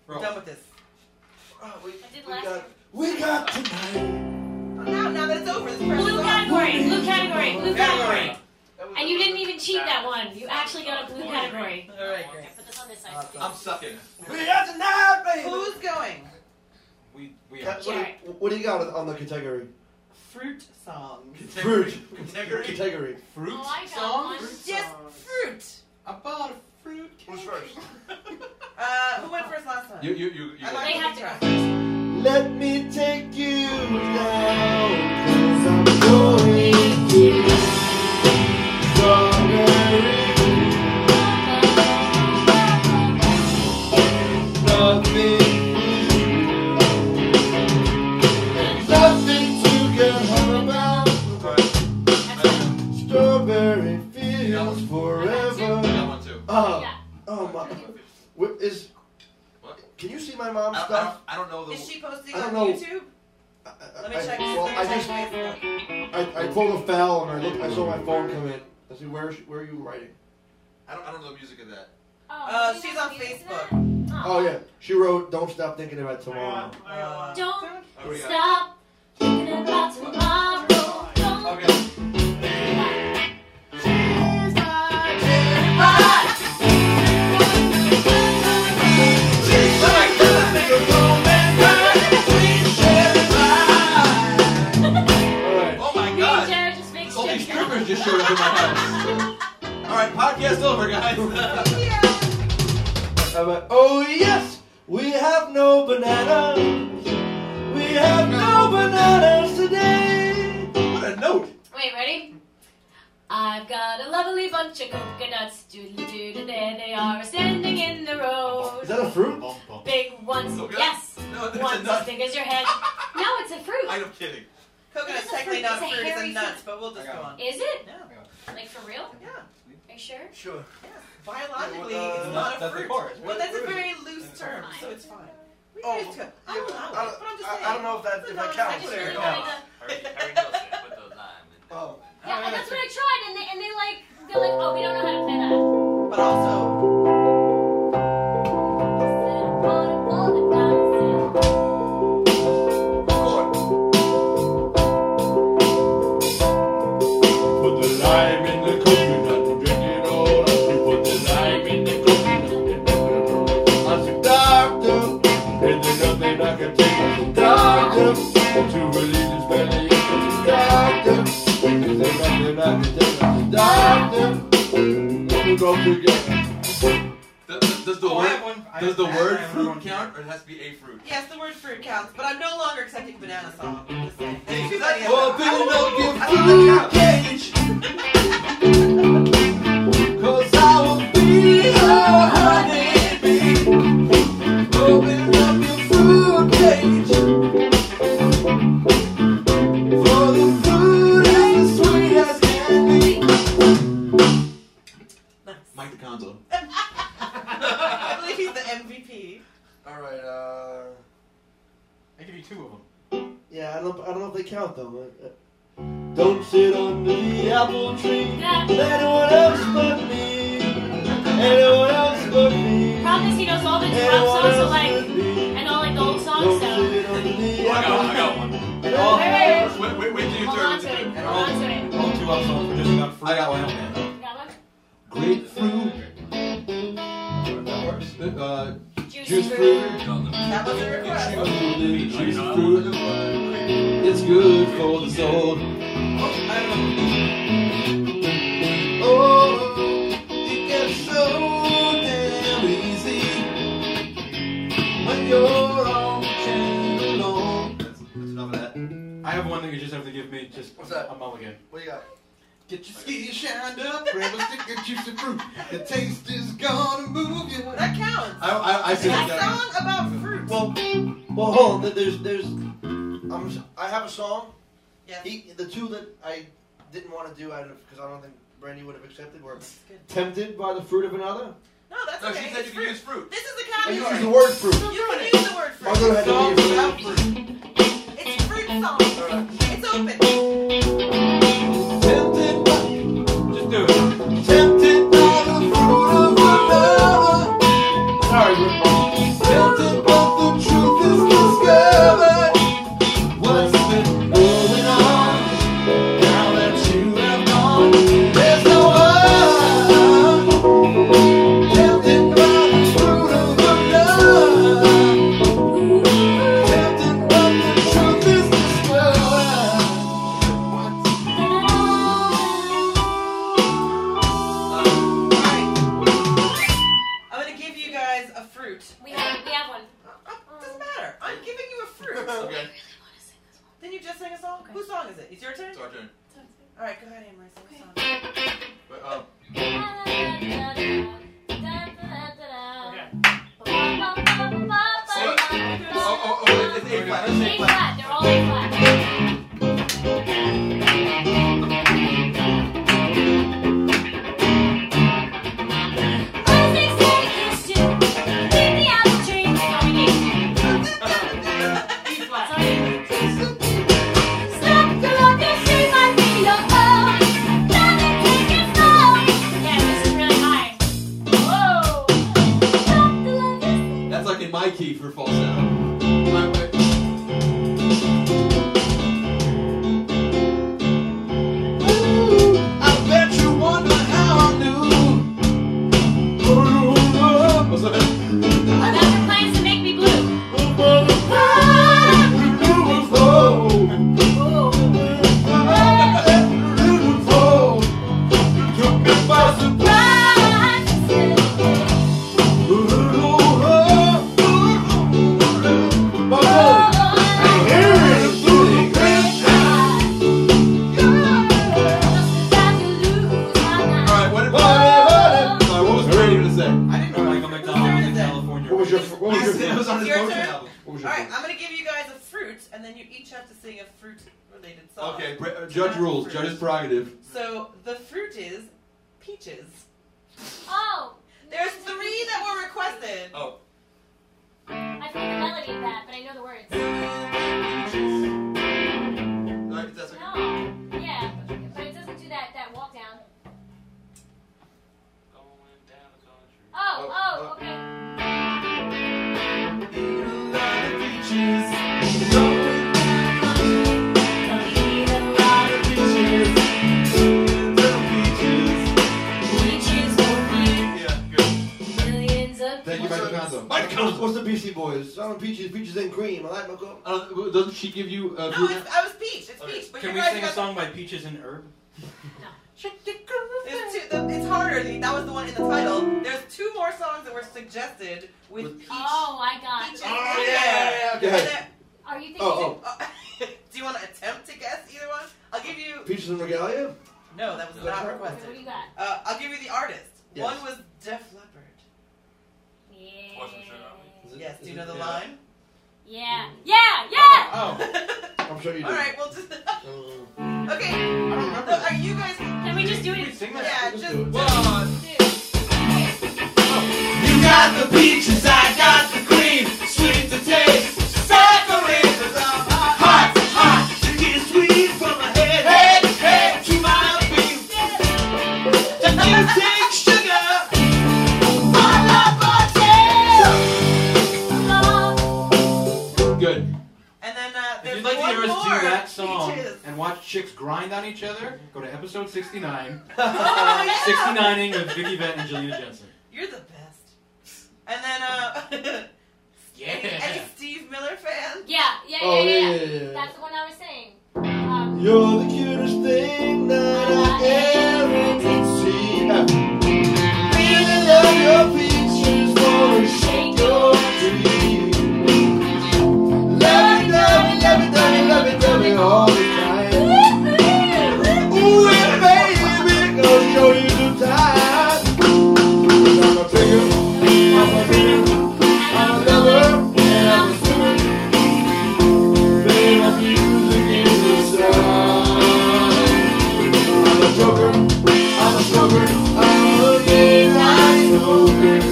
S2: Roll.
S4: Done with this.
S7: Oh, we,
S1: I did
S7: we
S1: last
S7: got, we got tonight.
S4: Now, now that it's over, this person's
S1: Blue
S4: off.
S1: category, blue category, blue category.
S7: That was
S1: And you didn't even cheat that one. You actually got a blue category.
S4: Alright, great.
S1: Put this on this side.
S2: I'm sucking.
S7: We got tonight, baby.
S4: Who's going?
S2: We we are.
S7: That- what, do you, what do you got on the category?
S4: Fruit songs.
S2: Fruit. Category.
S7: Category.
S2: Fruit.
S1: Oh, I got
S2: Song.
S1: one.
S4: Yes, fruit.
S2: I bought a fruit.
S7: Who's first?
S4: Uh, who went first last time?
S2: You you you. you
S4: I
S1: They
S4: like-
S1: have to go first.
S7: Let me take you down, cause I'm going to strawberry. Nothing, nothing to get hung about. Strawberry fields forever.
S2: That one too.
S7: Oh,
S1: Yeah.
S7: oh my. What is?
S2: What?
S7: Can you see my mom's
S2: I, I,
S7: stuff?
S2: don't, I don't know the.
S4: Is she posting
S7: I
S4: on
S7: don't know.
S4: YouTube?
S7: I, I,
S4: Let me
S7: I-
S4: check.
S7: Well,
S4: Let me
S7: I
S4: check
S7: just
S4: Facebook.
S7: I, I pulled a foul and I looked. I saw my phone come in. I said, "Where is she, where are you writing?"
S2: I don't I don't know the music of that.
S4: Uh,
S1: you
S4: she's
S1: know
S4: on
S1: the music to
S4: Facebook.
S1: that?
S7: Oh yeah, she wrote, "Don't stop thinking about tomorrow."
S4: Uh,
S1: Don't
S2: Oh, we got.
S1: stop thinking about tomorrow. Don't
S4: Oh
S2: Okay.
S7: All right,
S2: Oh my
S1: be
S2: God.
S1: Jared, just make
S2: All these
S1: sure.
S2: strippers just showed up in my house. All right, podcast over,
S7: [LAUGHS]
S2: guys.
S7: how about? Oh yes, we have no bananas. We have no bananas today.
S2: what a note.
S1: Wait, ready? I've got a lovely bunch of coconuts, doodle doodle, there they are, standing in the
S7: Is
S1: road.
S7: that a fruit?
S1: Big ones,
S2: Okay.
S1: yes,
S2: No, that's a
S1: ones as
S2: nut.
S1: big as your head. No, it's a fruit.
S2: I'm kidding.
S4: Coconut's
S1: It's a fruit,
S4: technically not
S1: it's a
S4: fruit, it's a
S1: hairy
S4: nuts,
S1: fruit.
S4: but we'll just
S2: I
S4: go
S2: got
S4: on.
S1: Is it?
S4: Yeah,
S1: Like for real?
S4: yeah,
S1: Are you sure?
S7: Sure.
S4: yeah. Biologically,
S7: Yeah, well, uh,
S4: it's not
S2: that's
S4: a
S2: the
S4: fruit.
S2: chorus.
S4: Well, that's a very loose term,
S1: Fine.
S4: so it's fine. We
S7: Oh,
S4: can just go. I don't know,
S7: I
S4: but
S7: don't-
S4: I'm just
S7: I-
S4: saying.
S7: I don't know if that if that
S1: I
S7: counts.
S1: just really
S4: Yeah.
S1: wanted to.
S4: [LAUGHS]
S7: Oh,
S1: Yeah, and that's what I tried, and they and they like they're like, oh, we don't know how to play that.
S4: But also,
S14: Put the lime in the coconut and drink it all up. You put the lime in the coconut and drink it all up. I said, doctor, and there's nothing I can take. I said, doctor, to relieve this belly. I said, doctor, and there's nothing I can take. I said, doctor, we go together.
S2: Does, does- does the
S7: Oh, I
S2: word
S7: have one- I
S2: does
S7: have-
S2: the
S7: I have
S2: word
S7: one.
S2: fruit count, or it has to be a fruit?
S4: yes, the word fruit counts, but I'm no longer accepting banana song. I'm just saying. Thank you,
S7: That's-
S4: Danielle.
S7: I don't like that.
S2: Cause I will be a honeybee. Open up your fruit cage. For the fruit as sweet as can be.
S4: Nice.
S2: Mike DeConzo.
S4: I believe he's the MVP.
S15: All right. Uh,
S5: I give you two of them.
S16: Yeah, I don't. I don't know if they count though. Uh, uh,
S7: Don't sit under the apple tree. Anyone else but me. Anyone else but me.
S1: Problem is, he knows all the new rap
S7: Anyone
S1: songs, so
S7: else
S1: like,
S7: but me.
S1: and all like the old songs.
S7: Don't
S1: So
S7: sit under the
S17: I got one. I got
S7: apple
S17: one.
S1: wait, wait,
S17: Wait,
S1: wait,
S17: wait, wait till
S1: wait.
S17: your
S1: hold
S17: turn.
S1: on to
S17: Wait
S1: it.
S17: till your
S1: Hold
S17: turn.
S1: on to it.
S17: All two up songs were just about free.
S2: I got one.
S17: oil.
S1: You got one?
S7: Grapefruit,
S15: that works.
S7: uh,
S1: Juicy
S7: juice
S1: fruit.
S7: fruit,
S4: That was a request.
S7: golden juice fruit. It's good for the soul. Oh, it gets so damn easy when you're on the alone.
S2: That's, that's enough of that.
S5: I have one that you just have to give me just
S15: What's that?
S5: a mulligan.
S15: What do you got?
S7: Get your skis shined up, grab a stick of juicy fruit. The taste is gonna move you.
S4: That counts.
S2: I, I, I said
S4: That
S2: that.
S4: song about fruit.
S16: well, well,
S15: Oh,
S16: hold on. th- There's, there's.
S15: I'm, s- I have a song.
S4: Yes.
S15: He, the two that I didn't want to do out of because I don't think Brandy would have accepted were.
S16: Tempted by the fruit of another.
S4: No, that's
S17: No,
S4: okay.
S17: she said
S4: It's
S17: you
S4: fruit.
S17: could use fruit.
S4: This is the
S15: I
S4: category.
S15: used the word fruit.
S4: You can use the word
S16: I'll go
S4: fruit.
S16: ahead and give you.
S17: Without fruit.
S4: It's fruit song. It's open.
S7: Tempted by
S5: Just do it.
S7: Tempted by the fruit of another.
S16: Sorry, bro.
S7: Tempted but the truth is discovered. What's been going on? Now that you have gone, there's no one. Tempted by the fruit of another. Tempted but the truth is discovered.
S4: Alright. I'm gonna give you guys a fruit.
S1: We have, we have one.
S4: Uh, Doesn't matter. I'm giving you a fruit.
S2: [LAUGHS] Okay,
S4: Then you just sang a song. Whose song is it? It's your turn.
S2: it's our turn.
S4: All right, go ahead, Amory. Sing a song.
S2: But, uh,
S3: Okay.
S2: oh, oh, oh, it's A flat. It's A flat. That's like in my key for falsetto. My way.
S7: I bet you wonder how I knew.
S2: What's up? Alright, what did Sorry, what was Brady gonna say?
S5: I didn't know Michael McDonald in California.
S16: What was your? fr- What was your?
S2: He said it
S16: fr-
S2: was on his
S4: Your
S2: Motion
S4: turn?
S2: album.
S16: What was
S4: All
S16: your?
S4: right,
S16: fr-
S4: I'm gonna give you guys a fruit, and then you each have to sing a fruit-related song.
S2: Okay, Bra- uh, judge rules, judge's [LAUGHS] prerogative.
S4: So the fruit is peaches. There's three that were requested.
S1: I feel the melody of that, but I know the words.
S2: Alright, that's okay.
S1: No, yeah, but it doesn't do that that walk down. Oh, oh, okay.
S2: Yeah, good.
S16: Thank you,
S2: What's
S16: Mike
S2: the-
S16: Picanzo.
S2: Mike Picanzo.
S16: What's the Beastie Boys? Selling peaches, peaches and cream. I like my girl.
S2: I don't, doesn't she give you a
S4: No,
S2: fruit?
S4: it's, I was peach. It's
S2: Okay,
S4: peach, but you
S5: Can we
S4: guys
S5: sing a
S4: got
S5: song by Peaches and Herb?
S4: There's two. The, it's harder. The, that was the one in the title. There's two more songs that were suggested with, peach.
S1: Oh, I got
S4: peaches
S1: it.
S4: in
S15: Oh,
S4: there.
S15: yeah.
S16: Go
S4: And
S16: ahead.
S4: there-
S1: Are you thinking?
S16: Oh,
S4: uh, [LAUGHS] do you want to attempt to guess either one? I'll give you.
S16: Peaches and regalia.
S4: No, that was
S16: No.
S4: not
S1: okay, what do
S4: requested.
S1: you got?
S4: Uh, I'll give you the artist.
S16: Yes.
S4: One was Def Leppard.
S1: Yeah.
S17: Wasn't sure that one.
S16: Is it-
S4: Yes. Do
S16: is
S4: you
S16: it-
S4: know the
S16: yeah. [LAUGHS]
S4: line? [LAUGHS]
S1: Yeah. Yeah. Yeah.
S5: Oh,
S16: I'm sure you do.
S4: All right. Well, just [LAUGHS]
S16: Uh,
S4: okay.
S5: I don't
S4: So
S7: uh.
S5: remember. that.
S4: are you guys?
S1: Can we just do
S5: Can we
S1: it?
S5: sing that?
S4: Yeah.
S16: let's
S4: Just.
S16: do it.
S4: just-
S1: Dude.
S7: You got
S18: got the peaches, I got the cream, sweet to taste. Suckling, i I'm hot, hot. You get sweet from my head, head, head to my feet. And you take sugar. I love my
S19: Good.
S4: And then uh,
S5: If
S4: there's
S5: you'd like to
S4: one
S5: hear us
S4: more.
S5: do that song
S4: Peaches. [LAUGHS]
S5: and watch chicks grind on each other, go to episode 69. Oh, 69ing with Vicky Vett and Jelena Jensen.
S4: Oh, [LAUGHS] You're the best. And then, uh, [LAUGHS] any
S5: Yeah.
S4: Steve Miller fan?
S1: Yeah, yeah, yeah,
S7: Oh,
S1: yeah,
S7: yeah, yeah, yeah.
S1: That's the one I was saying. Um,
S7: You're the cutest thing that I ever did see. Really love your peaches, wanna shake your tree. Love it, love it, love it, love it, love it, love it all the time. Ooh, and baby, gonna show you the time. I'm a picker, I'm a picker, I'm a lover, and I'm a swimmer. Baby, my music is the sun. I'm a joker, I'm a joker, I'm a midnight smoker.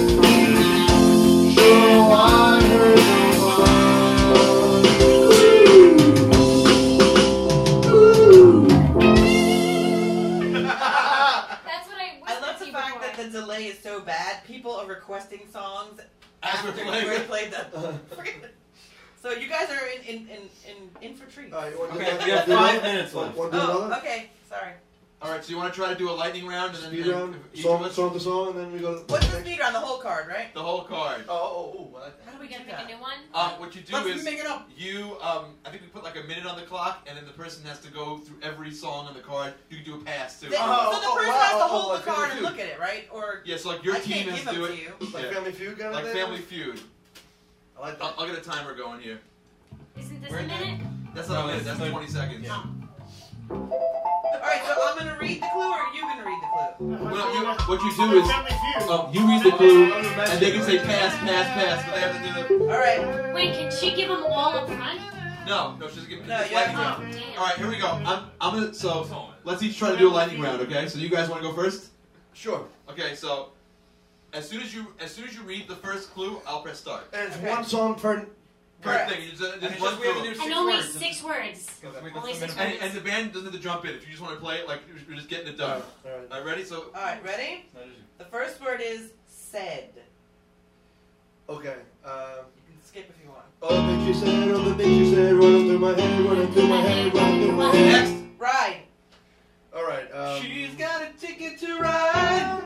S7: So I heard the one. Ooh. Ooh.
S1: that's what I.
S4: I
S1: whispered
S4: love the
S1: to you
S4: fact that
S1: before.
S4: the delay is so bad. People are requesting songs
S2: As
S4: after
S2: we're
S4: we
S2: playing
S4: already
S2: it.
S4: played
S20: Uh-huh.
S4: them. so you guys are in in in in, in for treats.
S20: Alright, Uh, you want to do
S5: Okay,
S20: that?
S5: we have
S20: Do
S5: five
S20: another?
S5: minutes left.
S20: Want to do
S4: oh,
S20: another?
S4: okay. Sorry.
S2: All right, so you want to try to do a lightning round and then
S20: Speed
S2: and
S20: round,
S2: each of
S20: song,
S2: us-
S20: song to song, and then we go.
S4: What's the speed on the whole card, right?
S2: the whole card.
S20: Oh, oh, oh. well,
S1: How are we gonna
S4: Yeah.
S1: make a new one?
S2: Um, what you do
S4: Let's
S2: is
S4: make it up.
S2: you, um, I think we put like a minute on the clock, and then the person has to go through every song on the card. You can do a pass too. Uh-huh.
S4: Then-
S20: Oh,
S4: so the
S20: oh,
S4: person
S20: wow,
S4: has to
S20: oh,
S4: hold
S20: oh,
S4: the
S20: I
S4: card and
S2: figured
S4: look at it, right? Or
S2: Oh. Yeah, so like your
S4: I
S2: team
S4: can't
S2: has
S4: give
S2: to
S4: them
S2: do
S4: to
S2: it.
S4: you.
S20: that- Like
S2: Yeah.
S20: Family Feud kind of
S2: Like
S20: thing?
S2: Family Feud.
S20: I like
S2: I'll,
S20: that.
S2: I'll get a timer going here.
S1: Isn't this
S5: We're
S1: a
S5: in
S1: minute?
S2: That's not a
S5: No,
S2: minute.
S5: it's
S2: That's
S5: like-
S2: 20 seconds.
S5: Yeah.
S4: All right. So I'm gonna read the clue, or are you gonna read the clue?
S2: Well, you, what you do is
S3: Family Feud.
S2: um, you read the clue, and they can say pass, pass, pass, but they have to do the
S4: All right.
S1: Wait, can she give them all up front?
S2: no, no. She's gonna give me
S4: No,
S2: this
S4: you have
S2: lightning
S1: Oh,
S2: round.
S1: damn.
S2: All right, here we go. I'm, I'm gonna so let's each try to do a lightning round. Okay, so you guys want to go first?
S20: Sure.
S2: Okay, so as soon as you as soon as you read the first clue, I'll press start.
S20: And it's one song per.
S2: Correct
S4: Correct.
S2: thing. It's, uh,
S5: And
S2: just
S5: it's
S2: one
S5: just we have to
S2: clue.
S5: do six
S1: And only
S5: words.
S1: six words.
S5: That's- that's
S1: Only
S5: the
S1: six
S5: minimum.
S2: And, and the band doesn't have to jump in. If you just want to play it, like you're- you're just getting it done.
S20: Alright.
S2: All right, ready? So
S4: All right. Ready? The first word is said.
S20: Okay. Um,
S4: You can skip if you want.
S20: all the things you said, all the things you said, running through my head, running through my head, running through my head.
S2: next,
S4: Ride.
S20: Alright, um.
S5: She's got a ticket to ride.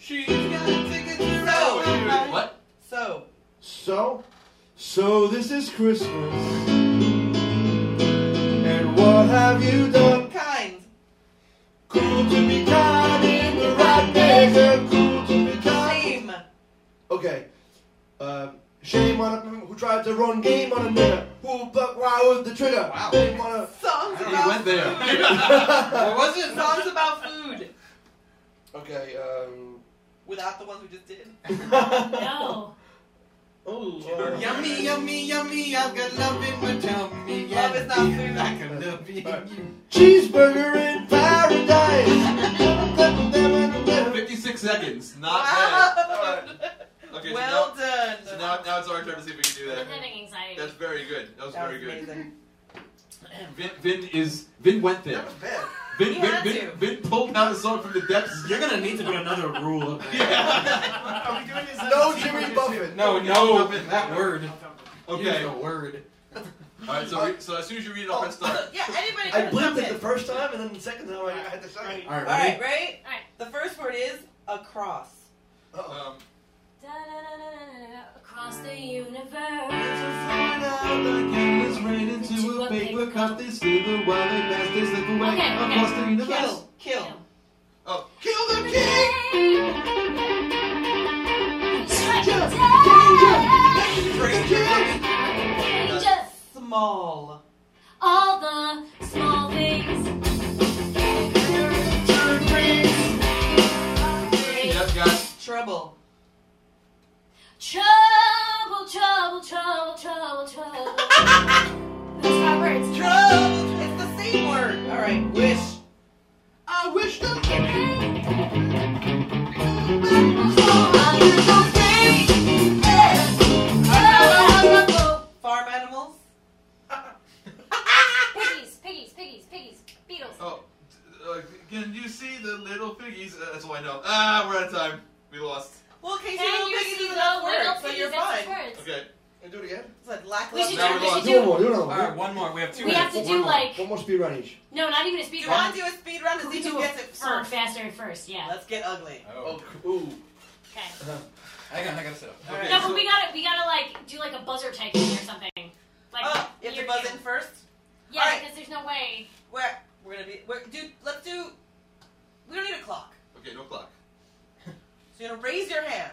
S5: She's got a ticket to
S4: So.
S5: ride.
S2: what?
S4: So.
S7: So, so this is Christmas. And what have you done?
S4: Kind.
S7: Cool to be kind in the right measure. Cool to be kind.
S4: Shame.
S7: Okay. Um, shame on him who tried to run game on a nigga. Who but why was the trigger?
S2: Wow.
S7: Shame on a.
S4: Songs
S2: You
S4: about
S2: went there. [LAUGHS]
S4: food. was it? Songs about food.
S20: Okay, um.
S4: Without the ones we just did.
S1: No.
S20: Oh, uh,
S5: Yummy, yummy, yummy. I've got love in my tummy.
S4: Love is not food.
S5: I can love you.
S7: Cheeseburger in paradise.
S2: 56 seconds. Not bad.
S4: Wow.
S2: Okay,
S4: well
S2: so,
S4: done.
S2: now, so now, now it's our turn to see if we can do
S1: I'm
S2: that.
S1: having anxiety.
S2: That's very good. That was
S4: that
S2: very
S4: was
S2: good.
S4: amazing.
S2: Vin, Vin is Vin went there.
S20: that was bad.
S2: Vin,
S4: He
S2: Vin,
S4: had
S2: Vin,
S4: to.
S2: Vin pulled out a song from the depths. [LAUGHS]
S5: You're gonna need to put another rule up there.
S2: Yeah.
S3: Are we doing this? as
S20: No
S3: a team or
S20: Jimmy
S3: just-
S20: Buffett.
S5: No, no, that word. Use
S2: Okay.
S5: the
S2: All
S5: word.
S2: right. So, we, so as soon as you read it, I'll press start.
S4: Yeah, anybody
S20: I
S4: can
S20: blinked
S4: jump
S20: it the
S4: in.
S20: first time, and then the second time I had to say.
S5: All right,
S4: All
S5: ready?
S4: right, right?
S1: All right.
S4: The first word is across.
S20: Uh-oh.
S2: Um,
S1: Da-da-da-da-da-da-da. Across the universe.
S18: into a paper cup, they slither while they pass, they slip away
S1: Okay, okay.
S18: across the universe.
S4: Kill, kill.
S2: oh, kill the
S1: Danger!
S2: king!
S1: Danger!
S4: Small.
S1: All the small things.
S2: Yep, guys.
S4: Trouble.
S1: Trouble, trouble, trouble, trouble, trouble. That's my words.
S4: Trouble. It's the same word. All right. Wish.
S18: I wish the
S1: All the small things.
S4: Oh,
S2: Oh,
S21: Can
S2: uh, Ah,
S21: we do it again?
S4: It's like lackluster.
S1: We should
S5: Now
S1: do.
S5: we're
S1: We
S5: going-
S1: should
S22: Do one
S1: do.
S22: more, do another
S5: All
S22: one.
S5: right, one more. We have two
S1: We have
S5: minutes.
S1: to do
S5: One more.
S1: like
S22: One more speed run each.
S1: no, not even a speed
S4: You
S1: round.
S4: want to do a speed round to
S1: We
S4: see
S1: do
S4: who
S1: a
S4: gets it
S1: song
S4: first?
S1: faster first. Yeah.
S4: Let's get ugly.
S5: Oh,
S21: Ooh.
S1: Okay.
S5: hang on, I gotta sit up.
S4: All right.
S1: No, but we gotta we gotta like do like a buzzer type thing or something. Like
S4: oh, you have to
S1: you're-
S4: buzz in first.
S1: Yeah,
S4: Alright.
S1: because there's no way.
S4: Where we're gonna be? We're, dude, let's do. We don't need a clock.
S2: Okay, no clock.
S4: So you're gonna raise your hand,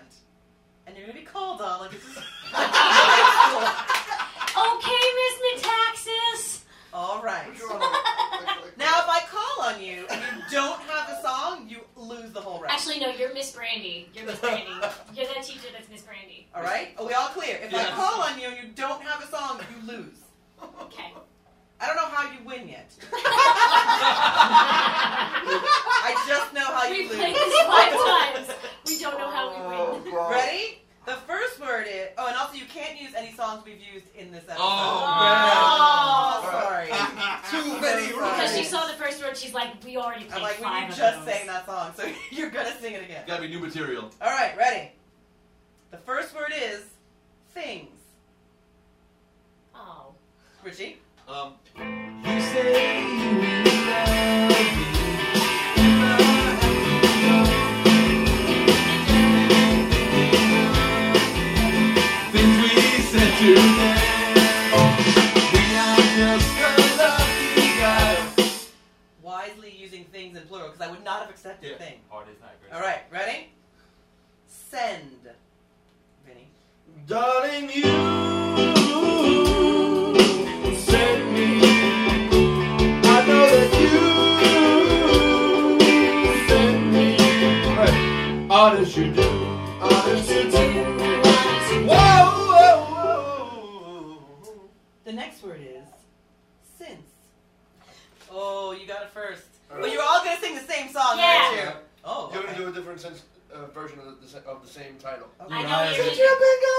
S4: and you're gonna be called on like it's.
S1: Okay, Miss Metaxas.
S4: All right.
S21: Put your arm over. Like- like-
S4: Now if I call on you and you don't have the song, you lose the whole round.
S1: Actually, no, you're Miss Brandy. You're Miss [LAUGHS] Brandy.
S4: [LAUGHS]
S5: [LAUGHS]
S1: You're that teacher that's Miss Brandy.
S4: all right. Are we all clear? If I
S5: Yes.
S4: call on you and you don't have a song, you lose.
S1: Okay.
S4: [LAUGHS] I don't know how you win
S1: [LAUGHS]
S4: yet. I just know how
S1: we
S4: you
S1: played
S4: lose.
S1: this five times. We don't know how we win.
S4: Ready? The first word is. Oh, and also you can't use any songs we've used in this episode.
S1: Oh,
S5: Oh,
S4: Oh, sorry.
S5: Too many
S4: Because
S1: Because she
S5: rules.
S1: saw the first word, she's like, "We already played
S4: I'm like, well,
S1: five
S4: you
S1: of
S4: just
S1: those."
S4: sang that song, so [LAUGHS] you're gonna sing it again.
S2: Gotta be new material.
S4: All right, ready? The first word is things.
S1: Oh.
S4: Richie.
S2: Um,
S7: You say you Things we said tonight. We are just the lucky guys.
S4: Wisely using things in plural because I would not have accepted
S2: Yeah.
S4: thing.
S5: Hard is not great.
S4: All right, ready? Send. Vinny.
S7: Darling, you sent me. I know that you sent me. Hey, honest you do. Honest you do. Whoa, whoa, whoa.
S4: The next word is since. Oh, you got it first. But you're all gonna sing the same song,
S1: Yeah.
S4: aren't you? Oh.
S21: You're gonna
S4: okay.
S21: do a different sense, uh, version of the, of the same title.
S1: I know
S5: Nice.
S1: you're.
S7: Bingo!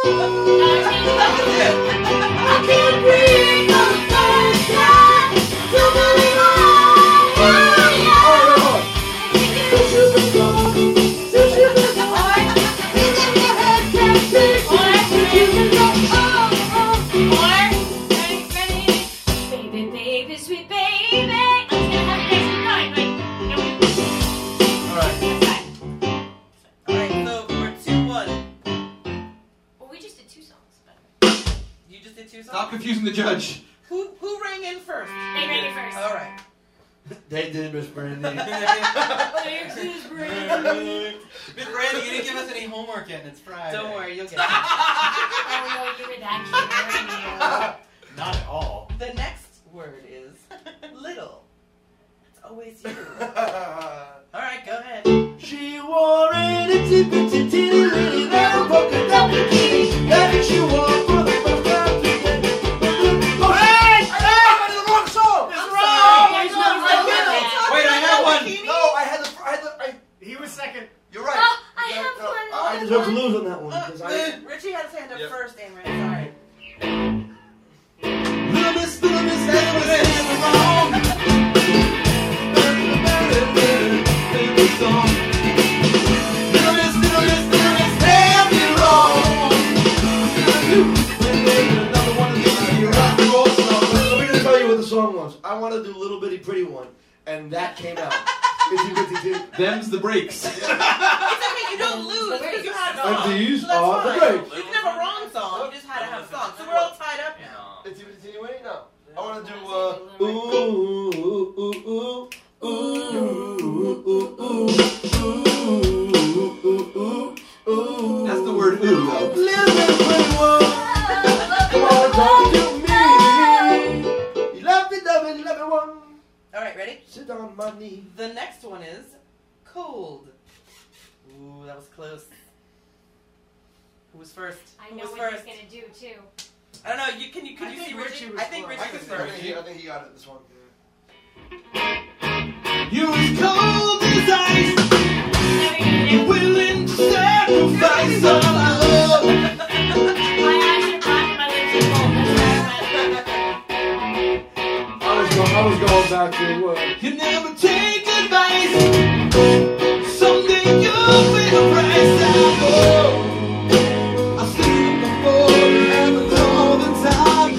S4: All right, so we're two one. You just did two songs.
S2: stop confusing the judge.
S4: Who who rang in first?
S1: [LAUGHS]
S4: All right.
S22: They did, Miss Brandy.
S7: [LAUGHS]
S21: [LAUGHS]
S5: Miss Brandy, you didn't give us any homework yet, and it's Friday.
S4: Don't worry, you'll get it. [LAUGHS]
S5: Not at all.
S4: The next word is [LAUGHS] little. It's always you. All right, go ahead.
S7: She wore an itty bitty titty little little polka dot bikini that she wore for the first time today. Oh, hey! Oh,
S21: I did the wrong song.
S4: I'm
S1: sorry. There's
S4: sorry.
S1: no
S4: I
S1: wrong
S4: can't
S1: one.
S4: be talking
S5: Wait, I had
S4: about that
S5: one.
S4: bikini.
S21: No, I had the. I had the. I,
S23: He was second.
S21: you're right.
S1: Oh,
S21: No, no,
S22: I deserve to lose on that one.
S4: Uh,
S22: Because I,
S4: Richie had his hand up
S2: Yep.
S4: first, Amrit. Sorry.
S7: Little miss, little miss, that was it. wrong. Baby song. Little miss, little miss, little miss, have me wrong.
S2: Another one of these here rock and roll songs.
S22: let me just tell you what the song was. I want to do Little Bitty Pretty One, and that came out. Itty Bitty Titty.
S2: Them's the breaks.
S4: It's okay, you don't lose because you had a
S22: And
S4: song.
S22: these
S4: so that's
S22: are the
S4: fine.
S22: great.
S4: You can have a wrong song, you just had to have a song. So we're all tied up now.
S21: It's even anyway. No, I want to do. Uh,
S7: Ooh, ooh, ooh, ooh, ooh, ooh, ooh, ooh, ooh, ooh.
S2: That's the word ooh, though.
S7: Little bit pretty one. Come on, talk to me. You love me, love me, love me one.
S4: Alright, ready?
S22: Sit on my knee.
S4: The next one is cold. Ooh, that was close. Who was first? Who was first? I don't know. You can you can
S23: I
S4: you
S23: think
S4: see
S23: Richie
S4: Richie?
S23: was
S4: I think
S23: close.
S4: Richie
S21: I
S4: was
S21: think, I,
S4: first.
S21: think he, I think he got it. This one.
S7: You as cold as ice. You're willing to sacrifice all I love.
S22: I was going, I was going back to uh,
S7: You never take advice. Someday you'll pay the price. I know. I've seen it before. You haven't told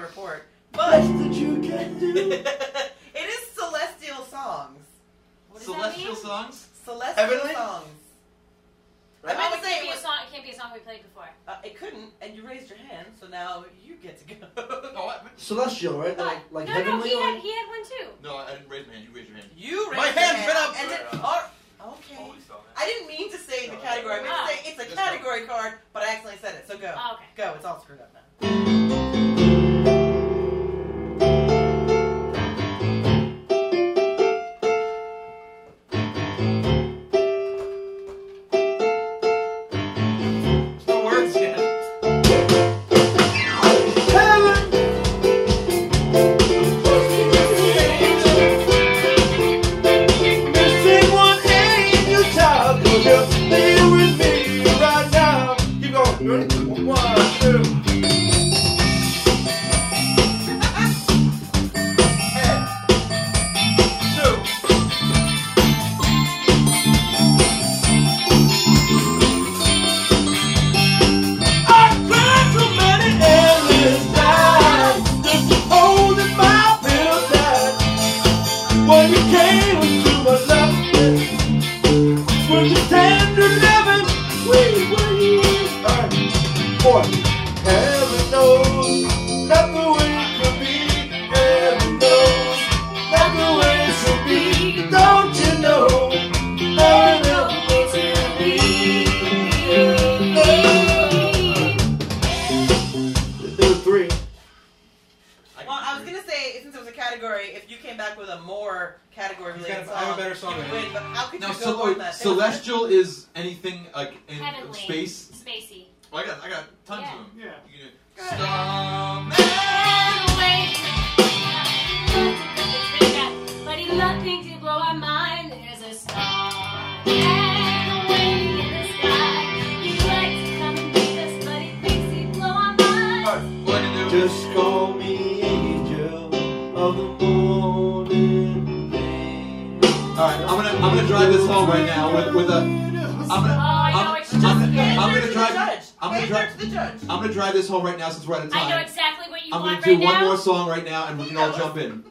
S4: report. [LAUGHS] But it is celestial songs.
S1: What does that
S2: Celestial
S1: mean?
S2: songs?
S4: Celestial
S5: Heavenly?
S4: songs.
S1: Oh,
S4: I meant
S1: it
S4: to say
S1: can't
S4: it,
S1: be a
S4: was,
S1: song. It can't be a song we played before.
S4: uh, it couldn't, and you raised your hand, so now you get to go.
S5: Oh, I-
S7: Celestial, right? Like,
S1: What?
S7: like
S1: Oh, no, no,
S7: heavenly
S1: he had
S7: or
S1: he had one too.
S2: No, I didn't raise my hand. You raised your hand.
S4: [LAUGHS] you raised
S5: My
S4: your
S5: hand's
S4: hand
S5: been up
S4: and
S5: for-
S4: did, oh, okay.
S5: Holy stuff, man.
S4: I didn't mean to say the category. I meant to say it's a
S5: Just
S4: category card, but I accidentally said it. So go.
S1: Oh, okay.
S4: Go. It's all screwed up now.
S2: There's no words yet.
S7: missing one angel child. Cause you're here with me right now. Keep going. You ready? One, two. When you came into my life, when you tender loving, we were you. Alright, boy. Heaven knows not the way it could be. Heaven knows not the way it should be. Don't you know? Heaven knows it be. There were three.
S4: Well, I was gonna say since it was a category, if you came back with a more category related
S24: He's got
S4: song,
S24: a- I have a better song
S4: you
S24: than
S4: would
S24: him.
S4: win. But how could
S2: Now,
S4: you go
S2: so,
S4: more
S2: wait,
S4: than that? There was-
S2: celestial is anything like in
S1: Heavenly.
S2: space.
S1: Spacey.
S2: Well, I got, I got tons
S1: Yeah.
S2: of them.
S3: Yeah.
S2: You can do-
S4: Go ahead.
S1: But he loved things to blow our mind. There's a star and a wing in the sky. He'd like to come and meet us, but he thinks he'd blow our mind.
S2: Well, I can do.
S7: Just call me angel of the morning.
S2: All right, I'm gonna I'm gonna drive this home right now with with a. I'm
S1: Oh,
S2: gonna
S1: I know
S2: I'm-
S1: what you're talking
S2: I'm
S1: about.
S2: gonna
S4: Hand her to
S2: drive-
S4: The judge.
S2: I'm gonna
S4: Hand her
S2: drive-
S4: to the judge.
S2: I'm gonna drive this home right now since we're out of
S1: I know
S2: time.
S1: exactly what you
S2: I'm gonna
S1: want
S2: do
S1: right
S2: one
S1: now.
S2: more song right now, and we can all jump in.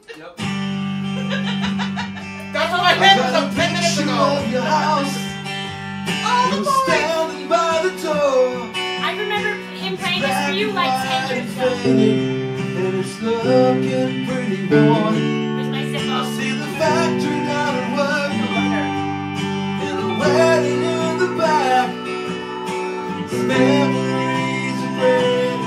S4: That's what my hand was up ten minutes ago.
S7: Of your house,
S4: Oh, the
S7: you
S4: boy.
S7: standing by the door.
S1: I remember him praying this
S7: Black
S1: for you like ten
S7: and
S1: years ago.
S7: white And it's looking pretty warm.
S1: Where's my zip
S7: I
S1: off?
S7: see the factory not at work
S4: Wonder.
S7: and a wedding in the back. Memories are great.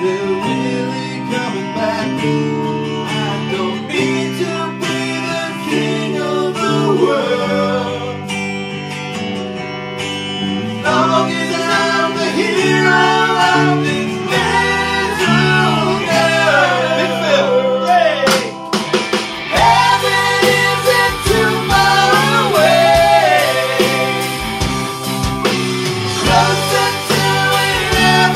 S7: They're really coming back. I don't mean to be the king of the world. Long as I'm the hero of this little girl. Heaven isn't too far away. Closer to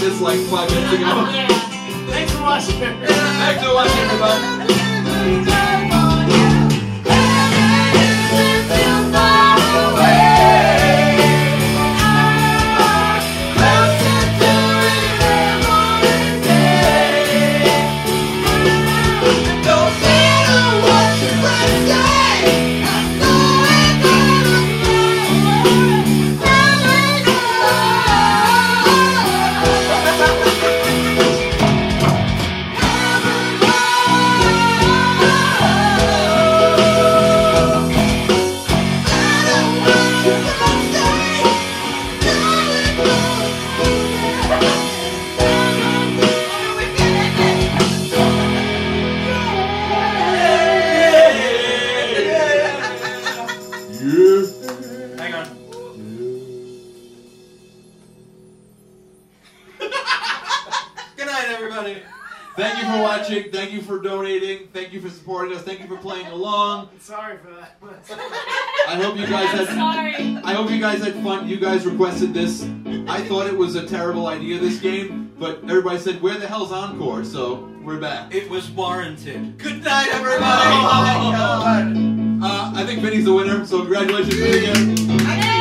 S2: this like five minutes ago.
S3: Thanks for watching.
S2: Thanks for watching, everybody.
S25: Hang
S4: [LAUGHS]
S25: on.
S2: Good night, everybody. Thank you for watching. Thank you for donating. Thank you for supporting us. Thank you for playing along.
S3: Sorry for that.
S2: I hope you guys had. I hope you guys had fun. You guys requested this. I thought it was a terrible idea this game, but everybody said, "Where the hell's Encore?" So we're back.
S25: It was warranted.
S2: Good night,
S4: Oh,
S5: Oh,
S2: everybody. Uh, I think Vinny's the winner, so congratulations, Vinny.
S1: Hey!